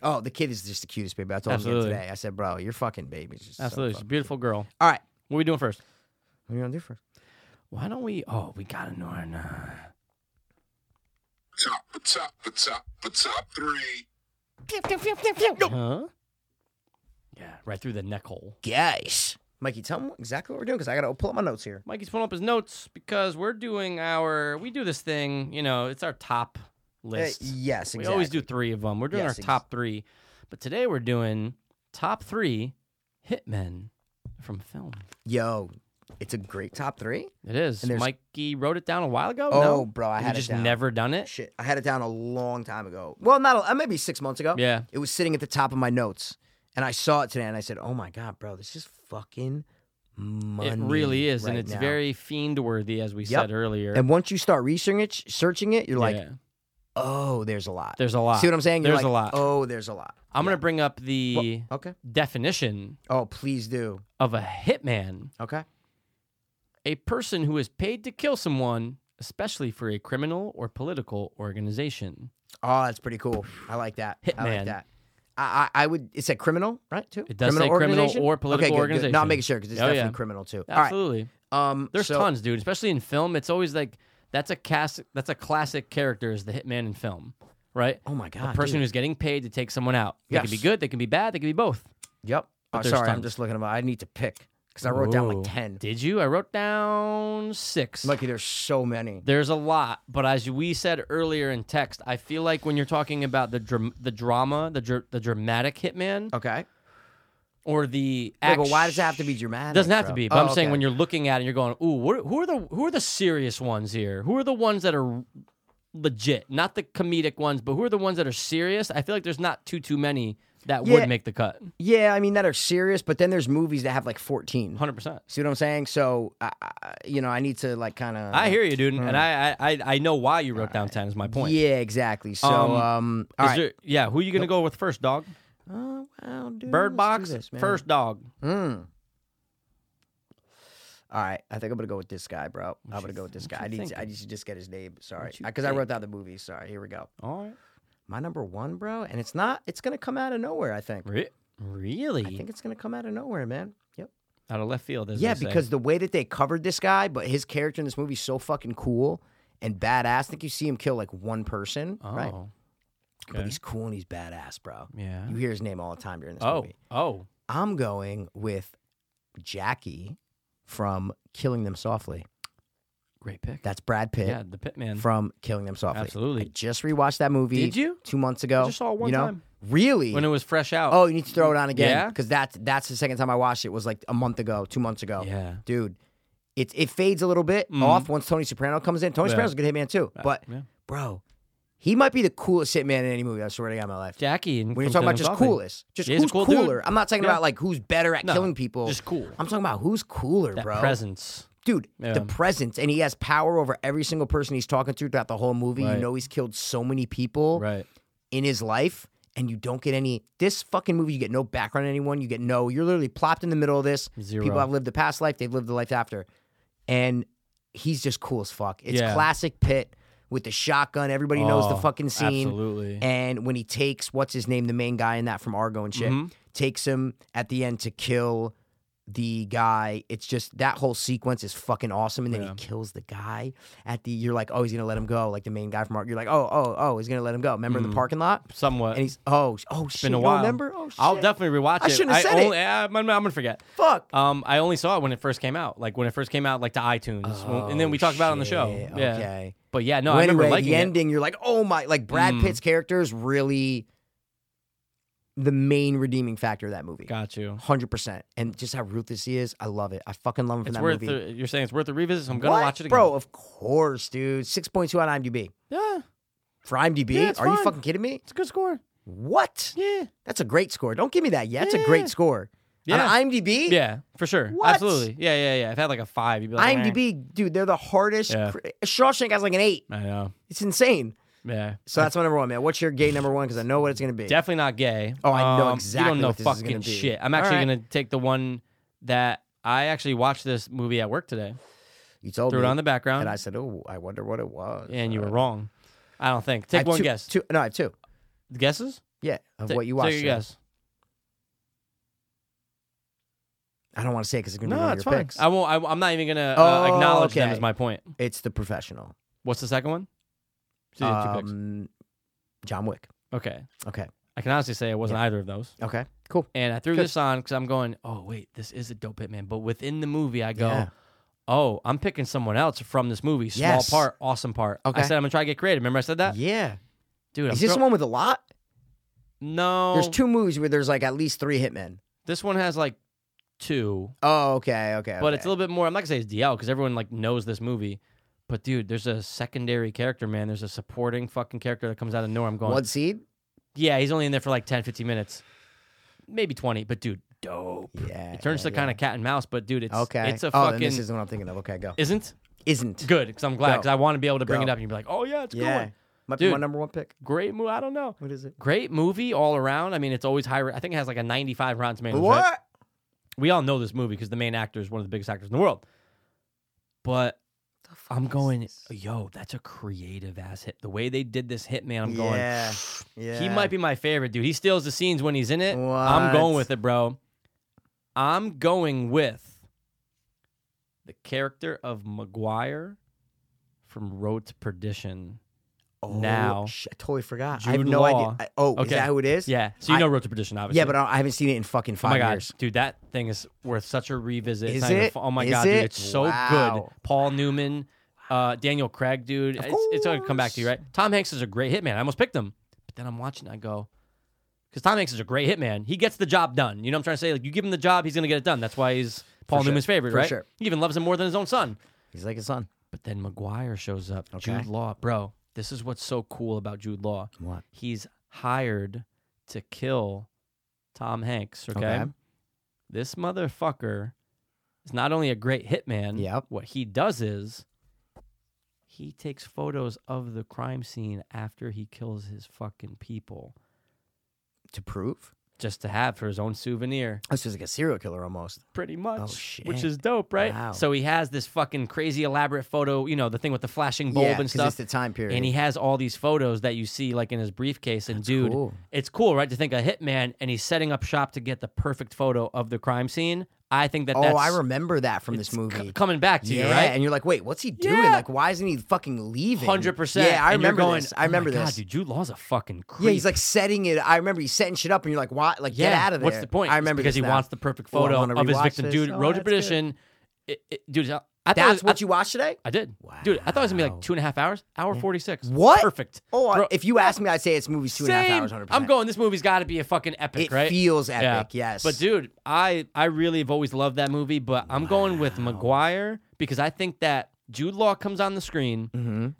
Oh, the kid is just the cutest baby. I told
Absolutely.
him that today. I said, bro, your fucking baby's just so
Absolutely. She's a
fucking-
beautiful girl.
All right.
What are we doing first?
What are you gonna do first?
Why don't we? Oh, we got uh, to know our. Nah.
top, the top, the top, the top three.
Huh? Yeah, right through the neck hole.
Guys, Mikey, tell him exactly what we're doing because I gotta pull up my notes here.
Mikey's pulling up his notes because we're doing our. We do this thing, you know, it's our top
Uh,
list.
yes, exactly.
We always do three of them. We're doing
Yes,
our
ex-
top three. But today we're doing top three hitmen from film.
Yo, it's a great top three.
It is.
And there's-
Mikey wrote it down a while ago.
Oh,
no?
bro, I
Have
had
you
it
just
down.
never done it.
Shit, I had it down a long time ago. Well, not a, uh, maybe six months ago.
Yeah.
it was sitting at the top of my notes, and I saw it today, and I said, "Oh my god, bro, this is fucking money."
It really is, and
right
it's
now."
very fiend worthy, as we
Yep.
said earlier.
And once you start researching it, searching it, you're like,
Yeah.
"Oh, there's a lot."
there's a lot.
See what I'm saying? You're
There's
like,
a lot.
Oh, there's a lot.
I'm gonna bring up the
Okay.
definition
Oh, please do.
of a hitman.
Okay.
A person who is paid to kill someone, especially for a criminal or political organization.
Oh, that's pretty cool. I like that. I
Hitman.
like that. I, I, I would. It said criminal, right? Too.
It does say criminal
organization?
or political
okay, good, Good. No,
organization.
I'm making sure because it's
Oh,
definitely
yeah.
criminal too. All
Absolutely.
right. Um,
There's
so,
tons, dude. Especially in film, it's always like that's a cast. That's a classic character is the hitman in film, right?
Oh my god.
the person
dude.
who's getting paid to take someone out. They can be
Yes.
good. They can be bad. They can be both.
Yep. Oh,
there's
sorry, I'm
tons.
just looking at. I need to pick because I wrote down
Ooh.
like ten.
Did you? I wrote down six.
Mikey, there's so many.
There's a lot, but as we said earlier in text, I feel like when you're talking about the dram- the drama, the dr- the dramatic hitman,
Okay.
or the
Yeah,
action,
Oh. but why does it have to be dramatic?
It doesn't have
bro?
to be. But
Oh,
I'm saying
okay.
when you're looking at it, you're going, "Ooh, what, who are the who are the serious ones here? Who are the ones that are legit, not the comedic ones, but who are the ones that are serious?" I feel like there's not too too many that
Yeah.
would make the cut.
Yeah, I mean that are serious, but then there's movies that have like 14.
100. percent
See what I'm saying? So, I, I, you know, I need to like kind of.
I hear you, dude, and I, I I- I know why you wrote down ten is my point.
Yeah, exactly. So,
Um,
um, all
Is
right.
there- yeah. Who you gonna go with first, dog?
Oh, wow, dude, let's
Bird
do
box,
this, man.
first dog.
Mm. All right, I think I'm gonna go with this guy, bro. I'm
you
gonna go with this
th- what
guy.
you
I need, to, I
thinking?
need to just get his name. Sorry,
you
because I wrote down the movie. Sorry, here we go.
All right.
My number one, bro, and it's not. It's gonna come out of nowhere. I think.
Re- really?
I think it's gonna come out of nowhere, man. Yep.
Out of left field, as
Yeah,
they say.
because the way that they covered this guy, but his character in this movie is so fucking cool and badass. I think you see him kill like one person,
oh,
right? But
okay.
he's cool and he's badass, bro.
yeah.
You hear his name all the time during this
Oh,
movie.
oh,
I'm going with Jackie from Killing Them Softly.
great pick.
That's Brad Pitt
yeah, the Pitman.
from Killing Them Softly.
Absolutely.
I just rewatched that movie.
Did you?
Two months ago.
I just saw it one
you know?
time.
Really?
when it was fresh out.
Oh, you need to throw it on again.
Yeah?
Because that's that's the second time I watched it. was like a month ago, two months ago.
Yeah. Mm-hmm.
Dude, it it fades a little bit off once Tony Soprano comes in. Tony
Yeah.
Soprano's a good hitman too. But
yeah.
bro, he might be the coolest hitman in any movie. I swear to God in my life.
Jackie. And
When you're
from
talking about
Killing
just
Softly.
coolest, just
He's a
who's
cool dude.
cooler. I'm not talking
Yeah.
about like who's better at
No,
killing people.
just cool.
I'm talking about who's cooler,
That
bro.
presence.
Dude,
Yeah.
the presence, and he has power over every single person he's talking to throughout the whole movie.
Right.
You know he's killed so many people
Right.
in his life and you don't get any this fucking movie you get no background on anyone you get no you're literally plopped in the middle of this
Zero.
people have lived the past life they've lived the life after and he's just cool as fuck it's
Yeah.
classic pit with the shotgun everybody knows the
Oh,
fucking scene
Absolutely.
and when he takes what's his name the main guy in that from argo and
Mm-hmm.
shit takes him at the end to kill the guy it's just that whole sequence is fucking awesome and then he kills the guy at the you're like oh he's gonna let him go like the main guy from argo you're like oh oh oh he's gonna let him go remember in the parking lot
Somewhat.
and he's oh sh- oh shit.
Mm-hmm. been a
you
while.
Don't remember? Oh shit.
I'll definitely rewatch it.
I shouldn't have said it.
only, I'm, I'm gonna forget.
fuck.
Um, I only saw it when it first came out, like when it first came out, like to iTunes, When- and then we talked about it on the show.
Oh, shit.
Yeah.
Okay.
But yeah, no,
Well,
I remember
anyway,
liking
the
it. Mm.
ending. You're like, oh my! Like Brad Pitt's character is really the main redeeming factor of that movie.
Got you.
Hundred percent. And just how ruthless he is, I love it. I fucking love him from
It's
that
worth.
movie.
A, you're saying it's worth a revisit. So I'm gonna
What?
watch it again,
bro. Of course, dude. Six point two on IMDb.
Yeah,
For IMDb,
Yeah, it's
are
fine.
you fucking kidding me?
it's a good score.
What?
Yeah,
That's a great score. Don't give me that yet. That's a great score.
Yeah.
On IMDb,
yeah, for sure.
What?
Absolutely. Yeah, yeah, yeah. If I had like a five, you'd be like, eh.
IMDb, dude, they're the hardest.
Yeah.
cri- Shawshank has like an eight.
I know.
It's insane.
Yeah.
So that's my number one, man. What's your gay number one? Because I know what it's gonna be.
Definitely not gay. Um,
Oh, I know
You don't
exactly
know
what this is
fucking
gonna be.
shit. I'm
All
actually
right.
gonna take the one that I actually watched this movie at work today.
you told
Threw
me,
it on the background,
and I said, "Oh, I wonder what it was."
and you
Uh,
were wrong. I don't think.
I
Take
have
one
two-
guess.
Two, no, I have two.
Guesses?
Yeah, of
Ta-
what you
take
watched. uh,
a
yeah.
guess.
I don't want to say because it's gonna be
No,
one
it's
of your
fine.
picks.
I won't. I, I'm not even gonna uh,
Oh,
acknowledge them.
okay.
Is my point.
It's the professional.
What's the second one? So you have two picks.
Um, John Wick.
Okay.
Okay.
I can honestly say it wasn't either of those.
Okay. Cool.
And I threw
Good.
this on because I'm going, oh, wait, this is a dope hit man. But within the movie, I go,
Yeah.
oh, I'm picking someone else from this movie. Small
Yes.
part, awesome part.
Okay.
I said, I'm going to try to get creative. Remember I said that?
Yeah.
Dude, I'm
Is this
throw-
the one with a lot?
No.
There's two movies where there's like at least three hitmen.
This one has like two,
Oh, okay, okay.
but it's a
okay.
little bit more. I'm not going to say it's DL because everyone like knows this movie. But dude, there's a secondary character, man. There's a supporting fucking character that comes out of nowhere. I'm going,
one seed.
yeah, he's only in there for like 10, 15 minutes, maybe 20. But dude, dope.
Yeah.
It turns
yeah,
to
yeah.
kind of cat and mouse, but dude, it's
Okay.
it's a
oh, then
fucking
this isn't what I'm thinking of. Okay, go.
isn't
Isn't.
good because I'm glad
Go.
because I want to be able to bring
Go.
it up and be like, oh yeah, it's a good.
Yeah.
One.
Might be
Dude.
my number one pick.
Great movie. I don't know.
What is it?
Great movie all around. I mean, it's always high. I think it has like a 95 Rotten Tomatoes. right?
What?
We all know this movie because the main actor is one of the biggest actors in the world. but I'm going, yo, that's a creative ass hit. The way they did this hit, man, I'm going,
Yeah, yeah.
he might be my favorite, dude. He steals the scenes when he's in it. I'm going
What?
with it, bro. I'm going with the character of McGuire from Road to Perdition.
Oh,
now.
sh- I totally forgot. I
Jude
have no
Law.
idea. I- oh, is
Okay.
that who it is?
Yeah. So you know
I-
Road to Perdition, obviously.
yeah, but I, I haven't seen it in fucking
Oh
five
my god,
years.
dude, that thing is worth such a revisit. It's
Is
not even
it?
fu- oh my
Is
god, dude,
it?
it's so
Wow.
good. Paul Newman, uh, Daniel Craig, dude. It's, it's gonna come back to you, right? Tom Hanks is a great hitman. I almost picked him, but then I'm watching. it, I go, because Tom Hanks is a great hitman. He gets the job done. You know what I'm trying to say? Like you give him the job, he's gonna get it done. That's why he's Paul
sure.
Newman's favorite,
For
right?
sure.
He even loves him more than his own son.
He's like his son.
But then McGuire shows up.
Okay.
Jude Law, bro. This is what's so cool about Jude Law.
What?
He's hired to kill Tom Hanks. Okay.
Okay.
This motherfucker is not only a great hitman.
Yep.
What he does is he takes photos of the crime scene after he kills his fucking people,
To prove?
just to have for his own souvenir.
This is like a serial killer almost.
Pretty much, which
Oh, shit.
is dope, right?
Wow.
So he has this fucking crazy elaborate photo, you know, the thing with the flashing bulb
yeah,
and
'cause
stuff.
it's the time period.
And he has all these photos that you see like in his briefcase. And dude,
cool.
it's cool, right? To think a hitman and he's setting up shop to get the perfect photo of the crime scene. I think that
oh,
that's
I remember that from this movie.
c- coming back to
yeah,
you, right?
and you're like, wait, what's he doing?
Yeah.
Like, why isn't he fucking leaving?
Hundred percent.
Yeah, I
And you're
remember
going,
this.
"Oh my
I remember
God,
this.
dude, Jude Law's a fucking creep.
Yeah, he's like setting it. I remember he's setting shit up, and you're like, "Why? Like, get
Yeah,
out of there."
What's the point?
I
It's
remember
because
this
he
now.
wants the perfect photo
Oh, I wanna
of his
rewatch
victim,
this.
dude.
Oh,
Road to
that's good.
Perdition. It, it, dude, I, I thought it was-
That's
I-
what you watched today.
I did, dude. I thought it was gonna be like two and a half hours, hour forty six.
What?
Perfect.
Oh, I-
Bro,
if you ask me, I'd say it's movies two and a half
Same.
hours. 100.
I'm going. This movie's got to be a fucking epic,
It
right?
feels epic, yes.
But dude, I I really have always loved that movie, but I'm going with McGuire because I think that Jude Law comes on the screen,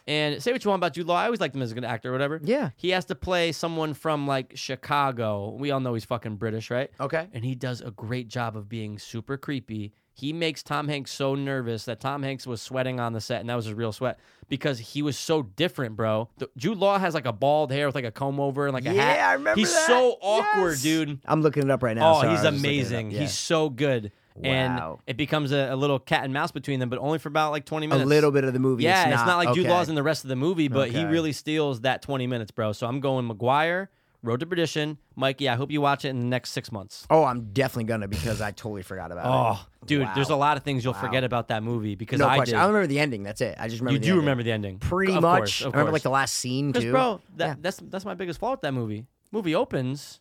and say what you want about Jude Law. I always liked him as a good actor, or whatever.
Mm-hmm. Yeah.
he has to play someone from like Chicago. We all know he's fucking British, right?
Okay.
and he does a great job of being super creepy. He makes Tom Hanks so nervous that Tom Hanks was sweating on the set, and that was his real sweat because he was so different, bro. The, Jude Law has like a bald hair with like a comb over and like a
Yeah,
hat.
I remember
He's
that.
so awkward,
Yes.
dude.
I'm looking it up right now.
Oh,
Sorry, I
he's
was just looking it up.
amazing.
Yeah.
He's so good. And
Wow.
it becomes a, a little cat and mouse between them, but only for about like 20
a
minutes.
little bit of the movie.
Yeah,
it's not,
like
okay.
Jude Law's in the rest of the movie, but he
Okay.
really steals that 20 minutes, bro. So I'm going McGuire, Road to Perdition. Mikey, I hope you watch it in the next six months.
Oh, I'm definitely gonna because I totally forgot about it.
Oh, dude, there's a
Wow.
lot of things you'll forget about that movie because
No
I
question.
did.
I remember the ending. That's it. I just remember.
you
the
do
ending.
remember the ending,
Pretty
Of
much.
course,
I
of
remember
course.
like the last scene
Because,
too.
bro, that,
Yeah.
that's that's my biggest fault with that movie. Movie opens,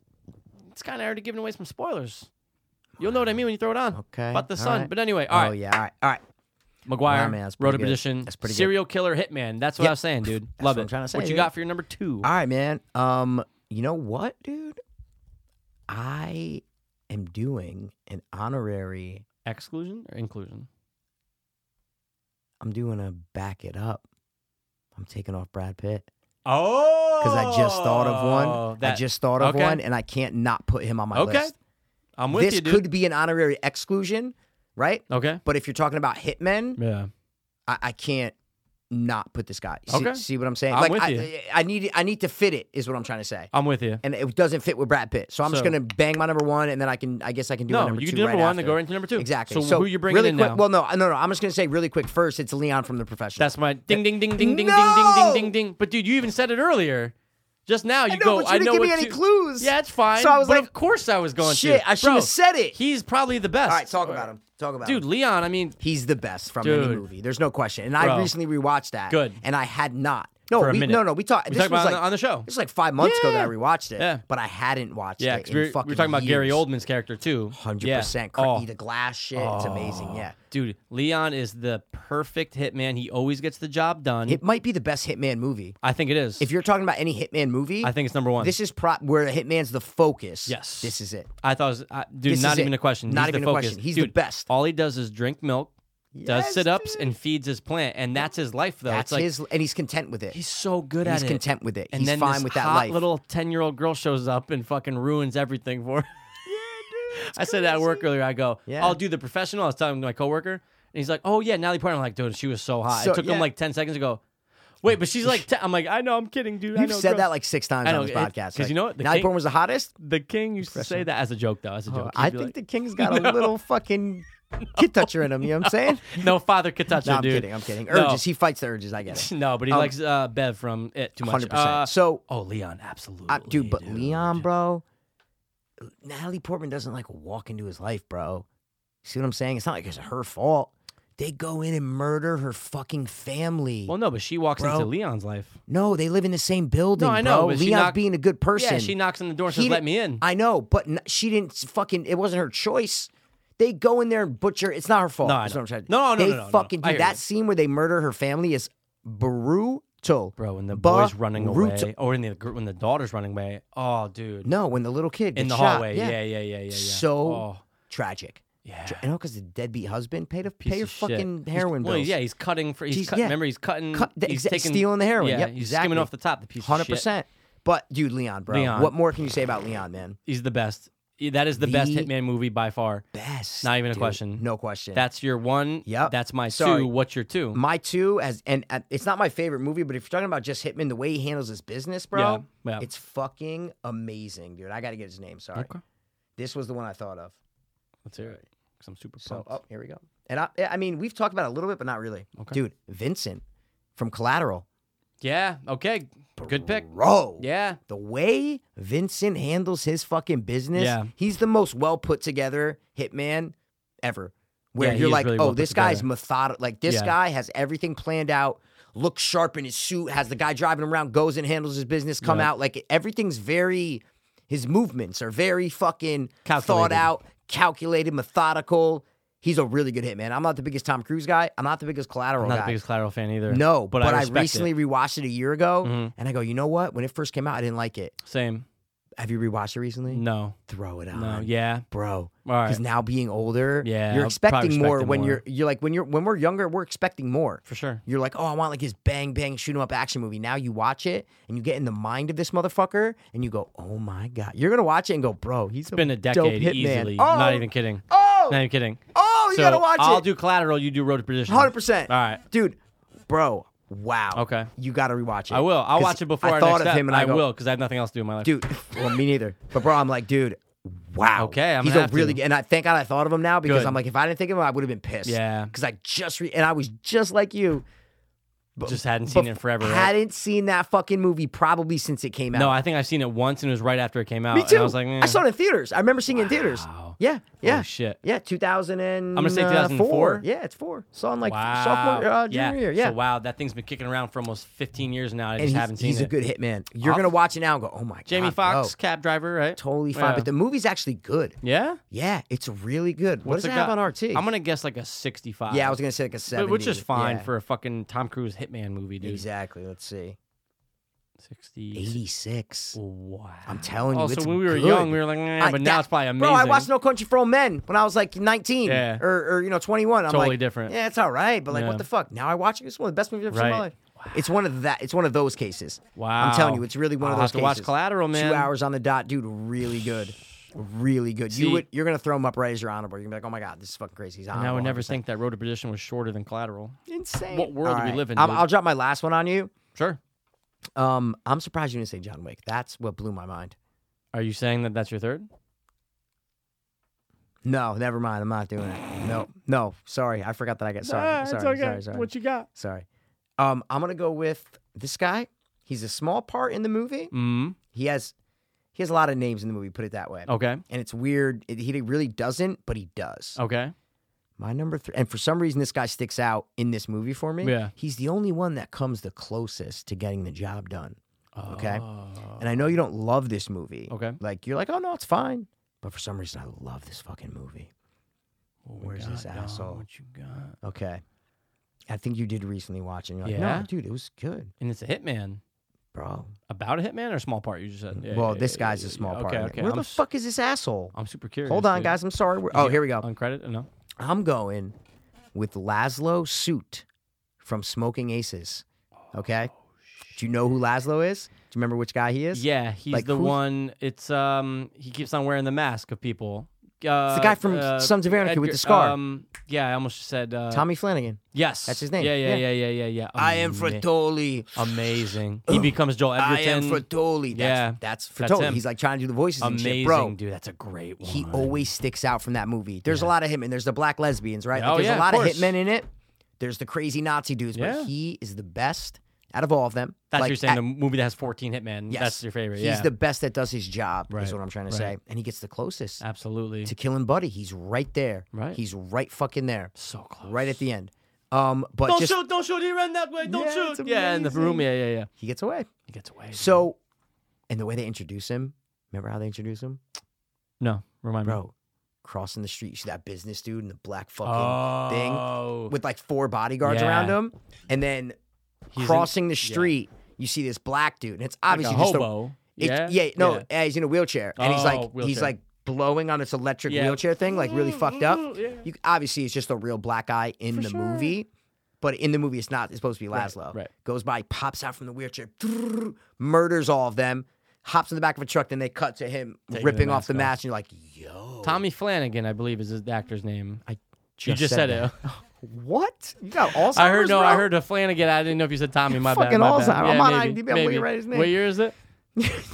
it's kind of already giving away some spoilers. You'll know what I mean when you throw it on.
Okay,
About the
all
sun.
right.
But anyway, all
Oh
right.
yeah. All right. All right.
McGuire,
Nah, man, that's
Road
pretty
to
good.
Perdition,
That's pretty good.
serial killer hitman. That's what I
Yeah.
was saying, dude.
That's
Love
what
it.
I'm trying to say, Uh,
what you
dude.
got for your number two?
All right, man. Um, you know what, dude? I am doing an honorary.
Exclusion or inclusion?
I'm doing a back it up. I'm taking off Brad Pitt
Oh,
because I just thought of one. I just thought of
okay.
one, and I can't not put him on my
Okay.
list.
I'm with
this
you, dude.
could be an honorary exclusion, right?
okay.
But if you're talking about hitmen,
Yeah.
I, I can't not put this guy. See,
Okay.
see what I'm saying?
I'm
like
with
I,
you.
I need I need to fit it is what I'm trying to say.
I'm with you.
and it doesn't fit with Brad Pitt. So I'm just
So-
gonna bang my number one, and then I can I guess I can do my
No,
number
you
two
can do number
right
one, then
after.
go right into number two.
Exactly.
So who you bringing
really
in
quick,
now?
Well, no, no, no. I'm just gonna say really quick. First, it's Leon from The Professional.
That's my ding, ding, ding, ding, ding, ding, ding,
No!
ding, ding, ding. But dude, you even said it earlier. Just now, you
know,
go.
but you
I
didn't
know
give
what
me any
you-"
clues.
Yeah, it's fine.
So I was
but
like,
of course I was going
shit,
to.
I should've
Bro,
said it.
He's probably the best.
all right. Talk about him. Talk about
dude.
him.
Leon. I mean,
He's the best from any
Dude.
movie. There's no question. And
Bro.
I recently rewatched that.
Good.
And I had not. No,
For a
we,
minute.
no, no. We talked.
We
this
talked
was
about it
like,
on the show.
It's like five months ago that I
Yeah.
rewatched it.
Yeah.
but I hadn't watched
yeah,
it.
'cause
In
we we're, we
fucking
we're talking about
years.
Gary Oldman's character too.
Hundred
Yeah.
percent.
Oh,
The glass shit. It's amazing. Yeah.
dude, Leon is the perfect hitman. He always gets the job done.
It might be the best Hitman movie.
I think it is.
If you're talking about any Hitman movie,
I think it's number one.
This is pro- where the hitman's the focus.
Yes.
This is it.
I thought, it was, I, dude,
This
not
is
even
it.
a question.
Not
He's
even
the
a
focus.
question. He's the
Dude,
best.
All he does is drink milk, does
Yes,
sit ups, and feeds his plant, and that's his life. Though
That's
it's like
his, and he's content with it.
he's so good
And
at
he's
it.
content with it.
And
He's
then
fine
this
with that
hot
life.
little ten year old girl shows up and fucking ruins everything for. Her. yeah, dude. I said that at work earlier. I go,
Yeah.
I'll do the professional. I was telling my coworker, and he's like, Oh yeah, Natalie Portman. I'm like, dude, she was so hot.
So-
it took him
yeah.
like ten seconds to go. Wait, but she's like, i I'm like, I know, I'm kidding, dude. I
You've
know,
said
gross."
that like six times
I know,
on this
it-
podcast.
'cause you know what? The
Natalie
king-
Portman was the hottest.
the king used to say that as a joke, though. As a joke, He'd
Oh, I
be
think
like-
the king's got a little fucking Kid toucher in him, you know what I'm saying?
No father could touch
no,
her,
I'm
dude.
kidding. I'm Oh. kidding.
No.
Urges. He fights the urges. I get it.
No, but he likes uh, Bev from it too much.
100%.
Uh,
so,
oh, Leon, absolutely, Oh,
I, dude, but Leon, bro, Natalie Portman doesn't like walk into his life, bro. See what I'm saying? It's not like it's her fault. They go in and murder her fucking family.
Well, no, but she walks
Bro.
into Leon's life.
no, they live in the same building.
No, I know,
Bro.
but she
Leon's
knocked-
being a good person.
Yeah, she knocks on the door and
He
says,
di-
"Let me in."
I know, but n- she didn't s- fucking. It wasn't her choice. They go in there and butcher. It's not her fault.
No, I
is
know.
what I'm trying. to-
No, no, no,
They
no, no, no.
fucking
I
do
hear
that
you.
scene where they murder her family is brutal,
Bro, when the
Brutal.
boy's running away, or when the gr- when the daughter's running away, oh, dude,
No, when the little kid
in
gets
the
shot.
hallway, yeah, yeah, yeah, yeah, yeah.
So
Oh,
tragic.
yeah,
Tra- You know, because the deadbeat husband paid a
Piece
pay your
of shit.
fucking
He's-
heroin
well,
bills.
yeah, he's cutting for. He's
Jeez,
cut,
yeah.
Remember, he's cutting.
Cut- the
he's
exa-
taking,
stealing the heroin.
Yeah,
Yep,
he's
exactly.
skimming off the top. The piece.
hundred
of shit.
percent. But dude, Leon, bro,
Leon.
what more can you say about Leon, man?
He's the best. He- That is the, best
The
Hitman movie by far.
Best.
Not even a
dude.
question.
No question.
That's your one.
Yep.
That's my
Sorry.
two. What's your two?
my two as and uh, it's not my favorite movie, but if you're talking about just Hitman, the way he handles his business, bro,
Yeah, yeah.
it's fucking amazing, dude. I got to get his name. Sorry,
Okay.
this was the one I thought of.
Let's hear it. 'Cause I'm super
So,
pumped.
oh, here we go. And I, I mean, we've talked about it a little bit, but not really.
Okay.
Dude, Vincent from Collateral,
Yeah. Okay. Good pick.
bro.
Yeah.
the way Vincent handles his fucking business,
Yeah.
he's the most well put together hitman ever. Where
Yeah, he
you're
is
like,
really well
oh,
put
this guy's
together.
methodical. Like this
Yeah.
guy has everything planned out. Looks sharp in his suit. Has the guy driving him around. Goes and handles his business. Come out like everything's very. His movements are very fucking thought
Calculated.
out, calculated, methodical. He's a really good hitman. I'm not the biggest Tom Cruise guy. I'm not the biggest collateral
I'm not
guy.
the biggest collateral fan either.
no,
but,
but, I,
respect
recently
it.
rewatched it a year ago,
Mhm.
and I go, you know what? When it first came out, I didn't like it.
same.
Have you rewatched it recently?
No.
Throw it on.
No. Yeah.
Bro.
All right.
Because now being older,
Yeah,
you're
I'll probably
expecting more
respect it
when
more.
you're you're like when you're when we're younger, we're expecting more.
For sure.
You're like, oh, I want like his bang bang shoot 'em up action movie. Now you watch it and you get in the mind of this motherfucker and you go, oh my god, you're gonna watch it and go, bro, he's
It's been a decade easily.
Oh,
Not even kidding.
Oh,
Not even kidding.
oh, you
so
gotta watch
I'll
it.
do collateral. You do road to perdition.
hundred percent.
All right.
dude, bro, wow.
Okay.
you gotta rewatch it.
I will. I'll
'Cause
watch it before
I
our
thought
next
of
step.
him and I,
I
go,
will because I have nothing else to do in my life.
dude. Well, me neither. But bro, I'm like, dude, wow.
Okay, I'm
he's
gonna
a
have
really
to.
good. And I thank God I thought of him now because
Good.
I'm like, if I didn't think of him, I would have been pissed.
Yeah.
because I just re- and I was just like you.
Just hadn't seen
bef-
it forever. right?
Hadn't seen that fucking movie probably since it came out.
No, I think I've seen it once, and it was right after it came out.
me too.
And I was like, eh.
saw it in theaters. I remember seeing it in theaters.
Wow.
Yeah, yeah,
Holy shit.
yeah. 2000 and
I'm gonna say
uh,
2004.
four. Yeah, it's four. Saw it in like
Wow.
sophomore, uh,
yeah.
junior year. Yeah.
So wow, that thing's been kicking around for almost 15 years now. I
and
just
he's,
haven't seen
he's
it.
a good hitman. You're
I'll-
gonna watch it now and go, oh my
Jamie
god, bro,
Foxx, cab driver, right?
totally fine.
Yeah.
But the movie's actually good.
yeah.
Yeah, it's really good. What
What's
does it
it
have
got?
on RT?
I'm gonna guess like a 65.
Yeah, I was gonna say like a
But
seventy,
which is fine
Yeah.
for a fucking Tom Cruise hitman movie, dude.
exactly. Let's see,
60.
eighty six.
Wow.
I'm telling you,
Also,
it's
when Oh, we were
good.
young, we were like, eh,
I-
but now
that-
it's probably
Bro,
amazing.
I watched No Country for Old Men when I was like 19
Yeah.
or, or you know 21. I'm
Totally
like,
different.
Yeah, it's all right, but like,
Yeah.
what the fuck? Now I watch it. It's one of the best movies I've ever seen in my
Right.
life. It's one of that. It's one of those cases.
Wow.
I'm telling you, it's really one of
I'll
those
have to
cases.
watch Collateral, man.
Two hours on the dot, dude. Really good. Really good. you
See-
would, you're gonna throw him up right as your honorable. You're gonna be like, oh my god, this is fucking crazy. He's
And I
honorable,
would never
100%.
think that Road to Perdition was shorter than Collateral.
insane.
what world
All
we
right.
live in,
I'll,
dude.
I'll drop my last one on you.
Sure.
Um, I'm surprised you didn't say John Wick. That's what blew my mind.
Are you saying that that's your third?
No, never mind. I'm not doing it. No, no. Sorry, I forgot that I got sorry. sorry, sorry, sorry,
you got?
sorry. Um, I'm gonna go with this guy. He's a small part in the movie.
Mm.
He has he has a lot of names in the movie. Put it that way.
Okay.
And it's weird. It, he really doesn't, but he does.
Okay.
My number three, and for some reason, this guy sticks out in this movie for me.
Yeah.
He's the only one that comes the closest to getting the job done. Okay. And I know
Uh-huh.
you don't love this movie.
Okay.
Like you're like, oh no, it's fine. But for some reason, I love this fucking movie.
What we
Where's
got,
this
Oh Dom?
asshole?
What you got?
Okay. I think you did recently watch it. And you're like,
Yeah.
no, dude, it was good,
And it's a hitman.
bro.
About a hitman or a small part? You just said. Yeah,
well,
yeah,
this
yeah,
guy's
yeah,
a small
yeah.
part.
Okay.
in it.
Okay.
Where
I'm
the
s-
fuck is this asshole?
I'm super curious.
Hold on,
dude.
guys. I'm sorry. We're,
Is
oh,
he
here we go.
Uncredited? No.
I'm going with Laszlo Suit from Smoking Aces. Okay. Do you know who Laszlo is? Do you remember which guy he is?
Oh, Yeah, he's
Like,
the
who's-
one. It's um. He keeps on wearing the mask of people. Uh,
the guy from
uh,
Sons of Anarchy with
Edgar-
the scar.
Um, yeah, I almost said uh,
Tommy Flanagan.
Yes,
That's his name.
Yeah, yeah, yeah,
Yeah.
yeah, yeah, yeah.
I am
Ama-
Fratoli.
Amazing. he becomes Joel Edgerton.
I am Fratoli. That's,
Yeah.
that's
That's
Fratoli.
him.
He's like trying to do the voices and
Amazing,
shit, bro.
dude. That's a great one.
He always sticks out from that movie. There's a lot of him, and there's the black lesbians, right?
Oh,
there's
yeah,
a
of
lot of,
course.
hitmen in it. There's the crazy Nazi dudes,
Yeah.
but he is the best out of all of them.
That's what
Like,
you're saying.
at-
the movie that has 14 Hitman.
yes,
That's your favorite.
He's
yeah.
the best that does his job.
Right,
Is what I'm trying to say,
right.
and he gets the closest
Absolutely.
to killing Buddy. He's right there.
Right.
He's right fucking there.
So close.
Right at the end. Um, but
Don't
just
shoot! Don't shoot! He ran that way. Don't
Yeah,
shoot!
it's
Yeah, in the room. Yeah, yeah, yeah.
he gets away.
He gets away.
So, and the way they introduce him, remember how they introduce him,
Mm-hmm. no, remind me.
bro? Crossing the street, you see that business dude in the black fucking thing.
oh,
with like four bodyguards
Yeah.
around him, and then
He's in-
crossing the street, you see this black dude, and it's obviously
like a
just a-
hobo. yeah,
it's- no, uh, he's in a wheelchair, and he's like
Oh,
he's
wheelchair.
like blowing on this electric
Yeah. Mm,
wheelchair thing, like really fucked up.
yeah.
You obviously it's just a real black guy in the movie. But in the movie, it's not. It's supposed to be Laszlo.
right.
Goes by, pops out from the wheelchair, murders all of them, hops in the back of a truck. Then they cut to him
Taking the
ripping off
mask
the
off.
mask, and you're like, "Yo,
Tommy Flanagan, I believe, is his the actor's name.
I
you just said, it.
that. What? You got Alzheimer's?
I heard no. I
bro?
heard a Flanagan. I didn't know if you said Tommy. My
Fucking
bad. My
Alzheimer.
bad. Yeah,
I'm on
maybe,
IMDb. I'm looking
maybe.
right at his name.
What year is it?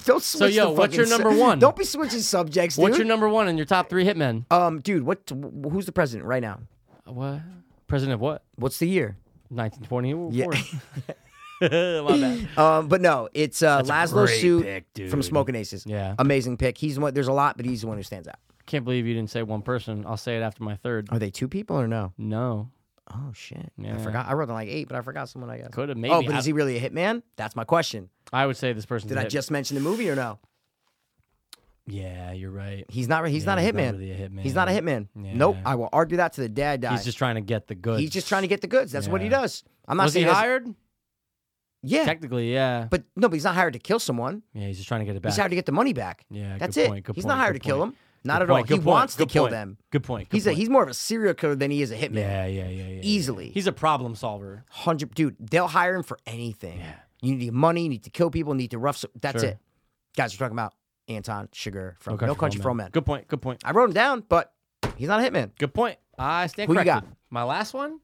Don't switch. the
yo, what's your
fucking
number
su-
one?
Don't be switching subjects, dude.
What's your number one in your top three hitmen?
Um, dude, what? wh- Who's the president right now?
What president of what?
What's the year?
1920.
Yeah.
My bad.
Um, but no, it's uh,
That's a
Laszlo
great
Suit
pick, dude.
from Smoking Aces.
Yeah.
amazing pick. He's the one. There's a lot, but he's the one who stands out.
Can't believe you didn't say one person. I'll say it after my third.
Are they two people or no?
No,
Oh shit,
Yeah.
I forgot. I wrote down like eight, but I forgot someone. I guess.
could have maybe.
Oh, but
I,
is he really a hitman? That's my question.
I would say this person.
Did I just mention the movie or no?
Yeah, you're right.
He's not. He's not a
he's not
hitman.
really a hitman.
He's not a hitman.
Yeah.
Nope. I will argue that to the dad die.
He's just trying to get the good.
He's just trying to get the goods. That's what he
Yeah.
does. I'm not
Was he
saying he doesn't-
hired?
Yeah,
Technically, yeah.
But no, but he's not hired to kill someone.
Yeah, he's just trying to get it back.
He's hired to get the money back.
Yeah,
that's
good
it.
point, good
he's not
point,
hired to
good
kill
point.
them. Not
Good
at all.
point,
He
good point,
wants to
good
kill
point,
them.
Good point. good
He's a
point.
he's more of a serial killer than he is a hitman.
Yeah, yeah, yeah, yeah, yeah.
Easily.
He's a problem solver.
Hundred dude, they'll hire him for anything. You need money. You need to kill people. You need to rough. so- That's
Sure.
it. Guys, we're talking about Anton Sugar from
No
No
Country
Country,
for Old
for Old
Men.
Men.
Good point. Good point.
I wrote him down, but he's not a hitman.
Good point. I stand
Who you
corrected.
got?
My last one?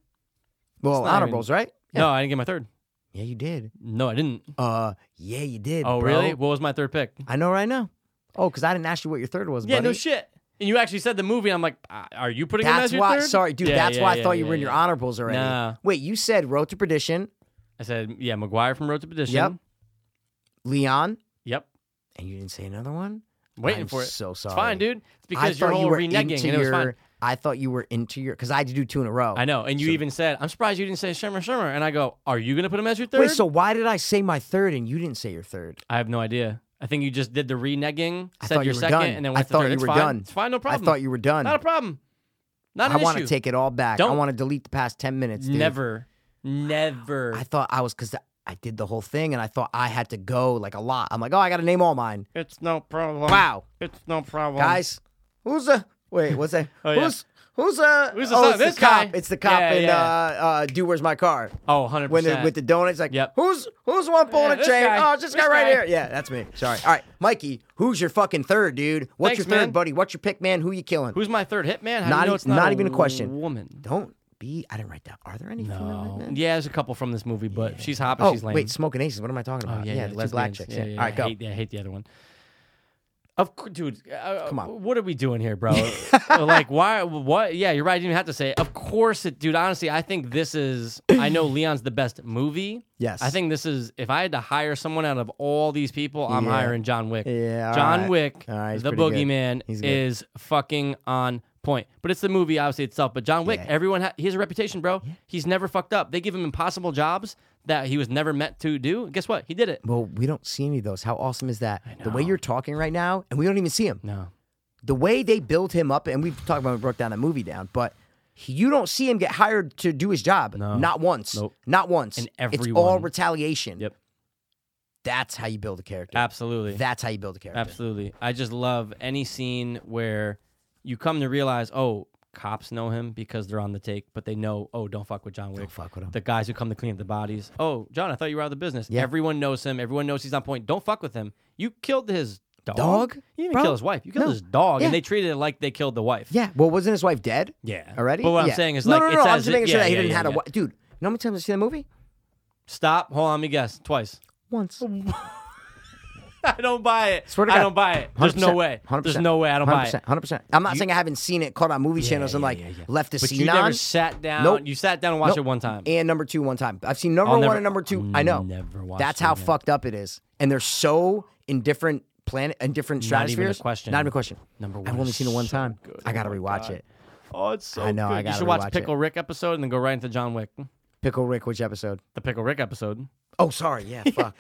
Well,
It's not
honorables,
even-
right?
No, I didn't get my third.
Yeah, you did.
No, I didn't.
Uh, yeah, you did.
Oh,
bro.
really? What was my third pick?
I know right now. Oh, because I didn't ask you what your third was.
Yeah,
buddy.
no shit. And you actually said the movie. and I'm like, uh, are you putting him as
That's
your
why.
third?
Sorry, dude.
Yeah,
that's
yeah,
why I
yeah,
thought you
yeah,
were in your
yeah.
honorables already.
Nah.
Wait, you said Road to Perdition,
I said, yeah, McGuire from Road to Perdition.
Yep. Leon,
Yep.
and you didn't say another one.
Waiting
I'm
for it.
So sorry.
It's fine, dude. It's
I
because your
thought
whole
you were
reneging
into
and it was
your.
fine.
I thought you were into your because I had to do two in a row.
I know. And you even said, I'm surprised you didn't say Shimmer Shimmer. And I go, Are you going to put him as your third?
Wait, so why did I say my third and you didn't say your third?
I have no idea. I think you just did the reneging,
I
said
thought
your
you were
second,
done.
and then
I
went to
thought
third.
you
It's
were
fine.
done.
It's fine. No
I
problem.
thought you were done.
Not a problem. Not
I
an
want to
issue.
take it all back. I
Don't-
want to delete the past ten minutes. Dude.
Never, never.
I thought I was because I did the whole thing and I thought I had to go like a lot. I'm like, oh, I got to name all mine.
It's no problem.
Wow.
It's no problem.
guys, who's a wait? What's that?
Um, Oh, yeah.
Who's who's a?
Who's the
oh,
son-
it's the
this guy.
cop. It's the cop
Yeah,
in
yeah.
Uh, uh, "Do Where's My Car?"
Oh, 100%.
When they're with the donuts, like,
Yep.
who's who's the one pulling
Yeah,
a
this
chain?
guy.
Oh, it's this,
This
guy right
guy.
here. Yeah, that's me. Sorry. All right, Mikey, who's your fucking third dude? What's
Thanks,
your third
man.
buddy? What's your pick, man? Who you killing?
Who's my third hitman? How do
Not
you know
e-
it's not,
not
a
even a question.
Woman.
Don't be. I didn't write down. Are there any? female
No.
hitmen?
Yeah, there's a couple from this movie, but she's hot, but
Oh,
she's lame.
wait, smoking aces. What am I talking
Oh,
about?
yeah, yeah,
the
two
black
bands.
chicks.
Yeah,
Yeah,
yeah,
All right,
I
go.
Hate, yeah, I hate the other one. Of course, dude. Uh,
Come
Come
on.
on. What are we doing here, bro? like, why? What? Yeah, you're right. You didn't have to say. It. Of course, it, dude. Honestly, I think this is. I know Leon's the best movie.
Yes.
I think this is. If I had to hire someone out of all these people, I'm
Yeah.
hiring John Wick.
Yeah, all
John
right.
Wick,
All right, he's
the
pretty good.
boogeyman,
He's good.
is fucking on point. But it's the movie, obviously itself. But John Wick,
Yeah.
everyone ha- he has a reputation, bro. He's never fucked up. They give him impossible jobs that he was never meant to do. Guess what? He did it.
Well, we don't see any of those. How awesome is that? The way
know.
you're talking right now, and we don't even see him.
No.
the way they build him up, and we've talked about when we broke down the movie down, but he- you don't see him get hired to do his job.
No.
Not once.
Nope.
Not once.
And
It's all
everyone-
retaliation.
Yep.
That's how you build a character.
Absolutely.
That's how you build a character.
Absolutely. I just love any scene where you come to realize, oh, cops know him because they're on the take, but they know, oh, don't fuck with John Wick.
Don't fuck with him.
The guys who come to clean up the bodies. Oh, John, I thought you were out of the business.
Yeah.
Everyone knows him. Everyone knows he's on point. Don't fuck with him. You killed his Dog?
Dog,
He didn't
bro?
kill his wife. You killed
No.
his dog,
Yeah.
and they treated it like they killed the wife.
Yeah. Well, wasn't his wife dead?
Yeah.
Already?
But what
Yeah.
I'm saying is,
no,
like,
no, no,
it's
no. I'm
as
just
it-
making sure
yeah,
that he
yeah,
didn't
yeah,
have a
yeah.
wi Dude, you know how many times I see that movie?
Stop. Hold on. Let me guess. Twice.
Once.
I don't buy it.
Swear to
I
God.
don't buy it. There's no way. There's no way. I don't buy it.
Hundred percent. I'm not saying I haven't seen it caught on movie channels and
yeah,
like
yeah, yeah.
left the
But
scene
you never
on.
sat down.
Nope.
You sat down and watched
Nope.
it one time.
and number two one time. I've seen number
I'll
one
never-
and number two.
I'll
I know.
never watch
That's
it
how
again.
fucked up it is, and they're so in different planet and different
Not even a
stratospheres.
question.
Not even a question.
Number
I've
one
only
is
seen it one
so
time.
good.
I gotta
Oh my
rewatch
God.
it.
Oh, it's so
I know,
Good.
I
you
gotta
should watch
rewatch
Pickle Rick episode and then go right into John Wick.
Pickle Rick, which episode?
The Pickle Rick episode.
Oh, sorry. Yeah, fuck.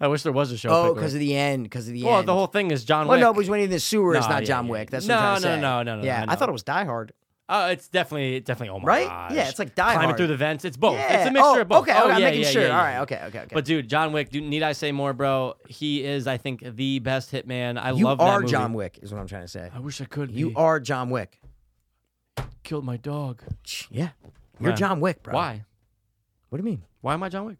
I wish there was a show.
oh,
Pickle Rick.
because of the end. Because of the
Well,
end.
the whole thing is John
Well,
Wick.
no, but when he's in the sewer, it's
No,
not
yeah,
John
yeah,
Wick.
yeah.
That's what I'm
No,
trying to
no,
say.
no, no, no,
Yeah,
I
I thought
know.
it was Die Hard.
Oh, it's definitely, definitely. Oh my
Right?
gosh.
Yeah, it's like Die
climbing
Hard.
through the vents. It's both.
Yeah.
It's a mixture
Oh,
of both.
okay,
Oh,
okay, I'm
yeah,
making
yeah,
sure.
yeah, yeah,
All right,
yeah.
okay, okay, okay.
But dude, John Wick. Dude, need I say more, bro? He is, I think, the best hitman. I
You
love that
are
movie.
John Wick, is what I'm trying to say.
I wish I could.
You
be.
are John Wick.
killed my dog.
Yeah. You're
Yeah.
John Wick, bro.
Why?
What do you mean?
Why am I John Wick?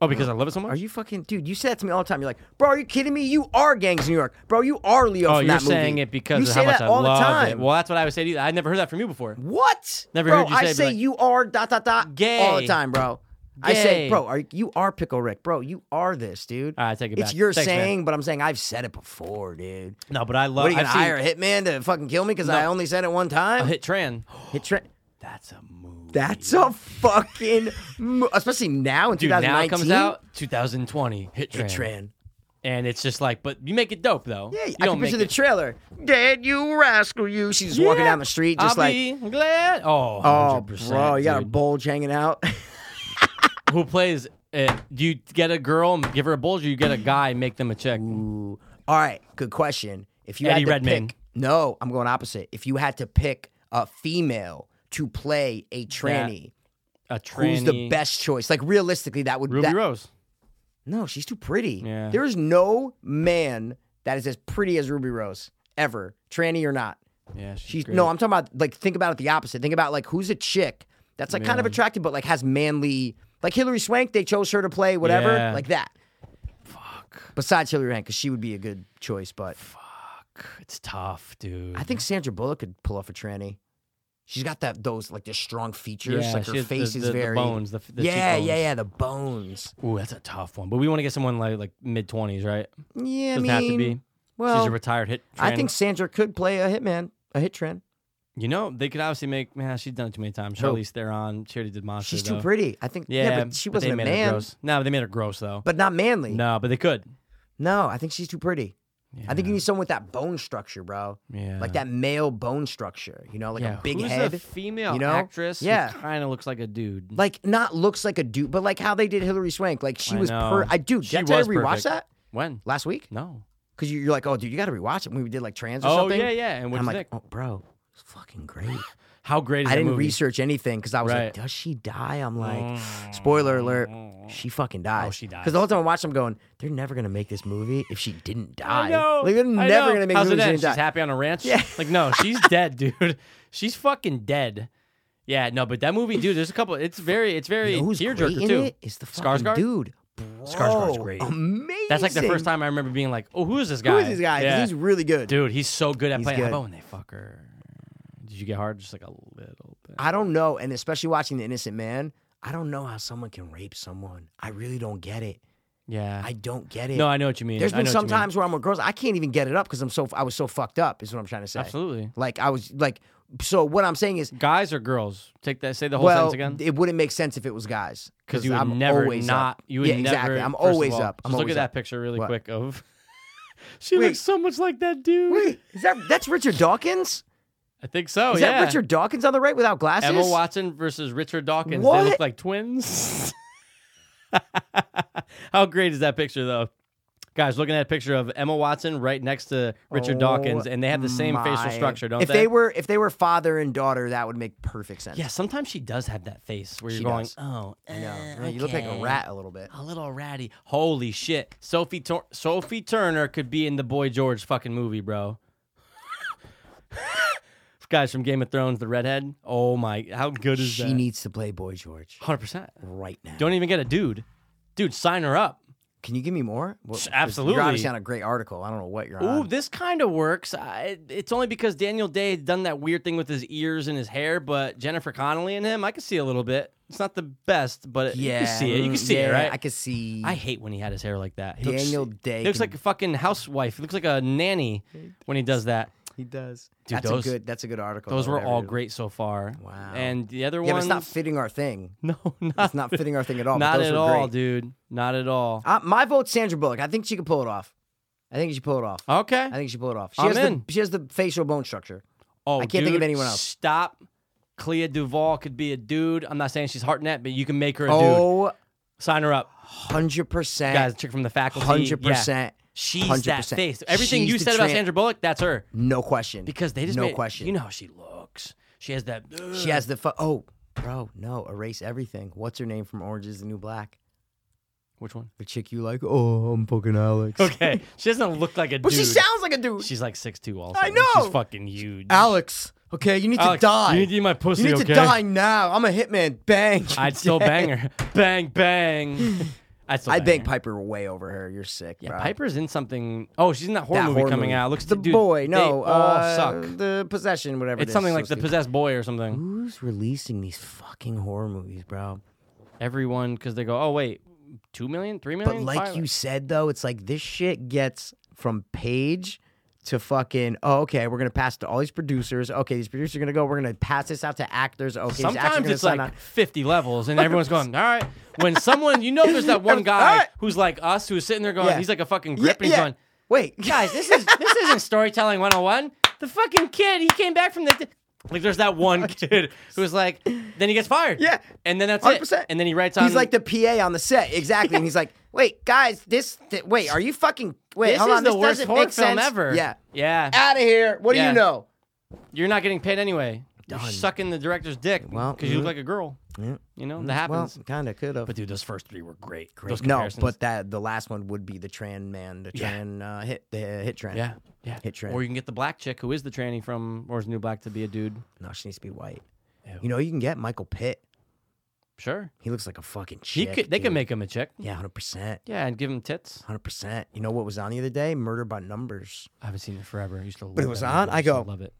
Oh, because I love it so much.
Are you fucking dude? You say that to me all the time. You're like, bro, are you kidding me? You are Gangs of New York, bro. You are Leo.
oh,
from
you're
that
saying
movie.
it because
you
of
say
how much
that
I
all the
love
time.
it. Well, that's what I would say to you. I never heard that from you before.
What?
Never
bro,
heard you say
I
it,
say
but-
you are dot dot dot
Gay.
all the time, bro. I say,
Gay.
bro, are you are Pickle Rick, bro? You are this, dude.
All right, I take it
It's
back.
your
Thanks, man.
saying, but I'm saying I've said it before, dude.
No, but I love.
What are you gonna
I've seen
hire a hitman to fucking kill me because I only said it one
a
time?
hit Tran.
Hit tra-
That's a movie.
That's a fucking, mo- especially now in
Dude, now
2019.
it comes out 2020. Hit Tran.
Hit Tran.
And it's just like, but you make it dope though.
Yeah,
you
I
don't
can picture
make
the
it-
trailer. Dad, you rascal, you. She's just walking
Yeah,
down the street, just
I'll
like,
be glad. Oh,
oh,
100%,
bro, you got a
dude.
bulge hanging out.
who plays it? Do you get a girl and give her a bulge, or you get a guy and make them a chick?
Ooh. All right, good question. If you
Eddie
had to
Redmayne.
pick, no, I'm going opposite. If you had to pick a female to play a tranny,
A tranny.
who's the best choice? Like realistically, that would
Ruby
that,
Rose.
No, she's too pretty.
Yeah.
There is no man that is as pretty as Ruby Rose ever, tranny or not.
Yeah, she's,
She's
great.
no, I'm talking about like think about it the opposite. Think about like who's a chick that's like kind of attractive but like has manly like Hillary Swank, they chose her to play whatever,
Yeah.
like that. Fuck. Besides Hillary Swank, because she would be a good choice, but
It's tough, dude.
I think Sandra Bullock could pull off a tranny. She's got that those like the strong features,
Yeah,
like
she
her
has the-
face
the-
is
the
very
bones, the f- the
yeah, yeah,
cheekbones.
yeah, the bones.
Ooh, that's a tough one. But we want to get someone like like mid twenties, right?
Yeah,
Doesn't
I
have
mean,
to be.
well,
she's a retired hit.
I
tranny.
think Sandra could play a hitman, a hit trend.
you know they could obviously make. Man, she's done it too many times.
Who?
Charlize Theron. She already did Monster.
She's too
though.
pretty. I think.
Yeah,
Yeah, but she wasn't
they
a
made Her
man,
gross. No, they made her gross though.
but not manly.
no, but they could.
No, I think she's too pretty. I think you need someone with that bone structure, bro.
Yeah.
Like that male bone structure, you know, like
yeah,
a big
who's
head.
A female
you know?
actress.
Yeah.
kind of looks like a dude.
like not looks like a dude, but like how they did Hillary Swank. Like she
I
was
know.
per I dude,
She
did I tell you
was
I rewatched
perfect.
that
when?
last week?
No.
Because you, you're like, oh dude, you gotta rewatch it when we did like trans or
Oh,
something.
yeah, yeah. And what'd
I'm
you
like,
think?
oh bro, it's fucking great.
How great is
I
that
didn't
movie?
research anything because I was
Right. Mm.
like, does she die? I'm like, spoiler alert, she fucking dies.
Oh, she dies.
Because the whole time I watched, I'm going, they're never gonna make this movie if she didn't die.
I know.
Like, they're
I
never
know.
gonna make
How's
this
it
movie if she
end?
didn't
She's
die.
happy on a ranch.
Yeah.
Like no, she's dead, dude. She's fucking dead. Yeah, no, but that movie, dude. There's a couple. It's very, it's very
You know who's great
tearjerker
in
too.
it is the fucking
Skarsgård?
dude.
Skarsgård's
Bro,
great.
Amazing.
That's like the first time I remember being like, "Oh, who is this guy?
Who is this guy? 'Cause
Yeah.
He's really good.
dude, he's so good at
He's
playing. How
good.
about when they fuck her? Did you get hard just like a little bit?
I don't know, and especially watching The Innocent Man, I don't know how someone can rape someone. I really don't get it.
Yeah.
I don't get it.
no, I know what you mean.
There's
I
been
know what
some
you mean.
times where I'm with girls, I can't even get it up because I'm so I was so fucked up. Is what I'm trying to say.
Absolutely.
Like I was like, so what I'm saying is,
Guys or girls? Take that. Say the whole
well,
sentence again.
it wouldn't make sense if it was guys
'Cause you would
I'm
never
always
not.
Up.
You would
yeah,
never.
exactly. I'm
first of
always
all,
up. I'm
just look
always
at that
up.
picture really
What?
quick. Of she
Wait.
looks so much like that dude.
Wait, is that that's Richard Dawkins?
I think so.
is
yeah.
that Richard Dawkins on the right without glasses?
Emma Watson versus Richard Dawkins.
What?
They look like twins. How great is that picture, though? Guys, looking at a picture of Emma Watson right next to Richard
Oh,
Dawkins, and they have the same facial
my-
structure, don't
if
they?
they were if they were father and daughter, that would make perfect sense.
yeah, sometimes she does have that face where you're
She
going,
does.
oh,
I know.
eh,
You look like a
okay.
rat a little bit.
A little ratty. Holy shit. Sophie, Tor- Sophie Turner could be in the Boy George fucking movie, bro. Guys from Game of Thrones, the redhead. Oh my, how good is
She
that?
needs to play Boy George
100%.
right now.
Don't even get a dude. Dude, sign her up.
Can you give me more? What- 'cause
absolutely.
You're obviously on a great article. I don't know what you're
Ooh,
on.
this kind of works. I, it's only because Daniel Day had done that weird thing with his ears and his hair, but Jennifer Connelly and him, I could see a little bit. It's not the best, but you can see it. You can
mm,
see
yeah,
it, right?
I could see.
I hate when he had his hair like that. He looks-
Daniel Day.
He looks
can-
like a fucking housewife. He looks like a nanny when he does that.
he does.
Dude,
that's
those-
a good. That's a good article.
Those
or
were
whatever
all
it is.
great so far.
Wow.
And the other
Yeah, but
ones,
it's not fitting our thing.
no, not,
It's not fitting our thing at all. but
not
those
at
were
all,
great.
dude. Not at all.
Uh, my vote's Sandra Bullock. I think she could pull it off. I think she pull it off.
Okay.
I think she pull it off. She
I'm
has
in.
the she has the facial bone structure.
Oh,
I can't think of
dude,
anyone else.
Stop. Clea Duvall could be a dude. I'm not saying she's Hartnett, but you can make her a dude.
Oh,
Sign her up,
100%.
guys. Chick from the faculty.
hundred
Yeah.
percent.
She's that
100%.
face. Everything
She's
you
the
said about
tran-
Sandra Bullock, that's her.
No question.
Because they just
no
made-
question.
You know how she looks. She has that.
she has the fu- oh, bro, no, erase everything. What's her name from Orange Is the New Black?
Which one?
The chick you like? Oh, I'm fucking Alex.
Okay, she doesn't look like a
but
dude.
she sounds like a dude.
She's like 6'2 also.
I
and She's
know!
fucking huge.
Alex. Okay, you need
Alex,
to die.
you need to eat my pussy,
You need
okay?
to die now. I'm a hitman. Bang.
I'd still bang her. Bang, bang. I'd still
I
bang
bang
her.
Piper way over her. You're sick,
Yeah,
bro.
Piper's in something. Oh, she's in that horror
That
movie
horror
coming
movie.
out. Looks
the
dude,
boy.
they
No,
all
uh,
suck.
The possession, whatever. it
It's
is,
something
so
like the
stupid.
possessed boy or something.
Who's releasing these fucking horror movies, bro?
Everyone, because they go, oh wait, two million, three
But
million.
like
Five-
you said, though, it's like this shit gets from page to fucking. Oh, okay, we're gonna pass it to all these producers. Okay, these producers are gonna go. We're gonna pass this out to actors. Okay, these actors are
Sometimes
gonna
it's
sign
like
on.
50 levels, and everyone's going, all right. When someone, you know, there's that one guy
Alright.
who's like us, who's sitting there going,
Yeah.
he's like a fucking
Yeah,
grip, and he's
yeah.
going,
Wait,
guys, this is this isn't storytelling 101. The fucking kid, he came back from the like. There's that one kid who's like, then he gets fired.
Yeah.
and then that's it.
100%.
And then he writes on.
He's like the PA on the set, exactly. And he's like, "Wait, guys, this. Th- wait, are you fucking? Wait,
this
hold
is
on.
the
this
worst
doesn't
horror
make
film
sense.
ever.
Yeah,
yeah.
out of here. What
Yeah.
do you know?
You're not getting paid anyway. You're
Done.
sucking the director's dick
Well,
because you look
mhm.
like a girl.
Yeah.
You know that happens.
Well, kind of could have.
but dude, those first three were great. Those
No,
comparisons.
but that the last one would be the Tran man, the
Yeah.
Tran uh, hit, the hit Tran.
yeah, yeah.
Hit trend.
Or you can get the black chick who is the tranny from Orange is the New Black to be a dude.
No, she needs to be white.
Ew.
You know, you can get Michael Pitt.
Sure,
He looks like a fucking
he
chick.
could. They could
dude.
make him a chick.
Yeah, hundred percent,
Yeah, and give him tits.
hundred percent. You know what was on the other day? Murder by Numbers.
I haven't seen it forever. I used to love
it was
that movie.
on? I
used to
go,
love it.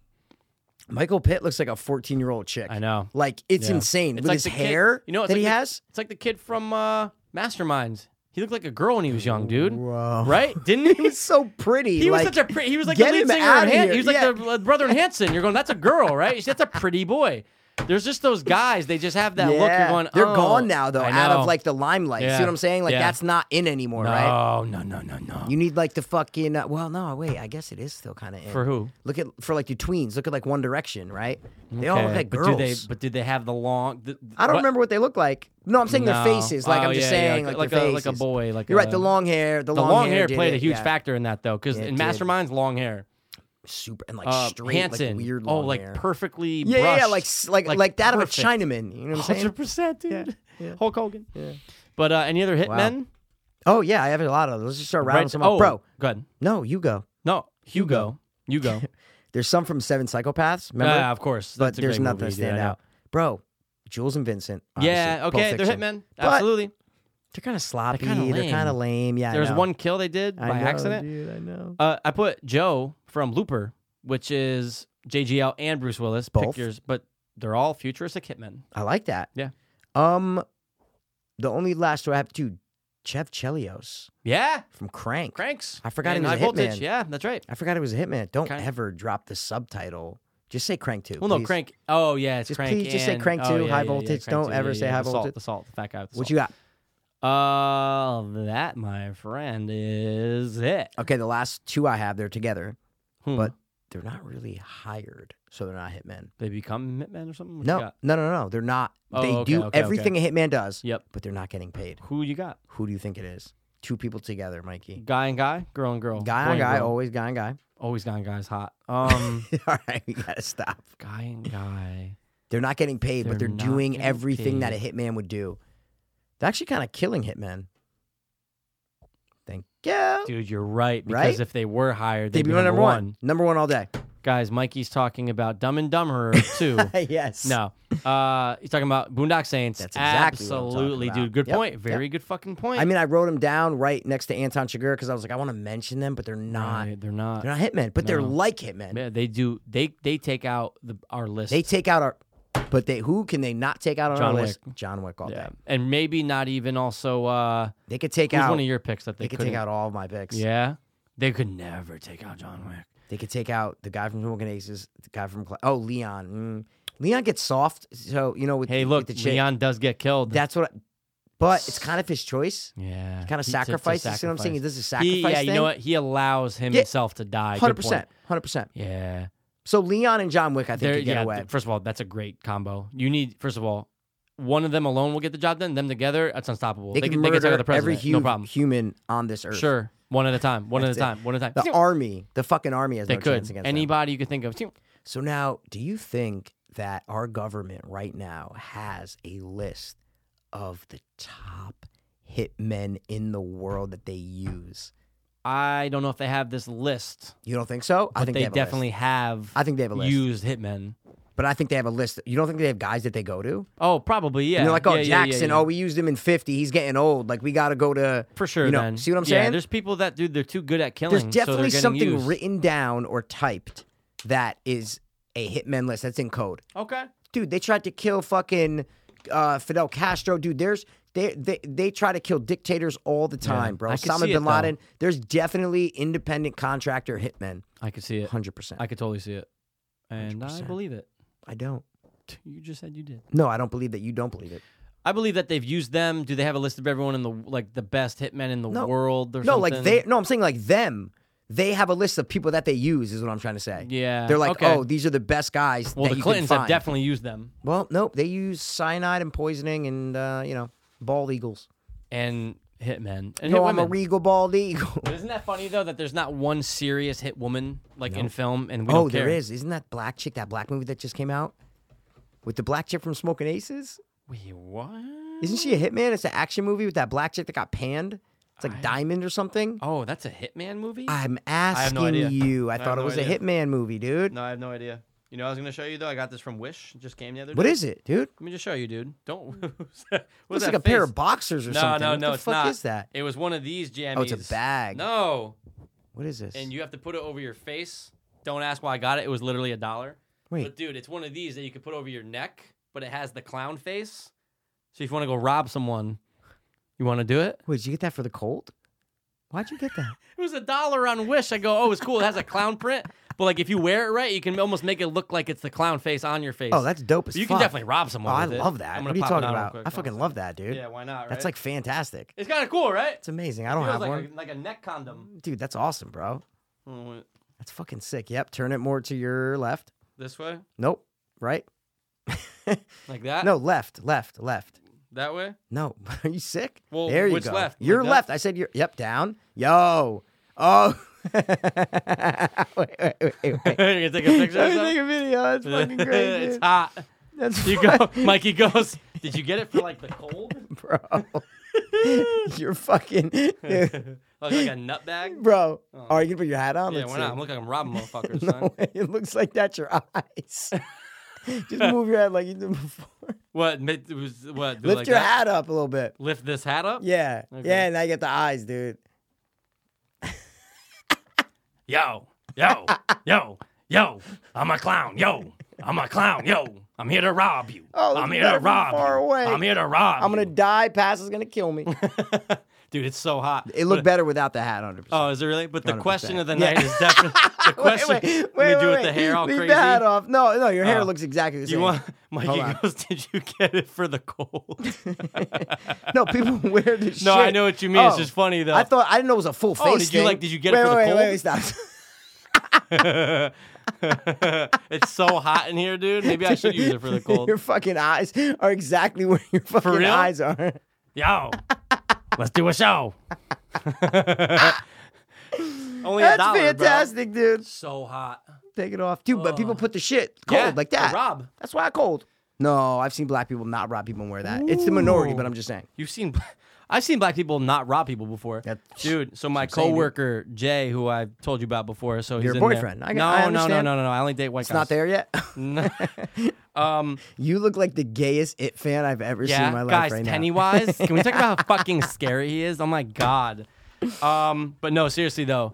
Michael Pitt looks like a fourteen-year-old chick.
I know.
Like it's
Yeah.
insane with his
the kid-
hair
you know, it's
that
like
he
the-
has.
It's like the kid from uh, Masterminds. He looked like a girl when he was young, dude.
Wow.
Right? Didn't
He
he?
was so pretty.
He was
like,
such a pretty. He was like the
get
lead
him
singer.
outta
In Han-
here.
he was like
Yeah.
the uh, brother in Hanson. You're going, that's a girl, right? That's a pretty boy. There's just those guys. They just have that look. You're
Yeah.
going,
They're
"Oh."
gone now though,
I
out
know.
of like the limelight.
Yeah.
See what I'm saying? Like
Yeah.
that's not in anymore,
no,
right?
no, no, no, no.
You need like the fucking uh, well, no, wait, I guess it is still kind of
For who?
Look at for like the tweens. Look at like One Direction, right? They all
Okay,
look like
but
girls.
Do they, but do they have the long? The,
I don't remember what they look like. No, I'm saying
No.
their faces. Like
Oh,
I'm just
yeah, yeah,
saying,
like-
like
like
their
a- like a
faces.
boy, like
you're
a-
right. The long hair, the,
The long, hair,
did
played
it,
a huge
yeah.
factor in that though, because
Yeah, it
in
did.
Masterminds, long hair.
Super and like
Uh,
straight,
Hanson,
like weird
oh,
long
like
hair.
perfectly
yeah, yeah, yeah, like
brushed.
s- like like, that
perfect.
of a Chinaman. You know what I'm saying?
Hundred percent, dude.
yeah.
Hulk Hogan. Yeah. But uh, any other hitmen?
Oh yeah, I have a lot of. Those. Let's just start rounding
Right-
some up,
oh,
bro.
Go ahead.
No, you go.
No, Hugo. Hugo.
There's some from Seven Psychopaths, remember?
Yeah, of course.
but
Ah, That's a
there's
great
nothing to
movie, dude, I
stand
know.
out, bro. Jules and Vincent.
Yeah.
obviously, Pulp
Okay. They're
Fiction.
hitmen.
But-
Absolutely.
They're kind of sloppy.
kinda
They're
lame.
kind of lame. Yeah, I
There's
know.
one kill they did
I
by
know,
accident.
Dude, I know.
Uh, I put Joe from Looper, which is JGL and Bruce Willis
Both.
pictures, but they're all futuristic hitmen.
I like that.
Yeah.
Um, the only last two I have two, Jeff Chelios
Yeah.
from Crank.
Cranks.
I forgot he
And
was a
high voltage.
hitman.
Yeah, that's right.
I forgot it was a hitman. Don't
Crank.
ever drop the subtitle. Just say Crank Two.
Well, no,
please.
Crank. Oh, yeah, it's
Just
Crank.
please just say
and-
Crank
oh,
too,
yeah,
High
yeah, yeah,
Voltage.
Crank
Don't
too,
ever
yeah,
say
yeah,
High
the Salt,
Voltage.
the salt, the fat guy. With the
What
salt.
you got?
Uh, that, my friend, is it.
Okay, the last two I have they're together,
Hmm.
but they're not really hired, so they're not hitmen.
they become hitmen or something. What
No,
You got?
no, no, no. They're not.
Oh,
they
okay,
do
okay,
everything a hitman does,
Yep.
but they're not getting paid.
Who you got?
Who do you think it is? Two people together, Mikey.
Guy and guy, girl and girl.
Guy
boy
on
and
guy,
girl.
always guy on guy.
Always guy and guy's hot. Um,
All right, we gotta stop.
guy and guy.
They're not getting paid, but
They're
they're
not
doing
getting
everything that a hitman would do. They're actually kind of killing hitmen. Thank you.
Dude, you're right.
Right?
Because if they were hired,
They'd be my number one. Number one all day.
Guys, Mikey's talking about Dumb and Dumberer 2.
yes.
No. Uh, he's talking about Boondock Saints.
That's exactly what I'm talking
Absolutely,
about.
dude. Good
Yep,
point.
yep.
Very good fucking point.
I mean, I wrote them down right next to Anton Chigurh because I was like, I want to mention them, but they're not.
Right, they're not.
They're not hitmen, but they're
No.
like hitmen.
Yeah, they do. They they take out the, our list.
They take out our, but they who can they not take out on
John
our
Wick.
list? John Wick all
yeah,
day.
and maybe not even also. Uh,
They could take
who's
out.
one of your picks that
they
they,
could
couldn't-
take out all of my picks.
Yeah, they could never take out John Wick.
They could take out the guy from Smoking Aces, the guy from Cla- oh Leon. Mm. Leon gets soft, so you know with
Hey,
with
look,
the chick,
Leon does get killed.
That's what. I, but it's kind of his choice. Kind
yeah,
of
He- it's a- it's a
sacrifice. You see what I'm saying? He does a sacrifice.
He, yeah, you
thing.
know what? He allows him
Yeah.
himself to die. Good
Hundred
point.
percent. Hundred percent.
Yeah,
So Leon and John Wick, I think,
There-
could get
yeah,
away.
th- First of all, that's a great combo. You need, first of all, one of them alone will get the job done. Them together, that's unstoppable.
They, can
they
murder
can take out the
every
president.
hu-
no problem.
human on this earth.
Sure, one at a time. One at a
That's it.
time. One at a time.
The army, the fucking army has
they
no chance
could.
against them.
Anybody you could think of.
So now, do you think that our government right now has a list of the top hitmen in the world that they use?
I don't know if they have this list,
You don't think so?
but
I think
they,
have a list.
definitely have.
I think they have a list.
used hitmen.
But I think they have a list. You don't think they have guys that they go to?
Oh, probably yeah.
And they're like, oh,
Yeah, yeah, yeah,
Jackson.
yeah.
Oh, we used him in fifty. He's getting old. Like we got to go to
for sure.
You know,
then
see what I'm
Yeah,
saying?
there's people that dude, they're too good at killing.
There's
so they're
definitely
getting
something
used.
written down or typed that is a hitman list that's in code.
Okay.
Dude, they tried to kill fucking uh, Fidel Castro. Dude, there's they they they try to kill dictators all the time, bro.
I could
Osama
see it,
bin
though.
Laden. There's definitely independent contractor hitmen.
I could see it.
Hundred percent.
I could totally see it, and I
100%.
believe it.
I don't.
You just said you did.
No, I don't believe that you don't believe it.
I believe that they've used them. Do they have a list of everyone in the like the best hitmen in the
No.
world? Or
No, like
something?
they. No, I'm saying like them. They have a list of people that they use. Is what I'm trying to say.
Yeah,
They're like,
okay.
oh, these are the best guys.
Well,
that
the
you
Clintons
can
have
find.
definitely used them,
Well, nope. They use cyanide and poisoning and uh, you know bald eagles.
and hitmen. And
No,
hit
I'm a
women.
regal bald eagle.
But Isn't that funny though that there's not one serious hit woman like in film, and we
Oh,
don't care.
there is. Isn't that black chick? That black movie that just came out with the black chick from Smoking Aces.
Wait, what?
Isn't she
Mm.
a hitman? It's an action movie with that black chick that got panned. It's like Diamond or something.
Oh, that's a hitman movie.
I'm
have
asking
no idea.
you. I,
I have
thought it
no
was a
idea.
hitman movie, dude.
No, I have no idea. You know, I was gonna show you though. I got this from Wish. It Just came the other
What
day. Hmm.
is it, dude?
Let me just show you, dude. Don't. What's
Looks
that
like a pair
face?
of boxers or
No,
something.
no,
what
no.
the
it's
fuck
not.
is that?
It was one of these jammies.
Oh, it's a bag.
No,
What is this?
and you have to put it over your face. Don't ask why I got it. It was literally a dollar.
Wait.
But dude, it's one of these that you could put over your neck, but it has the clown face. So if you want to go rob someone, you want to do it.
Wait, did you get that for the cold? Why'd you get that?
It was a dollar on Wish. I go, oh, it's cool. It has a clown print. But like, if you wear it right, you can almost make it look like it's the clown face on your face.
Oh, that's dope as
you
fuck.
can definitely rob
Oh,
someone.
I
with it.
love that.
I'm
What
gonna
are you
pop it
talking
out real
about?
quick.
I
Hold
fucking
on a
love that, dude.
second. Yeah, why not? Right?
That's like fantastic.
it's kind of cool, right?
It's amazing. I don't
Feels
have
like
one.
A, like a neck condom.
Dude, that's awesome, bro.
Mm,
That's fucking sick. Yep. Turn it more to your left.
This way,
Nope. Right?
Uh, like that.
No, left, left, left.
that way.
No. Are you sick?
Well,
there you
which
go.
left? Like
Your
that?
left. I said your yep, down. Yo. Oh. wait, wait, wait, wait, wait.
you take a picture.
Let
Of
me take a video. That's fucking
something?
great.
it's
dude.
hot.
That's
You go, Mikey goes. Did you get it for like the cold?
bro. You're fucking dude,
Like, like a nut bag?
bro. Are you gonna put your hat on?
Oh. Yeah,
Let's
why not?
see.
I'm looking like I'm robbing motherfuckers, son.
No way. It looks like that's your eyes. Just move your head like you did before.
What? ma- It was what? do
Lift
like
your
that?
hat up a little bit.
Lift this hat up.
Yeah.
Okay.
Yeah, now you get the eyes, dude.
Yo, yo, yo, yo. I'm a clown. Yo, I'm a clown. Yo, I'm here to rob you.
Oh, look
I'm
at
here
that
to
from
rob
far
you.
away.
I'm here to rob.
I'm gonna
you.
die. Pass is gonna kill me.
Dude, it's so hot.
It
But-
looked better without the hat, hundred percent.
Oh, is it really? But the
100%.
question of the
Yeah.
night is definitely the Oh, question. we do with the hair all
Leave
crazy.
the hat off. No, no, your hair
Oh.
looks exactly the
You
same.
want
Hold
Mikey
on.
goes? Did you get it for the cold?
No, people wear this.
No,
shit. Oh,
I know what you mean. It's just funny, though.
I thought I didn't know it was a full face.
Oh, did you,
thing.
like, did you get it
wait,
for the
wait,
cold?
Wait, wait, stop.
it's so hot in here, dude. Maybe I should use it for the cold.
Your fucking eyes are exactly where your fucking
real?
eyes are.
Yo, let's do a show. Only a
That's
dollar, bro.
fantastic, dude.
So hot.
Take it off, dude. But people put the shit cold
Oh. Yeah,
like
to
that.
rob.
That's why I cold. No, I've seen black people not rob people and wear that. It's the minority,
Ooh.
but I'm just saying.
You've seen, I've seen black people not rob people before,
That's-
dude. So my
I'm saying, dude.
coworker Jay, who I told you about before, so he's
Your
in there.
boyfriend. I-
no,
I
no, no,
understand.
no, no, no. I only date white
It's
guys.
not there yet.
No. um,
you look like the gayest it fan I've ever seen
yeah,
in my life
guys.
right now.
Pennywise. Can we talk about how fucking scary he is? Oh my god. Um, but no, seriously though,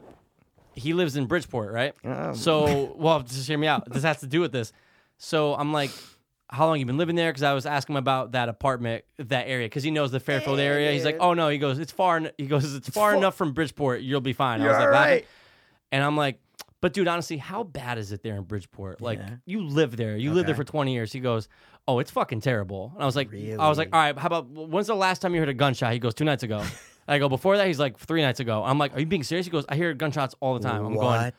he lives in Bridgeport, right?
Um.
So, well, just hear me out. This has to do with this. So I'm like, how long you been living there? Because I was asking him about that apartment, that area, because he knows the Fairfield area. He's like, oh no, he goes, it's far. en- He goes, it's far enough from Bridgeport. You'll be fine. I was like,
You're
laughing.
right.
And I'm like, but dude, honestly, how bad is it there in Bridgeport? Like, you live there. You lived there for 20 years. He goes, oh, it's fucking terrible. And I was like, I was like, all right, how about when's the last time you heard a gunshot? He goes, two nights ago. I go, before that, he's like, three nights ago. I'm like, are you being serious? He goes, I hear gunshots all the time. I'm
what?
going,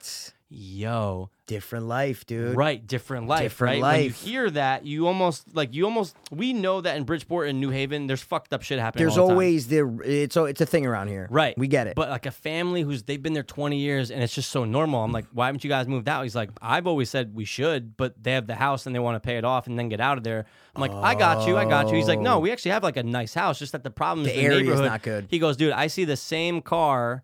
yo,
Different life, dude.
right, different life,
Different
right? When you
life.
hear that, you almost like you almost we know that in Bridgeport and New Haven, there's fucked up shit happening.
There's
all the time.
always there. It's a- it's a thing around here.
Right.
We get it.
But like a family who's they've been there 20 years and it's just so normal. I'm like, why haven't you guys moved out? He's like, I've always said we should, but they have the house and they want to pay it off and then get out of there. I'm like, I got you, I got you. He's like, no, we actually have like a nice house, just that the problem is
The
the,
area's
neighborhood.
not good.
He goes, dude, I see the same car.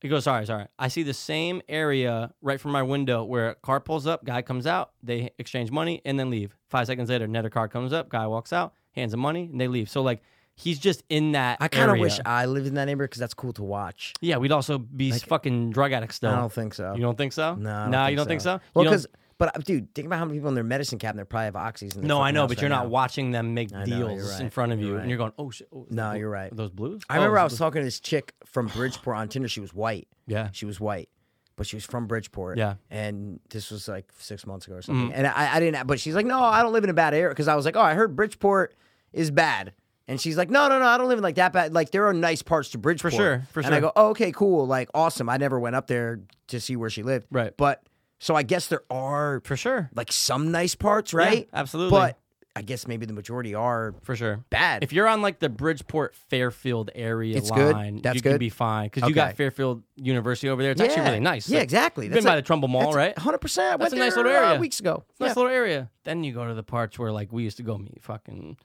He goes, sorry, sorry. I see the same area right from my window where a car pulls up, guy comes out, they exchange money and then leave. Five seconds later, another car comes up, guy walks out, hands him money, and they leave. So like. He's just in that.
I kind of
area.
wish I lived in that neighborhood because that's cool to watch.
Yeah, we'd also be fucking drug addicts still.
I don't think so.
You don't think so?
No, I
no, you don't think so.
Well,
You don't-
because but uh, dude, think about how many people in their medicine cabinet probably have oxys. In their
no, I
fucking
know,
house
but
right
you're not
now.
watching them make
I know, you're
deals in
right,
front of
you're
you,
right.
and you're going, "Oh shit!" oh,
No,
those-
you're right.
are Those blues.
I
Oh,
remember I
those
was talking to this chick from Bridgeport on Tinder. She was white.
Yeah.
She was white, but she was from Bridgeport.
Yeah. Mm-hmm.
And this was like six months ago or something. And I, I didn't, but she's like, no, I don't live in a bad area. Cause I was like, oh, I heard Bridgeport is bad. And she's like, no, no, no, I don't live in like that bad. Like there are nice parts to Bridgeport.
sure, for
And I go,
sure.
oh, okay, cool. Like awesome. I never went up there to see where she lived.
Right.
But so I guess there are
for sure,
like some nice parts, right?
absolutely.
But I guess maybe the majority are
for sure.
bad.
If you're on like the Bridgeport Fairfield area
It's good.
line,
That's
you
good.
can be fine because you got
Okay.
Fairfield University over there. It's
Yeah.
actually really nice.
Yeah,
Like,
exactly.
You've
That's
been by
a-
the Trumbull Mall, right?
Hundred percent.
That's a nice little area.
uh, weeks ago.
It's a nice
Yeah.
little area. Then you go to the parts where like we used to go meet fucking.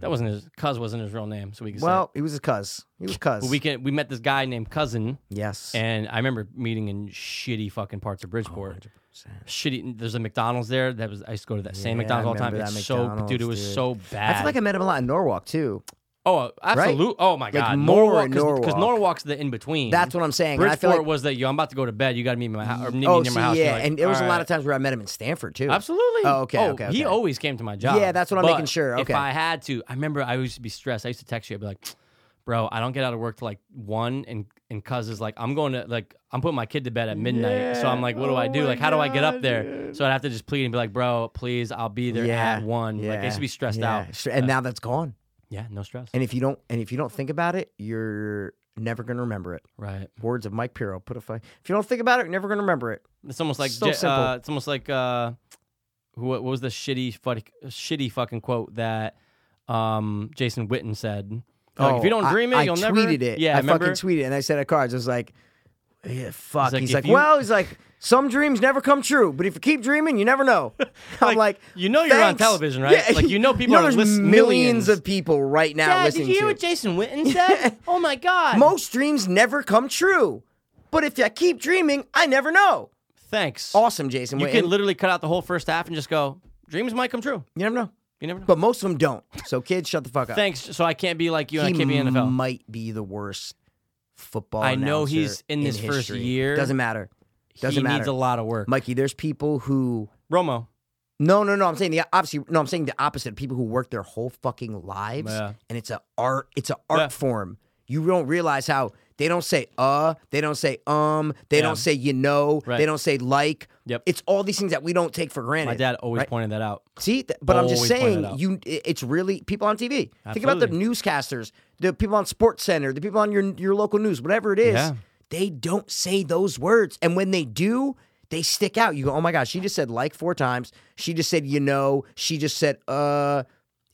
That wasn't his cuz wasn't his real name, so we can say it.
Well, he was his cuz. He was cuz.
But we can we met this guy named Cousin.
yes.
And I remember meeting in shitty fucking parts of Bridgeport. Shitty. There's a McDonald's there that was. I used to go to that same
Yeah,
McDonald's
I
all the time.
remember
It's
that
so, dude, it was
McDonald's,
so
I
bad.
feel like I met him a lot in Norwalk too.
oh, absolutely. Oh my god,
more
Norwalk,
in
because
Norwalk.
Norwalk's the in between.
That's what I'm saying, and I
Bridgeport
feel like-
was that. Yo, I'm about to go to bed. You got to meet me at my house. Or meet
Oh,
me near
see,
my house. You're
yeah,
like,
and there was
all
a lot of
right.
times where I met him in Stanford too.
Absolutely.
Oh, okay,
Oh,
okay, okay.
He always came to my job.
Yeah, that's what I'm
But
making sure, okay.
If I had to, I remember I used to be stressed. I used to text you. I'd be like, "Bro, I don't get out of work till like one, and and cuz is like, I'm going to like, I'm putting my kid to bed at midnight. So I'm like, what do I do?
Oh
Like, how do I get up there? So I'd have to just plead and be like, "Bro, please, I'll be there at one. Like, I used to be stressed
yeah.
out.
Stre- And now that's gone.
Yeah, no stress.
And if you don't, and if you don't think about it, you're never gonna remember it.
right.
Words of Mike Pirro. Put a fi- If you don't think about it, you're never gonna remember it.
It's almost like
So
Je-
simple.
Uh, it's almost like uh, who? What was the shitty, fuck, shitty fucking quote that um, Jason Witten said? Like, if you don't
Oh, I-
dream it,
I
you'll
tweeted
never.
it.
Yeah,
I
remember?
fucking tweeted it, and I said at cards, I was like, yeah, fuck. He's
He's like,
like,
if you-
well, he's like, some dreams never come true, but if you keep dreaming, you never know. I'm like,
you know you're on
thanks.
television, right? Like, you know people are
there's
listening-
millions
millions.
of people right now
Dad,
listening
did you
to.
hear what Jason Witten said? oh my god!
Most dreams never come true, but if I keep dreaming, I never know.
Thanks.
Awesome, Jason.
you
Witten.
can literally cut out the whole first half and just go. Dreams might come true.
you never know,
You never know.
but most of them don't. So kids, shut the fuck up.
Thanks. So I can't be like you. and
he
I can't be NFL.
might be the worst football.
I know
announcer
he's in this first
history.
year.
Doesn't matter. Doesn't
he
matter.
needs a lot of work.
Mikey, there's people who
Romo.
no, no, no. I'm saying the obviously no. I'm saying the opposite. People who work their whole fucking lives,
Yeah.
and it's a art. It's an art
Yeah.
form. You don't realize how they don't say uh, they don't say um, they
Yeah.
don't say you know,
Right.
they don't say like.
Yep.
It's all these things that we don't take for granted.
My dad always
right?
pointed that out.
See, th- but I'm just
Always point that
saying,
out.
you. i- It's really people on TV. Think about the newscasters, the people on Sports Center, the people on your your local news, whatever it is.
Yeah.
They don't say those words, and when they do, they stick out. You go, oh my gosh, she just said like four times. She just said you know. She just said uh.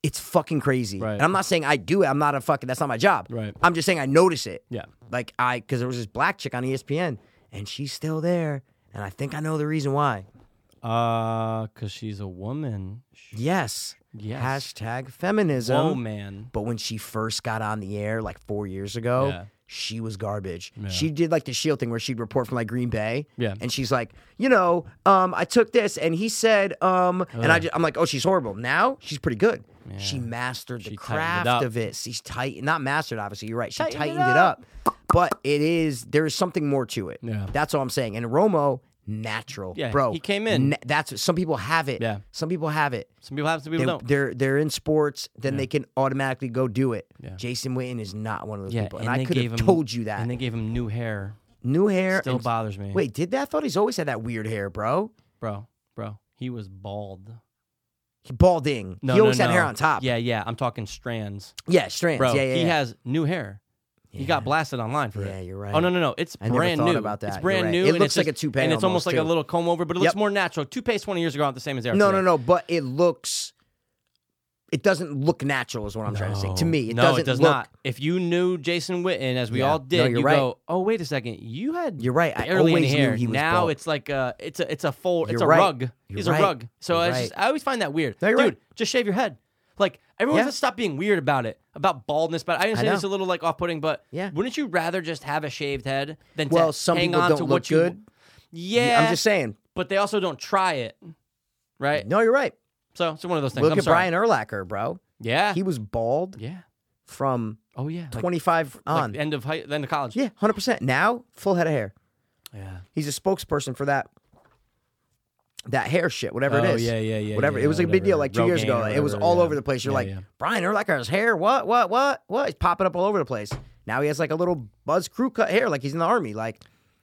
It's fucking crazy.
Right.
And I'm not saying I do it. I'm not a fucking. That's not my job.
Right.
I'm just saying I notice it.
Yeah.
Like I, E because there was this black chick on ESPN, and she's still there, and I think I know the reason why.
Uh, cause she's a woman.
Yes.
Yes.
Hashtag feminism.
Whoa, man.
But when she first got on the air like four years ago,
Yeah.
she was garbage.
Yeah.
She did like the Shield thing where she'd report from like Green Bay.
Yeah.
And she's like, you know, um, I took this and he said, um, and I
Ugh.
just, I'm like, oh, she's horrible. Now she's pretty good. She
Yeah.
mastered the
She tightened it
craft
up.
of it. She's tight, not mastered, obviously. You're right. She tightened,
Tightened it
it, up. But it is, there is something more to it.
Yeah.
That's all I'm saying. And Romo, natural.
Yeah,
Bro.
he came in.
na- that's, some people have it.
Yeah.
Some people have it
Some people have, some people
they,
don't.
they're they're in sports, then they can automatically go do it.
Yeah.
Jason Witten is not one of those
Yeah,
people, and,
and
I
they
could
gave
have
him-
told you that.
And they gave him new hair,
New hair
Still
and-
bothers me.
Wait, did that? I thought he's always had that weird hair, bro.
bro, bro. He was bald.
He balding.
No,
he always
no,
had hair
no.
on top.
Yeah, yeah. I'm talking strands,
yeah, strands.
bro.
yeah, yeah,
he
yeah.
has new hair. He got blasted online for it.
Yeah, you're right.
Oh no, no, no! It's
I never
brand
thought
new.
about
It's
that.
brand
You're right.
new.
It
and
looks
it's
like
just-
a toupee
and it's
almost,
almost like
too.
a little comb over, but it looks
Yep.
more natural. Toupees 20 years ago aren't the same as they are
no,
today.
no, no. But it looks. It doesn't look natural, is what I'm trying to say. To me, it
no,
doesn't
it does
look.
not. If you knew Jason Witten, as we
Yeah.
all
No,
did,
you're
you
right.
go, "Oh, wait a second, you had
You're right. I
barely any
always knew
hair."
he was
now
bald.
it's like a it's a it's a full it's
You're
a
right.
rug.
You're
He's
right.
a rug. So
You're
I just
right.
I always find that weird.
No, you're
Dude,
right.
just shave your head. Like everyone
Yeah.
has to stop being weird about it, about baldness. But I understand
know.
it's a little like off putting. But
Yeah.
wouldn't you rather just have a shaved head than to
Well, some
hang
people
on
don't
to
look
what
good.
you? Yeah,
I'm just saying.
But they also don't try it, right?
No, you're right.
So it's one of those things.
Look
I'm
at
sorry.
Brian Erlacher, bro.
Yeah,
He was bald
yeah.
from
Oh yeah. Like-
25
like
on.
the end of high, the end of college.
yeah, 100. percent Now, full head of hair.
Yeah.
He's a spokesperson for that that hair shit, whatever
Oh,
it is.
yeah, yeah, yeah,
Whatever.
yeah,
it was a big
whatever.
deal like two years ago.
Rogaine or
it was
whatever,
all
yeah.
over the place. You're
Yeah,
like,
yeah.
Brian Urlacher's hair, what, what, what, what? He's popping up all over the place. Now he has like a little buzz crew cut hair, like he's in the army. Like,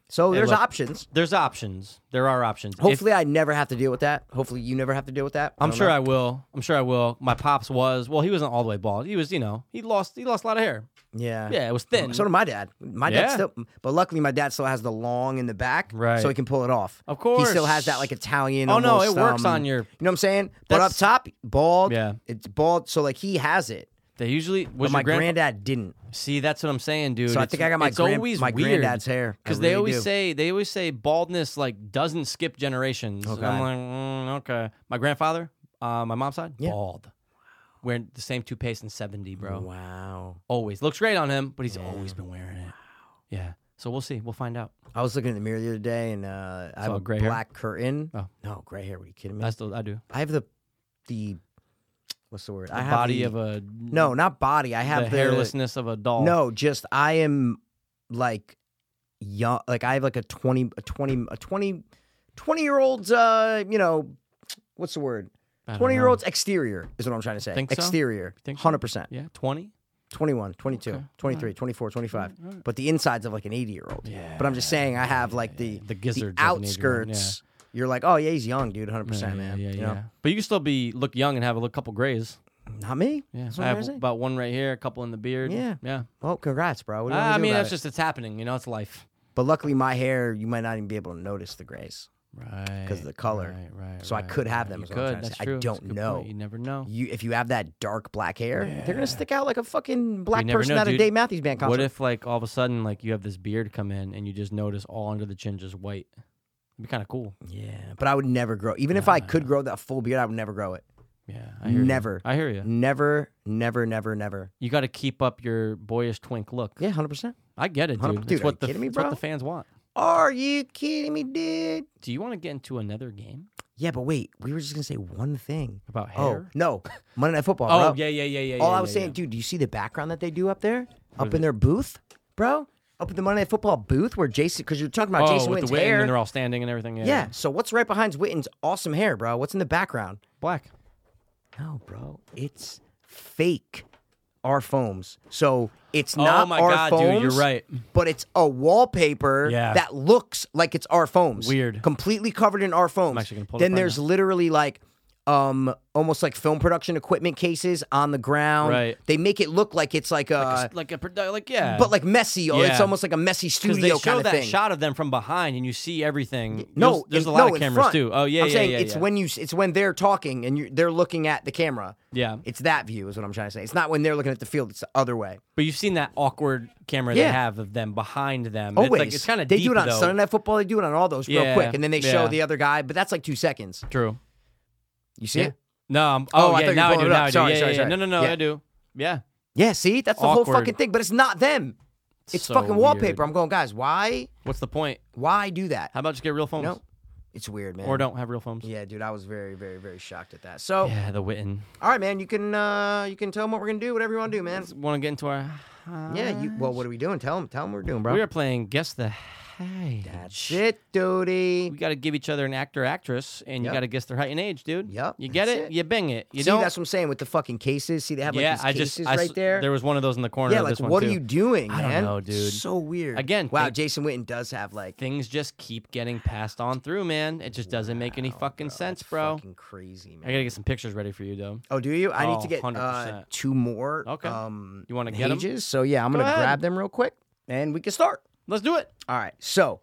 so there's
look,
options.
There's options. There are options. If-
Hopefully, I never have to deal with that. Hopefully, you never have to deal with that.
I'm
don't
sure
know.
I will. I'm sure I will. My pops was well. He wasn't all the way bald. He was, you know, he lost he lost a lot of hair.
Yeah.
Yeah, it was thin.
So did my dad. My dad
Yeah.
still, but luckily my dad still has the long in the back,
Right.
So he can pull it off.
Of
he still has that
course.
like Italian.
Oh, no,
almost,
it works
um,
on your-
You know what I'm saying? But up
That's-
top, bald.
Yeah.
it's bald. So like he has it,
They usually was
but my
your grandpa-
granddad didn't.
See, that's what I'm saying, dude.
So I think I got my
it's
gran-
always
my
weird
granddad's hair. I
because
really
they always
do.
say they always say baldness like doesn't skip generations. And I'm
Okay.
like, mm, okay. My grandfather, uh, my mom's side,
Yeah.
bald. Wearing the same toupee since '70, bro.
Wow.
Always looks great on him, but he's always been wearing it. Yeah. So we'll see. We'll find out.
I was looking in the mirror the other day, and uh, I have
Saw
a
gray hair?
black curtain.
Oh.
No, gray hair. What are you kidding me?
I still I do.
I have the the what's the word? I
the
have
body
the-
of a
no, not body. I have
the, hairlessness of a doll.
No, just I am like young like I have like a 20 a 20 a 20 20 year old's uh you know what's the word?
I don't
20 year
know.
old's exterior is what I'm trying to say.
Think so?
exterior.
Think so?
100%.
Yeah, twenty.
21, 22,
Okay.
23, 24, 25. But the insides of like an 80 year old. But I'm just saying I have like the
The gizzards of an 80-year-old, yeah.
outskirts. You're like, "Oh yeah, he's young, dude, 100%, man."
Yeah, yeah,
you know?
yeah. But you can still be look young and have a look, couple grays.
Not me.
Yeah,
That's what
I
I'm
have
trying to say.
about one right here, a couple in the beard.
Yeah.
yeah.
Well, congrats, bro. What do you want me
I
to do
mean,
about
that's
it?
just it's happening. You know, it's life.
But luckily my hair, you might not even be able to notice the grays.
Right.
of the color.
Right. Right.
So I
right,
could have them,
right. You
is what I'm
could.
trying to
That's
say. I
true. That's
don't
a good
know.
Point. You never know.
you if you have that dark black hair, they're gonna stick out like a fucking black
You never
person
know,
at a
dude.
Dave Matthews Band concert.
What if like all of a sudden like you have this beard come in and you just notice all under the chin just white? It'd be kind of cool.
yeah, but I would never grow. Even if I
Ah.
could grow that full beard, I would never grow it.
Yeah. I hear you.
Never.
I hear you.
Never, never, never, never.
You got to keep up your boyish twink look.
Yeah, hundred percent.
I get it,
Huh?
dude.
Dude,
it's
are
what
you
the
kidding me,
it's what
bro?
the fans want.
Are you kidding me, dude?
Do you want to get into another game
Yeah, but wait, we were just gonna say one thing.
about
Oh
hair?
no, Monday Night Football.
Oh,
bro.
yeah, yeah, yeah, yeah.
All
yeah,
I was
yeah,
saying,
yeah.
dude, do you see the background that they do up there, up in their booth, bro? Up at the Monday Night Football booth where Jason, because you're talking about
oh,
Jason
with
Witten's
the wig,
hair.
and then they're all standing and everything. Yeah.
yeah. So what's right behind Witten's awesome hair, bro? What's in the background?
black.
No, bro, it's fake. Our foams. So it's not
Oh my
our
God, dude,
foams.
you're right.
But it's a wallpaper
Yeah.
that looks like it's our foams.
Weird.
Completely covered in our foams.
actually gonna pull it
then
up right
there's
now.
literally like um almost like film production equipment cases on the ground.
Right.
They make it look like it's like a,
like a produ- like yeah,
uh, but like messy. Or it's
Yeah.
almost like a messy
because
studio
they show
kind of
that
thing.
shot of them from behind and you see everything.
no,
There's- there's
in-
a lot
no,
of
in
cameras
front.
too. Oh yeah,
I'm
yeah,
saying
yeah,
it's
yeah.
when you it's when they're talking and you they're looking at the camera.
yeah.
It's that view is what I'm trying to say. It's not when they're looking at the field. It's the other way.
But you've seen that awkward camera
Yeah.
they have of them behind them.
Always.
It's, like, it's kind of
they
deep,
do it on
though.
Sunday Night Football. They do it on all those real
Yeah,
quick, and then they show
yeah.
the other guy. But that's like two seconds.
True.
You see
Yeah.
it?
No. I'm,
Oh,
oh,
I thought
yeah.
you
Now I
brought
do.
it up.
Now I do.
Sorry,
yeah,
sorry,
yeah,
sorry.
No, no, no.
Yeah.
I do. Yeah.
Yeah. See, that's the whole
Awkward.
fucking thing. But it's not them. It's
So
fucking
weird.
wallpaper. I'm going, guys. Why?
What's the point?
Why do that?
How about just get real phones?
No, it's weird, man.
Or don't have real phones.
Yeah, dude, I was very, very, very shocked at that. So,
Yeah, the Witten.
all right, man, you can uh you can tell them what we're gonna do, whatever you want to do, man.
Want to get into our?
Um, Yeah, you. Well, what are we doing? Tell them, tell them we're doing, bro.
We are playing guess the height.
That's it, duty.
We got to give each other an actor, actress, and
Yep.
you got to guess their height and age, dude.
Yep,
You get
that's
it?
it.
You bing it. You
see,
don't.
that's what I'm saying with the fucking cases. See, they have like
yeah,
these
I
cases
just I, s-
right there.
There was one of those in the corner.
yeah,
of
like
this one,
what are
too.
you doing,
I don't
man?
know, dude.
So weird.
Again,
wow,
think-
Jason Witten does have like
Things just keep getting passed on through, man. It just doesn't make any fucking sense, bro.
oh, fucking crazy,
I
man.
gotta get some pictures ready for you, though.
Oh, do you? I need
Oh,
to get uh,
100%.
two more.
Okay.
Um,
You wanna get 'em?
pages. So yeah, I'm gonna
ahead.
grab them real quick, and we can start.
Let's do it.
All right. So,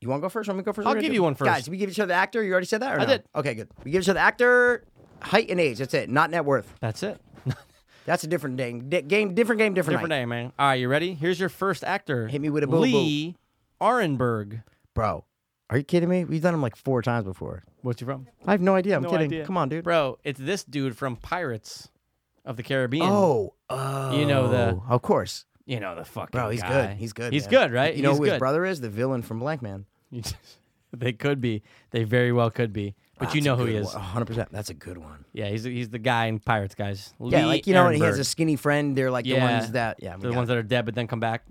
you want to go first? I'm gonna go first.
I'll
We're gonna
give
do-
you one first.
Guys, did we give each other the actor. You already said that. Or
I
no?
did.
Okay, good. We give each other the actor, height and age. That's it. Not net worth.
That's it.
That's a different game. Di- game. Different game. Different,
Different
night.
day, man. All right, you ready? Here's your first actor.
Hit me with a boo-boo.
Lee Arenberg.
Bro, are you kidding me? We've done them like four times before.
What's you from?
I have no idea. I'm
No
kidding.
idea.
Come on, dude.
Bro, it's this dude from Pirates of the Caribbean.
Oh, oh.
You know the-
Of course,
you know the fucking
bro. He's
guy.
good. He's good.
He's
man.
good, right?
You know
he's
who
good.
his brother is? The villain from Blank Man.
they could be. They very well could be. But you know who he is.
100. percent That's a good one.
Yeah, he's he's the guy in Pirates, guys.
Yeah,
Lee
like you know, and he has
Ehrenberg.
a skinny friend. They're like the
Yeah.
ones that yeah, we
the
got
ones
it.
that are dead but then come back.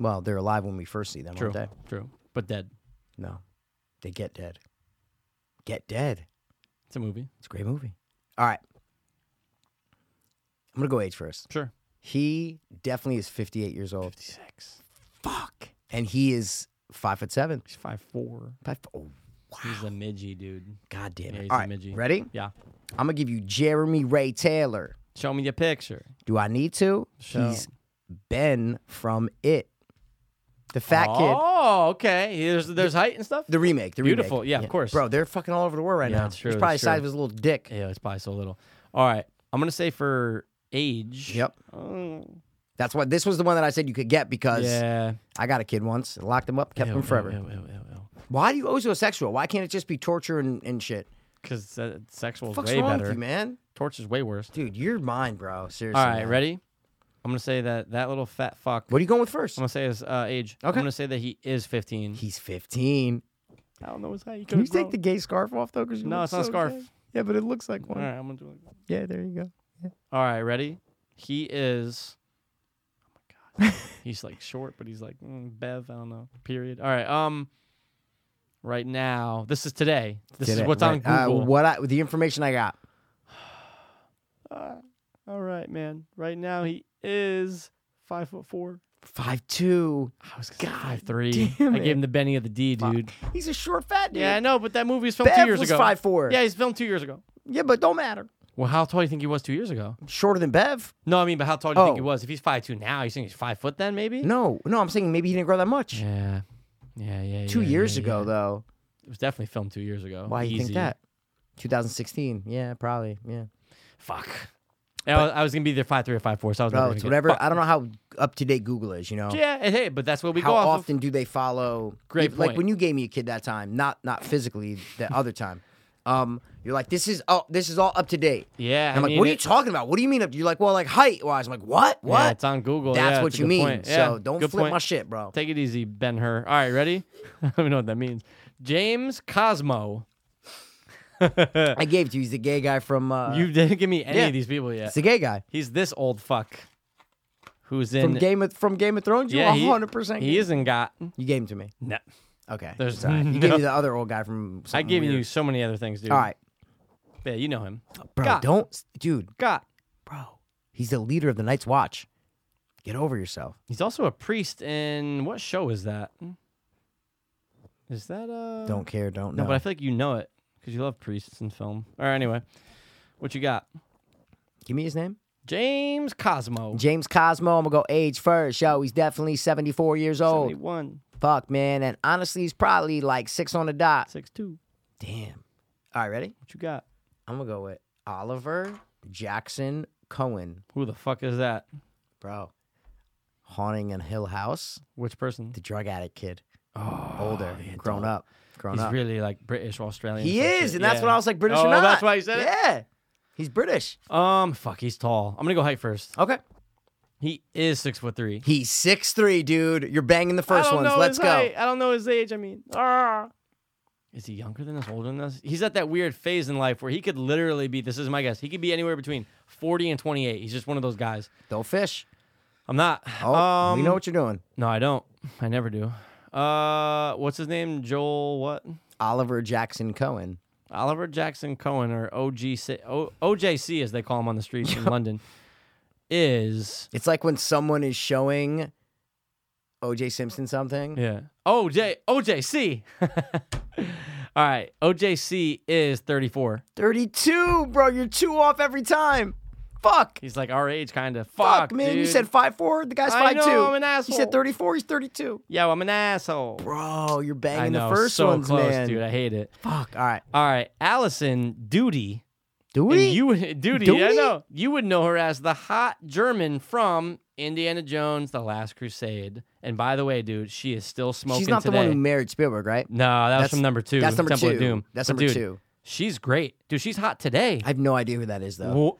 well, they're alive when we first see them,
True,
aren't they?
true, but dead.
No, they get dead. Get dead.
It's a movie.
It's a great movie. All right, I'm gonna go age first.
Sure.
He definitely is 58 years old. 56. Fuck. And he is five foot seven.
He's five four.
Five, oh, wow.
He's a midgie, dude.
God damn
Yeah,
it.
he's
All
a
right,
midget.
ready?
Yeah.
I'm gonna give you Jeremy Ray Taylor.
Show me your picture.
Do I need to?
Show.
He's Ben from It. The fat kid.
Oh, okay. There's there's height and stuff.
The remake, the
Beautiful.
remake.
Yeah, of course.
Bro, they're fucking all over the world right
Yeah,
now.
that's true,
He's probably
that's
the size
true.
of his little dick.
yeah, it's probably so little. All right, I'm gonna say for age. Um,
Yep. That's why this was the one that I said you could get because
Yeah.
I got a kid once, locked him up, kept him forever. Why do you always go sexual? Why can't it just be torture and, and shit?
Because uh, sexual is
Fuck's
way
wrong
better.
with you, man?
Torture's way worse.
Dude, you're mine, bro. Seriously.
All right,
man.
ready? I'm gonna say that that little fat fuck.
What are you going with first?
I'm gonna say his uh, age.
Okay.
I'm gonna say that he is 15.
He's 15.
I don't know his height. He
Can you
could've
take the
grown.
gay scarf off though? 'Cause you
No,
look
it's not a
so
scarf.
gay. Yeah, but it looks like one.
All right, I'm gonna do it.
Yeah, there you go.
All right, ready? He is. Oh my god. he's like short, but he's like mm, Bev. I don't know. Period. All right. Um. Right now, this is today. This
Did
is
it,
what's on
right. Uh,
Google.
what I, the information I got.
All right, man. Right now, he is five foot four.
Five two.
I was
God
five three.
damn
I gave
it.
him the Benny of the D, dude.
He's a short fat dude.
Yeah, I know, but that movie was filmed
Bev
two years
was
ago.
5'4".
Yeah, he's filmed two years ago.
yeah, but don't matter.
Well, how tall do you think he was two years ago?
Shorter than Bev?
No, I mean, but how tall do you think he
Oh.
was? If he's five two now, you think he's five foot then, maybe?
No, no. I'm saying maybe he didn't grow that much.
Yeah, yeah, yeah.
Two
yeah,
years
yeah,
ago,
yeah.
though.
it was definitely filmed two years ago.
Why you think
Easy.
that? 2016. Yeah, probably. Yeah.
Fuck. Yeah, I was, I was gonna be there five three or five four, so I was
Bro,
never
it's
gonna
whatever.
Get,
I don't know how up to date Google is. You know.
Fuck. Yeah, and hey, but that's what we
How
go off
often do they follow?
Great
if- Like
point.
when you gave me a kid that time, not not physically, the other time. Um, you're like, this is oh, this is all up to date.
Yeah,
And
I
I'm like,
mean,
what are you
it-
talking about? What do you mean? Up? You're like, well, like height wise. I'm like, what?
of.
What?
Yeah, it's on Google.
That's
yeah,
what
it's a
you
good
mean.
point.
So
Yeah,
don't
good
flip
point.
my shit, bro.
Take it easy, Ben Hur. All right, ready? I don't even know what that means. James Cosmo.
I gave it to you. He's the gay guy from. Uh,
you didn't give me any
yeah.
of these people
It's
yet.
the gay guy
He's this old fuck who's
from
in.
Game of from Game of Thrones. You
yeah, he-
100. percent
He isn't got.
You gave him to me.
No.
Okay.
There's-
it's all right. You
no.
gave me the other old guy from.
I
something
gave
weird.
you so many other things, dude.
All right,
Yeah, you know him.
bro.
God.
Don't, dude,
Got.
bro. He's the leader of the Night's Watch. Get over yourself.
He's also a priest in what show is that? Is that uh
Don't care. Don't
Mm. No,
know.
but I feel like you know it because you love priests in film. All right, anyway, what you got?
Give me his name.
James Cosmo,
James Cosmo. I'm gonna go age first. Yo, he's definitely 74 years
oh.
old.
seventy-one,
Fuck, man. And honestly, he's probably like six on the dot.
six-two.
Damn. All right, ready?
What you got?
I'm gonna go with Oliver Jackson Cohen,
Who the fuck is that?
bro. Haunting in Hill House,
Which person?
the drug addict kid. Oh, older, grown up, grown
He's
up.
really like British or Australian.
he
or some
is,
shit.
and that's
Yeah.
when I was like British
oh,
or not.
that's why you said it.
Yeah, he's British.
Um, fuck, he's tall. I'm gonna go height first.
Okay,
He is six foot three.
he's six three, dude. You're banging the first ones. Let's go.
I don't know his age. I mean, ah. Is he younger than us? Older than us? He's at that weird phase in life where he could literally be. This is my guess. He could be anywhere between forty and twenty-eight. He's just one of those guys.
Don't fish.
I'm not.
Oh,
um,
we know what you're doing.
No, I don't. I never do. Uh, what's his name? Joel what?
Oliver Jackson Cohen.
Oliver Jackson Cohen or OGC, o, OJC as they call him on the streets in London is
It's like when someone is showing O.J. Simpson something.
yeah. OJ OJC. All right, OJC is 34.
32, bro. You're two off every time. Fuck.
He's like our age kind of. Fuck,
Fuck, man. You
dude.
said five four. The guy's
I
five
know,
two.
I'm an asshole.
You said 34. He's 32.
Yo, I'm an asshole.
Bro, you're
I
banging
know,
the first
so
ones,
close,
man.
dude. I hate it.
Fuck. All right.
All right, Allison Duty.
Do
And
we?
you would- duty,
Do
I
we?
know. You would know her as the hot German from Indiana Jones: The Last Crusade. And by the way, dude, she is still smoking
She's not
today.
the one who married Spielberg, right?
no, that was
That's-
from number two.
that's number
Temple
two.
Of Doom.
That's
But
number
dude,
two.
She's great, dude. She's hot today.
I have no idea who that is, though.
Wha-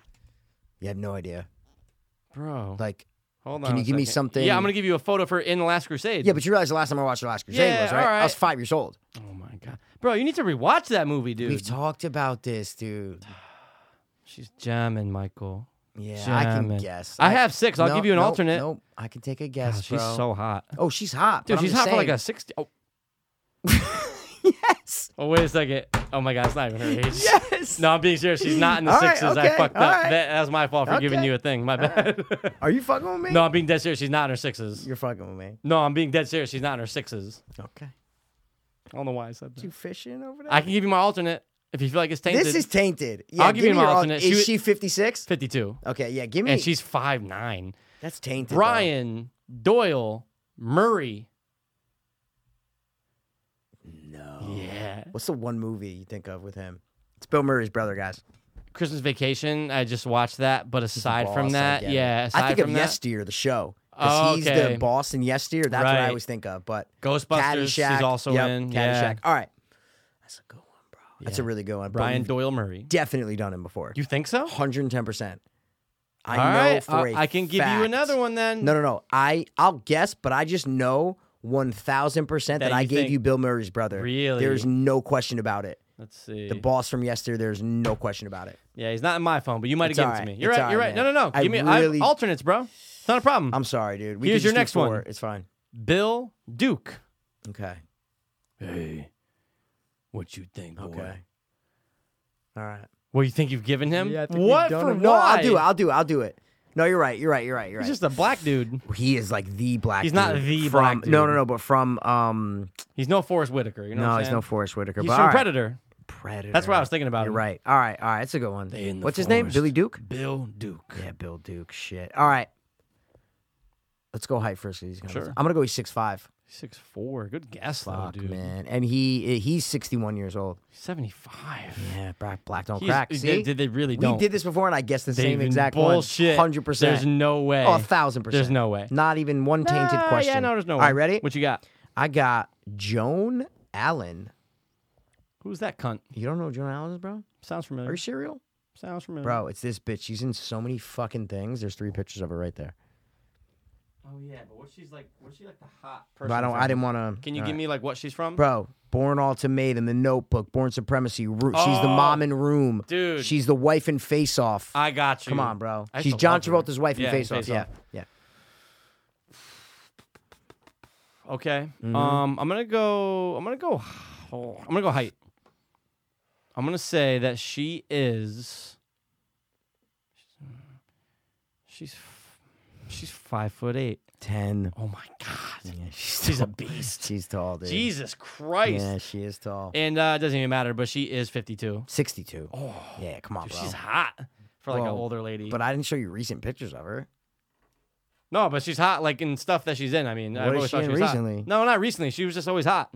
You have no idea.
bro,
Like,
hold on.
can you
a
give me
second.
something-
Yeah, I'm gonna give you a photo of her in The Last Crusade.
yeah, but you realize the last time I watched The Last Crusade
Yeah,
was right?
all
I was
right.
five years old.
oh my god, bro, you need to rewatch that movie, dude.
We've talked about this, dude.
she's jamming, Michael.
Yeah, I can
Jamming.
guess.
I have six. I'll
No,
give you an
nope,
alternate.
Nope, I can take a
Oh,
guess,
she's
bro.
so hot,
oh, she's hot.
dude.
but I'm
she's
just
hot for like
saying-
a sixty. Oh,
yes,
oh, wait a second. Oh my god, it's not even her age.
yes.
No, I'm being serious. She's not in the
All right,
sixes. I
okay,
fucked
all
up.
right.
That, that was my fault for giving
Okay.
you a thing. My bad.
Are you fucking with me?
no, I'm being dead serious. She's not in her sixes.
you're fucking with me.
No, I'm being dead serious. She's not in her sixes.
Okay,
I don't know why I said that.
you fishing over there?
I can give you my alternate if you feel like it's tainted.
this is tainted. Yeah,
I'll give you
me
an
your al-
alternate. She
Is
was-
she 56?
52,
Okay, yeah, give me.
and she's five nine.
that's tainted. bro.
Brian Doyle Murray.
No.
Yeah.
What's the one movie you think of with him? It's Bill Murray's brother, guys.
Christmas Vacation. I just watched that, but aside from
Boss, I
that,
get it.
yeah. Aside
I think
from
of
that, Oh,
Yes Dear, the show. 'Cause he's
Okay.
the boss in Yes Dear. That's what
Right.
I always think of. But
Ghostbusters. She's
Caddyshack.
also
yep,
in.
Caddyshack.
Yeah.
All right. That's a good one, bro. That's a really good one. but
Brian
we've
Doyle Murray.
definitely done him before.
You think so?
110%. I
All
know
right, Uh,
for a
I I can give you
fact-
another one then.
No, no, no. I I'll guess, but I just know 1000% that,
That
I
you
gave
think-
you Bill Murray's brother.
Really?
There's no question about it.
Let's see.
The boss from yesterday, there's no question about it.
yeah, he's not in my phone, but you might have
It's
given
all
it to me.
right,
You're
it's
right.
all
You're right.
right,
No, no,
man.
no.
I
Give me
really-
I, alternates, bro. It's not a problem.
I'm sorry, dude. We
Here's
could just
your
do
next one.
four. It's fine.
Bill Duke.
Okay.
Hey, what you think, boy?
Okay. All right.
What you think you've given him?
Yeah, I think
Um, what
we've done
for
it.
why?
No, I'll do it. I'll do it. I'll do it. No, you're right. You're right. You're right. You're
He's
right.
just a black dude.
he is like the black.
He's not
dude
the
from,
black
No,
dude.
no, no. But from um,
He's no Forrest Whitaker. You know what
no,
I'm
he's
saying?
no Forrest Whitaker.
He's
but
from
all right.
Predator.
Predator.
That's what I was thinking about.
You're
him.
right. All right. All right. That's a good one.
They in the
What's his name?
forest.
Billy Duke.
Bill Duke.
Yeah, Bill Duke. Shit. All right. Let's go height first. 'cause He's gonna.
Sure.
I'm gonna go. He's six five.
Six four. Good guess,
Fuck
though, dude.
man. And he he's 61 years old.
Seventy five.
Yeah, black, black don't
He's-
crack.
they-
See,
they- they really
We
don't.
did this before, and I guess the same
They've-
exact
bullshit.
one. Hundred
There's
percent.
no way.
Oh, a thousand percent.
There's no way.
Not even one tainted
Nah,
question.
Yeah, no, there's no
All
way.
right, ready?
What you got?
I got Joan Allen.
Who's that cunt?
You don't know who Joan Allen is, bro?
Sounds
Are
familiar.
you serial?
Sounds familiar.
Bro, it's this bitch. She's in so many fucking things. There's three pictures of her right there.
Oh yeah, but what she's like? What she like the hot person?
But I don't.
from?
I didn't want to.
Can you give me like what she's from?
bro? Born Ultimatum, The Notebook, Born Supremacy, Root. She's the
Oh,
mom in Room.
dude.
she's the wife in Face Off.
I got you.
Come on, bro.
I used
She's
to
John
love her.
Travolta's wife
Yeah,
in Face Off.
Face
Yeah,
Off.
yeah.
Okay. Um, I'm gonna go. I'm gonna go. oh, I'm gonna go height. I'm gonna say that she is. She's. f- She's five foot eight.
Ten.
Oh my god.
Yeah, she's,
She's a
tall.
beast.
She's tall, dude.
Jesus Christ.
Yeah, she is tall.
And uh, it doesn't even matter, but she is 52.
62. Oh, yeah, come on,
Dude,
bro.
she's hot for like an
Well,
older lady.
But I didn't show you recent pictures of her.
no, but she's hot like in stuff that she's in. I mean, I
What is
always
she
thought
in
was hot.
recently?
No, not recently. She was just always hot.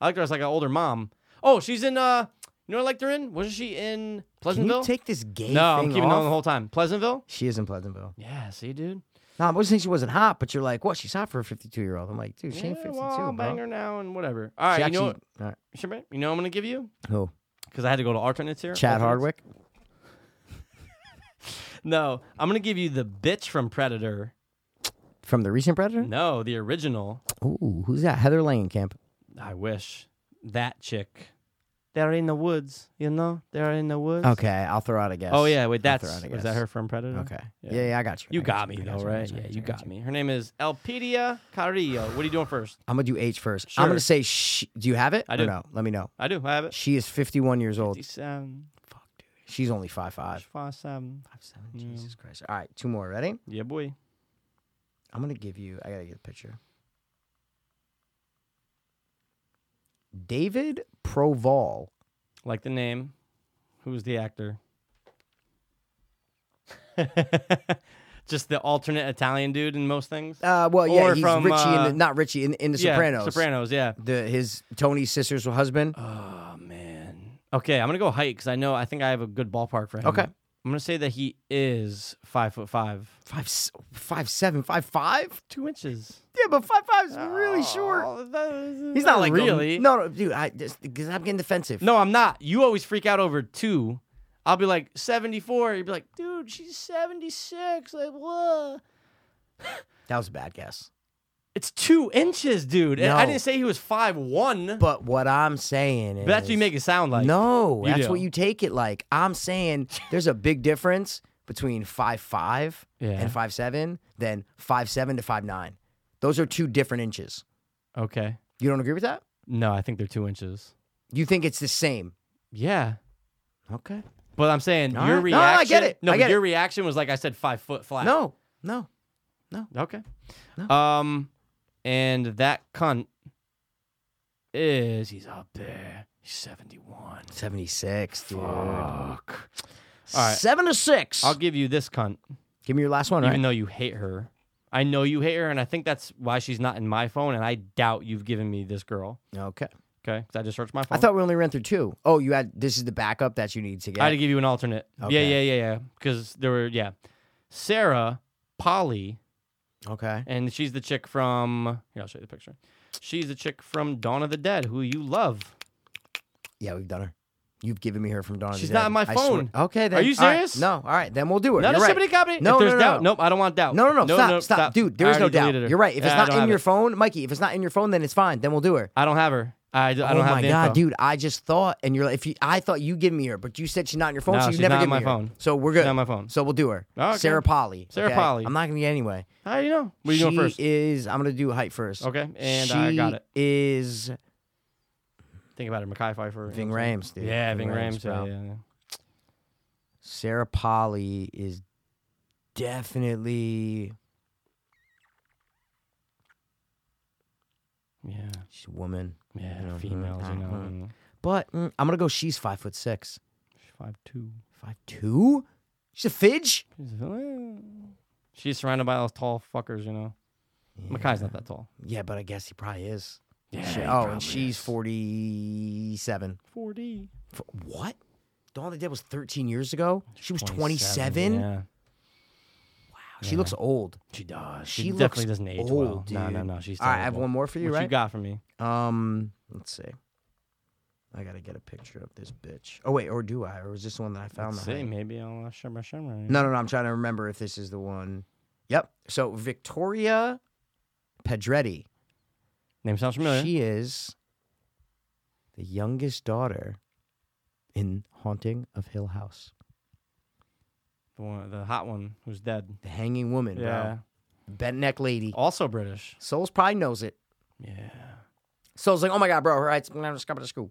I liked her as like an older mom. Oh, she's in. uh You know what I liked her in? Wasn't she in
Can
Pleasantville?
you take this gay
no,
thing
I'm keeping
off?
on the whole time. Pleasantville.
She is in Pleasantville.
Yeah. See, dude.
No, I wasn't saying she wasn't hot, but you're like, what? She's hot for a 52 year old. I'm like, dude, she ain't
Yeah,
52,
well, I'll
bro.
bang her now and whatever. All right,
she
you
actually,
know, what-
all right.
Sure, man. you know, what I'm gonna give you
who?
because I had to go to alternates here.
Chad Hardwick.
alternates. No, I'm gonna give you the bitch from Predator.
From the recent Predator?
No, the original.
Ooh, who's that? Heather Langenkamp.
I wish that chick. They're in the woods, you know. They're in the woods.
Okay, I'll throw out a guess.
Oh yeah, wait.
I'll
That's
throw out a guess.
was that her from Predator?
Okay.
Yeah.
Yeah, yeah, I got you.
You
I
got me
I
though,
I
right?
I
Yeah,
I
you got me. Her name is Elpidia Carrillo. What are you doing first?
I'm gonna do H first.
Sure.
I'm gonna say, she, do you have it?
I
Or
do.
No, let me know.
I do. I have it.
She is 51 years old.
Fifty-seven.
She's only 5'5".
Five, seven.
Jesus Christ. All right, two more. Ready?
Yeah, boy.
I'm gonna give you. I gotta get a picture. David Proval.
Like the name. Who's the actor? Just the alternate Italian dude in most things.
Uh, well, yeah,
Or
he's
from,
Richie, in
uh,
the, not Richie in, in the
Yeah,
Sopranos.
Sopranos. Yeah.
The his Tony's sister's husband.
Oh man. Okay, I'm gonna go height because I know I think I have a good ballpark for him.
Okay.
I'm gonna say that he is five foot five,
Five s- five seven five five.
two inches.
Yeah, but five five is really
Oh.
short. He's not like a-
really.
no, no, dude. I just because I'm getting defensive.
no, I'm not. You always freak out over two. I'll be like 74. You'd be like, dude, she's 76. Like, what?
that was a bad guess.
It's two inches, dude. And I
No.
didn't say he was five one. But,
But what I'm saying is
that's what you make it sound like.
no,
You
that's
do.
what you take it like. I'm saying there's a big difference between five five
Yeah.
and five seven, then five seven to five nine. Those are two different inches.
Okay.
You don't agree with that?
No, I think they're two inches.
You think it's the same?
Yeah.
Okay.
But I'm saying
All
your
right.
reaction.
No, I get it.
No,
I
but
get
your
it.
reaction was like I said, five foot flat.
No, no.
Okay.
No.
Um, and that cunt is he's up there. He's seventy one.
Seventy six, dude.
Fuck. All right.
Seven to six.
I'll give you this cunt,
Give me your last one,
even
right?
though you hate her. I know you hate her, and I think that's why she's not in my phone. And I doubt you've given me this girl.
okay.
Okay, 'Cause I just searched my
I
phone.
thought we only ran through two. Oh, you had this is the backup that you need to get.
I had to give you an alternate. Yeah,
Okay.
yeah, yeah, yeah. Because there were yeah, Sarah, Polly,
okay.
and she's the chick from. Here, I'll show you the picture. She's the chick from Dawn of the Dead, who you love.
Yeah, we've done her. You've given me her from Dawn. of the
She's not
Dead.
on my
I
phone.
swear- Okay, then.
you
all right.
serious?
No. All right, then we'll do it.
No,
You're
no,
right.
somebody got me.
No,
if there's
no, no,
doubt,
no.
nope, I don't want doubt.
No, no, no, stop,
no,
stop, dude. There
I
is no
already
doubt.
deleted her.
You're right. If
Yeah, I
it's
don't
not in
have
your
it.
phone, Mikey, if it's not in your phone, then it's fine. Then we'll do her.
I don't have her. I, d- I
oh
don't have
my
the
god,
info.
dude! I just thought, and you're like, if you, I thought you give me her, but you said she's not on your phone,
No,
so you
she's
never
not on
give
my
me her.
phone.
So we're good.
not on my phone.
So we'll do her.
Okay.
Sarah Polly.
Sarah
okay?
Polly.
I'm not gonna get anyway.
How do you know? What are you doing
she
first?
is. I'm gonna do height first.
Okay, and
she
I got it.
Is
Think about it. Mackay Pfeiffer.
Ving Rhames, dude.
Yeah, Ving Rhames.
bro.
Yeah, yeah, yeah.
Sarah Polly is definitely
Yeah,
she's a woman,
yeah.
You know,
females, you know.
mhm.
mm,
but mm, I'm gonna go. She's five foot six,
she's Five two.
five two. She's a fidge.
She's, uh, she's surrounded by all those tall fuckers, you know. Mackay's not that tall.
Yeah, but I guess he probably is.
Yeah.
She- oh,
he probably
and she's
is.
47.
40.
F- What? Dawn of the Dead was 13 years ago. She was 27.
Yeah.
She looks old.
She does.
She
She, definitely
looks
doesn't age well.
old,
No, no,
dude.
no. She's.
All
Terrible.
right, I have one more for you,
What you
right?
got for me?
Um, let's see. I gotta get a picture of this bitch. Oh wait, or do I? Or is this the one that I found?
Let's
that I-
see, maybe I'll uh, shimmer shimmer.
No, no, no. I'm trying to remember if this is the one. Yep. So Victoria Pedretti.
Name sounds familiar.
She is the youngest daughter in Haunting of Hill House.
The one, the hot one who's dead.
The Hanging Woman,
Yeah.
bro. Bent neck lady.
Also British.
Souls probably knows it.
Yeah.
Soul's like, oh my god, bro, all right, I'm just coming to school.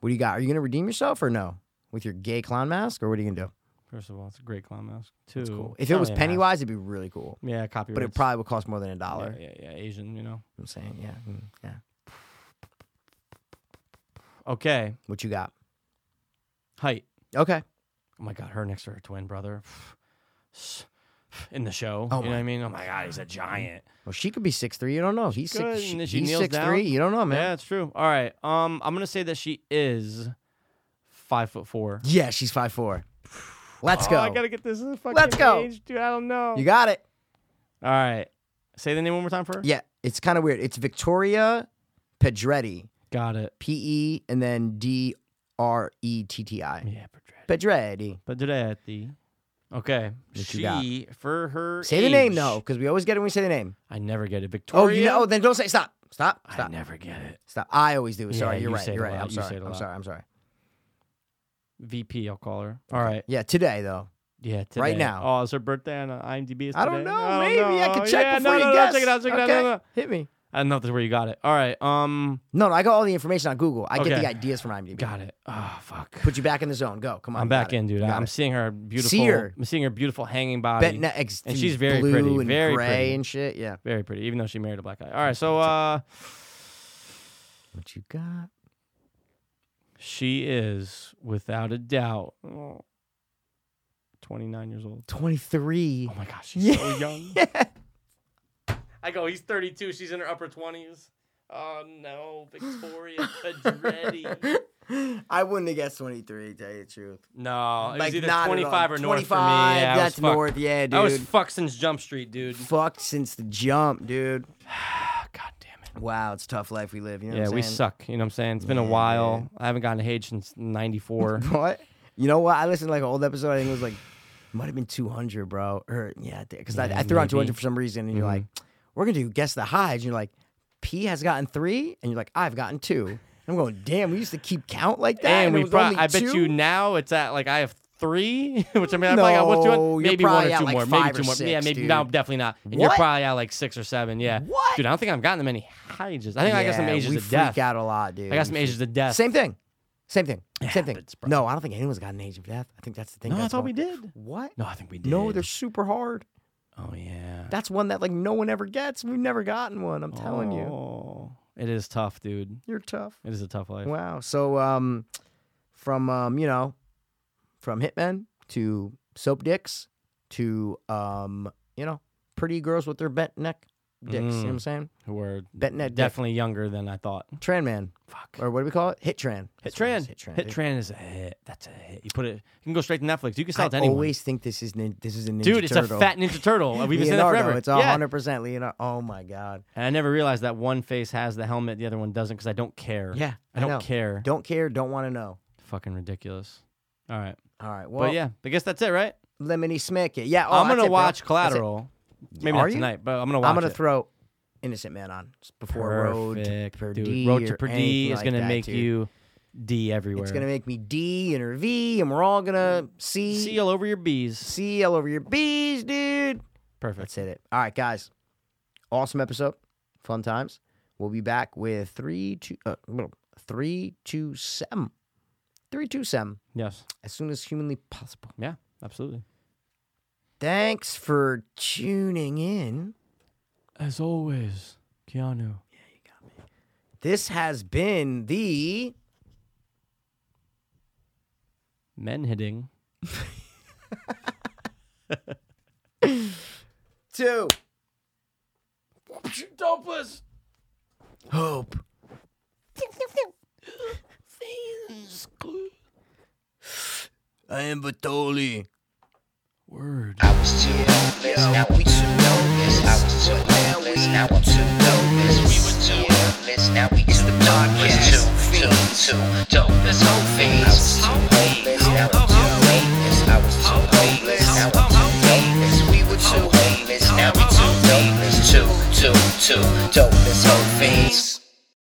What do you got? Are you gonna redeem yourself or no? With your gay clown mask, or what are you gonna do?
First of all, it's a great clown mask. Two.
It's cool. If it was
Probably a mask.
Pennywise, it'd be really cool.
Yeah, copyright.
But it probably would cost more than a dollar.
Yeah, yeah, yeah, Asian, you know.
I'm saying, yeah, mm, yeah.
Okay.
What you got?
Height.
Okay.
Oh my god, her next to her twin brother. In the show.
Oh
you know what
my-
I mean? Oh my god, he's a giant.
Well, she could be six three. You don't know. He's
good,
six.
and then
She,
she
he's
kneels
six three.
down.
You don't know,
Yeah,
man.
it's true. All right. Um, I'm gonna say that she is five foot four.
Yeah, she's five four. Let's
Oh, I
go.
gotta get this. in the fucking
Let's go.
page, dude. I don't know.
You got it.
All right. Say the name one more time for her.
Yeah, it's kind of weird. It's Victoria Pedretti.
Got it.
P E and then D R E T T I.
Yeah, Pedretti.
Pedretti.
Pedretti. Okay.
What
she
you got?
for her.
Say the name,
age-
no, because we always get it when we say the name.
I never get it. Victoria.
Oh, you know, then don't say stop. Stop.
I
Stop.
never get it.
Stop. I always do.
Yeah,
Sorry, you're
you
right.
say it
You're
a
right.
lot.
I'm
You say
sorry.
it a
I'm
lot.
sorry. I'm sorry.
VP. I'll call her. All right.
Yeah, today though.
Yeah. Today.
Right now.
Oh, it's her birthday on uh, IMDb. Is
I don't
today?
know. Maybe I
Oh,
could check
yeah,
before
no,
you
no,
guess.
No, check it out. Check it out.
okay.
No, no.
Hit me.
I don't know if that's where you got it. All right. Um.
No, no, I got all the information on Google. I get
Okay.
the ideas from IMDb.
Got it. Oh fuck.
Put you back in the zone. Go. Come on.
I'm
you got
back
it.
in, dude.
You got
I'm
it.
seeing her beautiful.
her.
I'm seeing her beautiful hanging body.
Bet ne- ex-
and she's very
blue
pretty,
and
very
gray
pretty.
and shit. Yeah.
Very pretty, even though she married a black guy. All right, so uh,
What you got?
she is without a doubt oh, 29 years old.
Twenty three.
Oh my gosh, she's so young. I go, he's 32, she's in her upper 20s. Oh no, Victoria Pedretti.
I wouldn't have guessed twenty three. Tell you the truth.
Oh, No, it was either
not at all.
25 or north for me.
25,
Yeah, I was
that's
fucked.
north. Yeah, dude.
I was fucked since Jump Street, dude.
fucked since the jump, dude.
Ah, God damn it.
Wow, it's a tough life we live. You know
Yeah,
what I'm
we
saying?
suck. You know what I'm saying? It's been a while. I haven't gotten a Hage since 94.
What? You know what? I listened to like an old episode. I think it was like might have been 200, bro. Or yeah, because I,
Yeah,
I threw on
maybe. Mm-hmm.
200 for some reason, and you're like, we're gonna do guess the highs, and you're like, P has gotten three, and you're like, I've gotten two. And I'm going, damn, we used to keep count like that,
and
it
we
was
probably
only
I bet
two?"
you now it's at like I have three, which I mean I'm like I want
No,
to
you're
maybe one or
probably at,
two
like,
more,
five
maybe two
or
more, yeah,
six,
maybe
dude.
no, definitely not. And you're
What?
probably at like six or seven, yeah.
What?
dude? I don't think I've gotten that many Hydras. I think I got some
Yeah,
ages
we
of death.
freak out a lot, dude.
I got
We
some ages of death.
Same thing. Same thing. Same thing.
happens, bro.
No, I don't think anyone's got an age of death. I think that's the thing.
No, I
that's
thought
all-
we did.
What?
No, I think we did.
No, they're super hard.
oh yeah.
That's one that like no one ever gets. We've never gotten one. I'm telling you,
Oh, it is tough, dude.
you're tough.
It is a tough life.
Wow. So um, from um, you know, from hitmen to soap dicks to um, you know, pretty girls with their bent neck dicks. You know what I'm saying?
Who were
Bent neck dick.
Mm. definitely younger than I thought.
Tran man,
Fuck.
or what do we call it? Hit tran.
Hit
That's what it is,
Tran. Hit
dude.
Tran is a hit. That's a hit. You put it. You can go straight to Netflix. You can sell
I
it to anyone.
always think this is nin- this is a ninja
Dude, it's
turtle.
a fat Ninja Turtle. We've been saying that
Leonardo,
forever.
it's
yeah.
100 percent Leonardo. Oh my god,
And I never realized that one face has the helmet, the other one doesn't, because I don't care.
Yeah,
I
I
don't
know.
care.
don't care, don't want to know.
Fucking ridiculous. All right,
All right, well,
but yeah, I guess that's it, right?
Lemony Snicket. Yeah, oh,
I'm
that's
gonna
it, bro.
watch
That's it.
Collateral. Maybe
Are
not
you?
tonight, but I'm gonna watch
I'm gonna
it.
throw Innocent Man on before Road to
Perfect,
Perdi.
dude. Road to
or
Perdi
anything
is
like
gonna
that,
make
dude.
you D everywhere.
It's gonna make me D and her V, and we're all gonna C
see all over your bees.
C all over your B's, dude.
Perfect.
That's it. All right, guys. Awesome episode. Fun times. We'll be back with three two uh, no, three two seven. Three two seven
Yes.
as soon as humanly possible.
Yeah. Absolutely.
Thanks for tuning in.
As always, Keanu.
This has been the
Men hitting.
two
Dopeless.
hope. I am Vitoli.
Word.
I was too hopeless, now we too hopeless. I was too hopeless, now I'm too hopeless. We were too hopeless, now we too darkest. Too fiends, too dopeless, whole fiends. I was too hopeless, now I'm too hopeless. I was too hopeless, now I'm too hopeless. We were too hopeless, now we too hopeless. Too, too, too dopeless, whole fiends.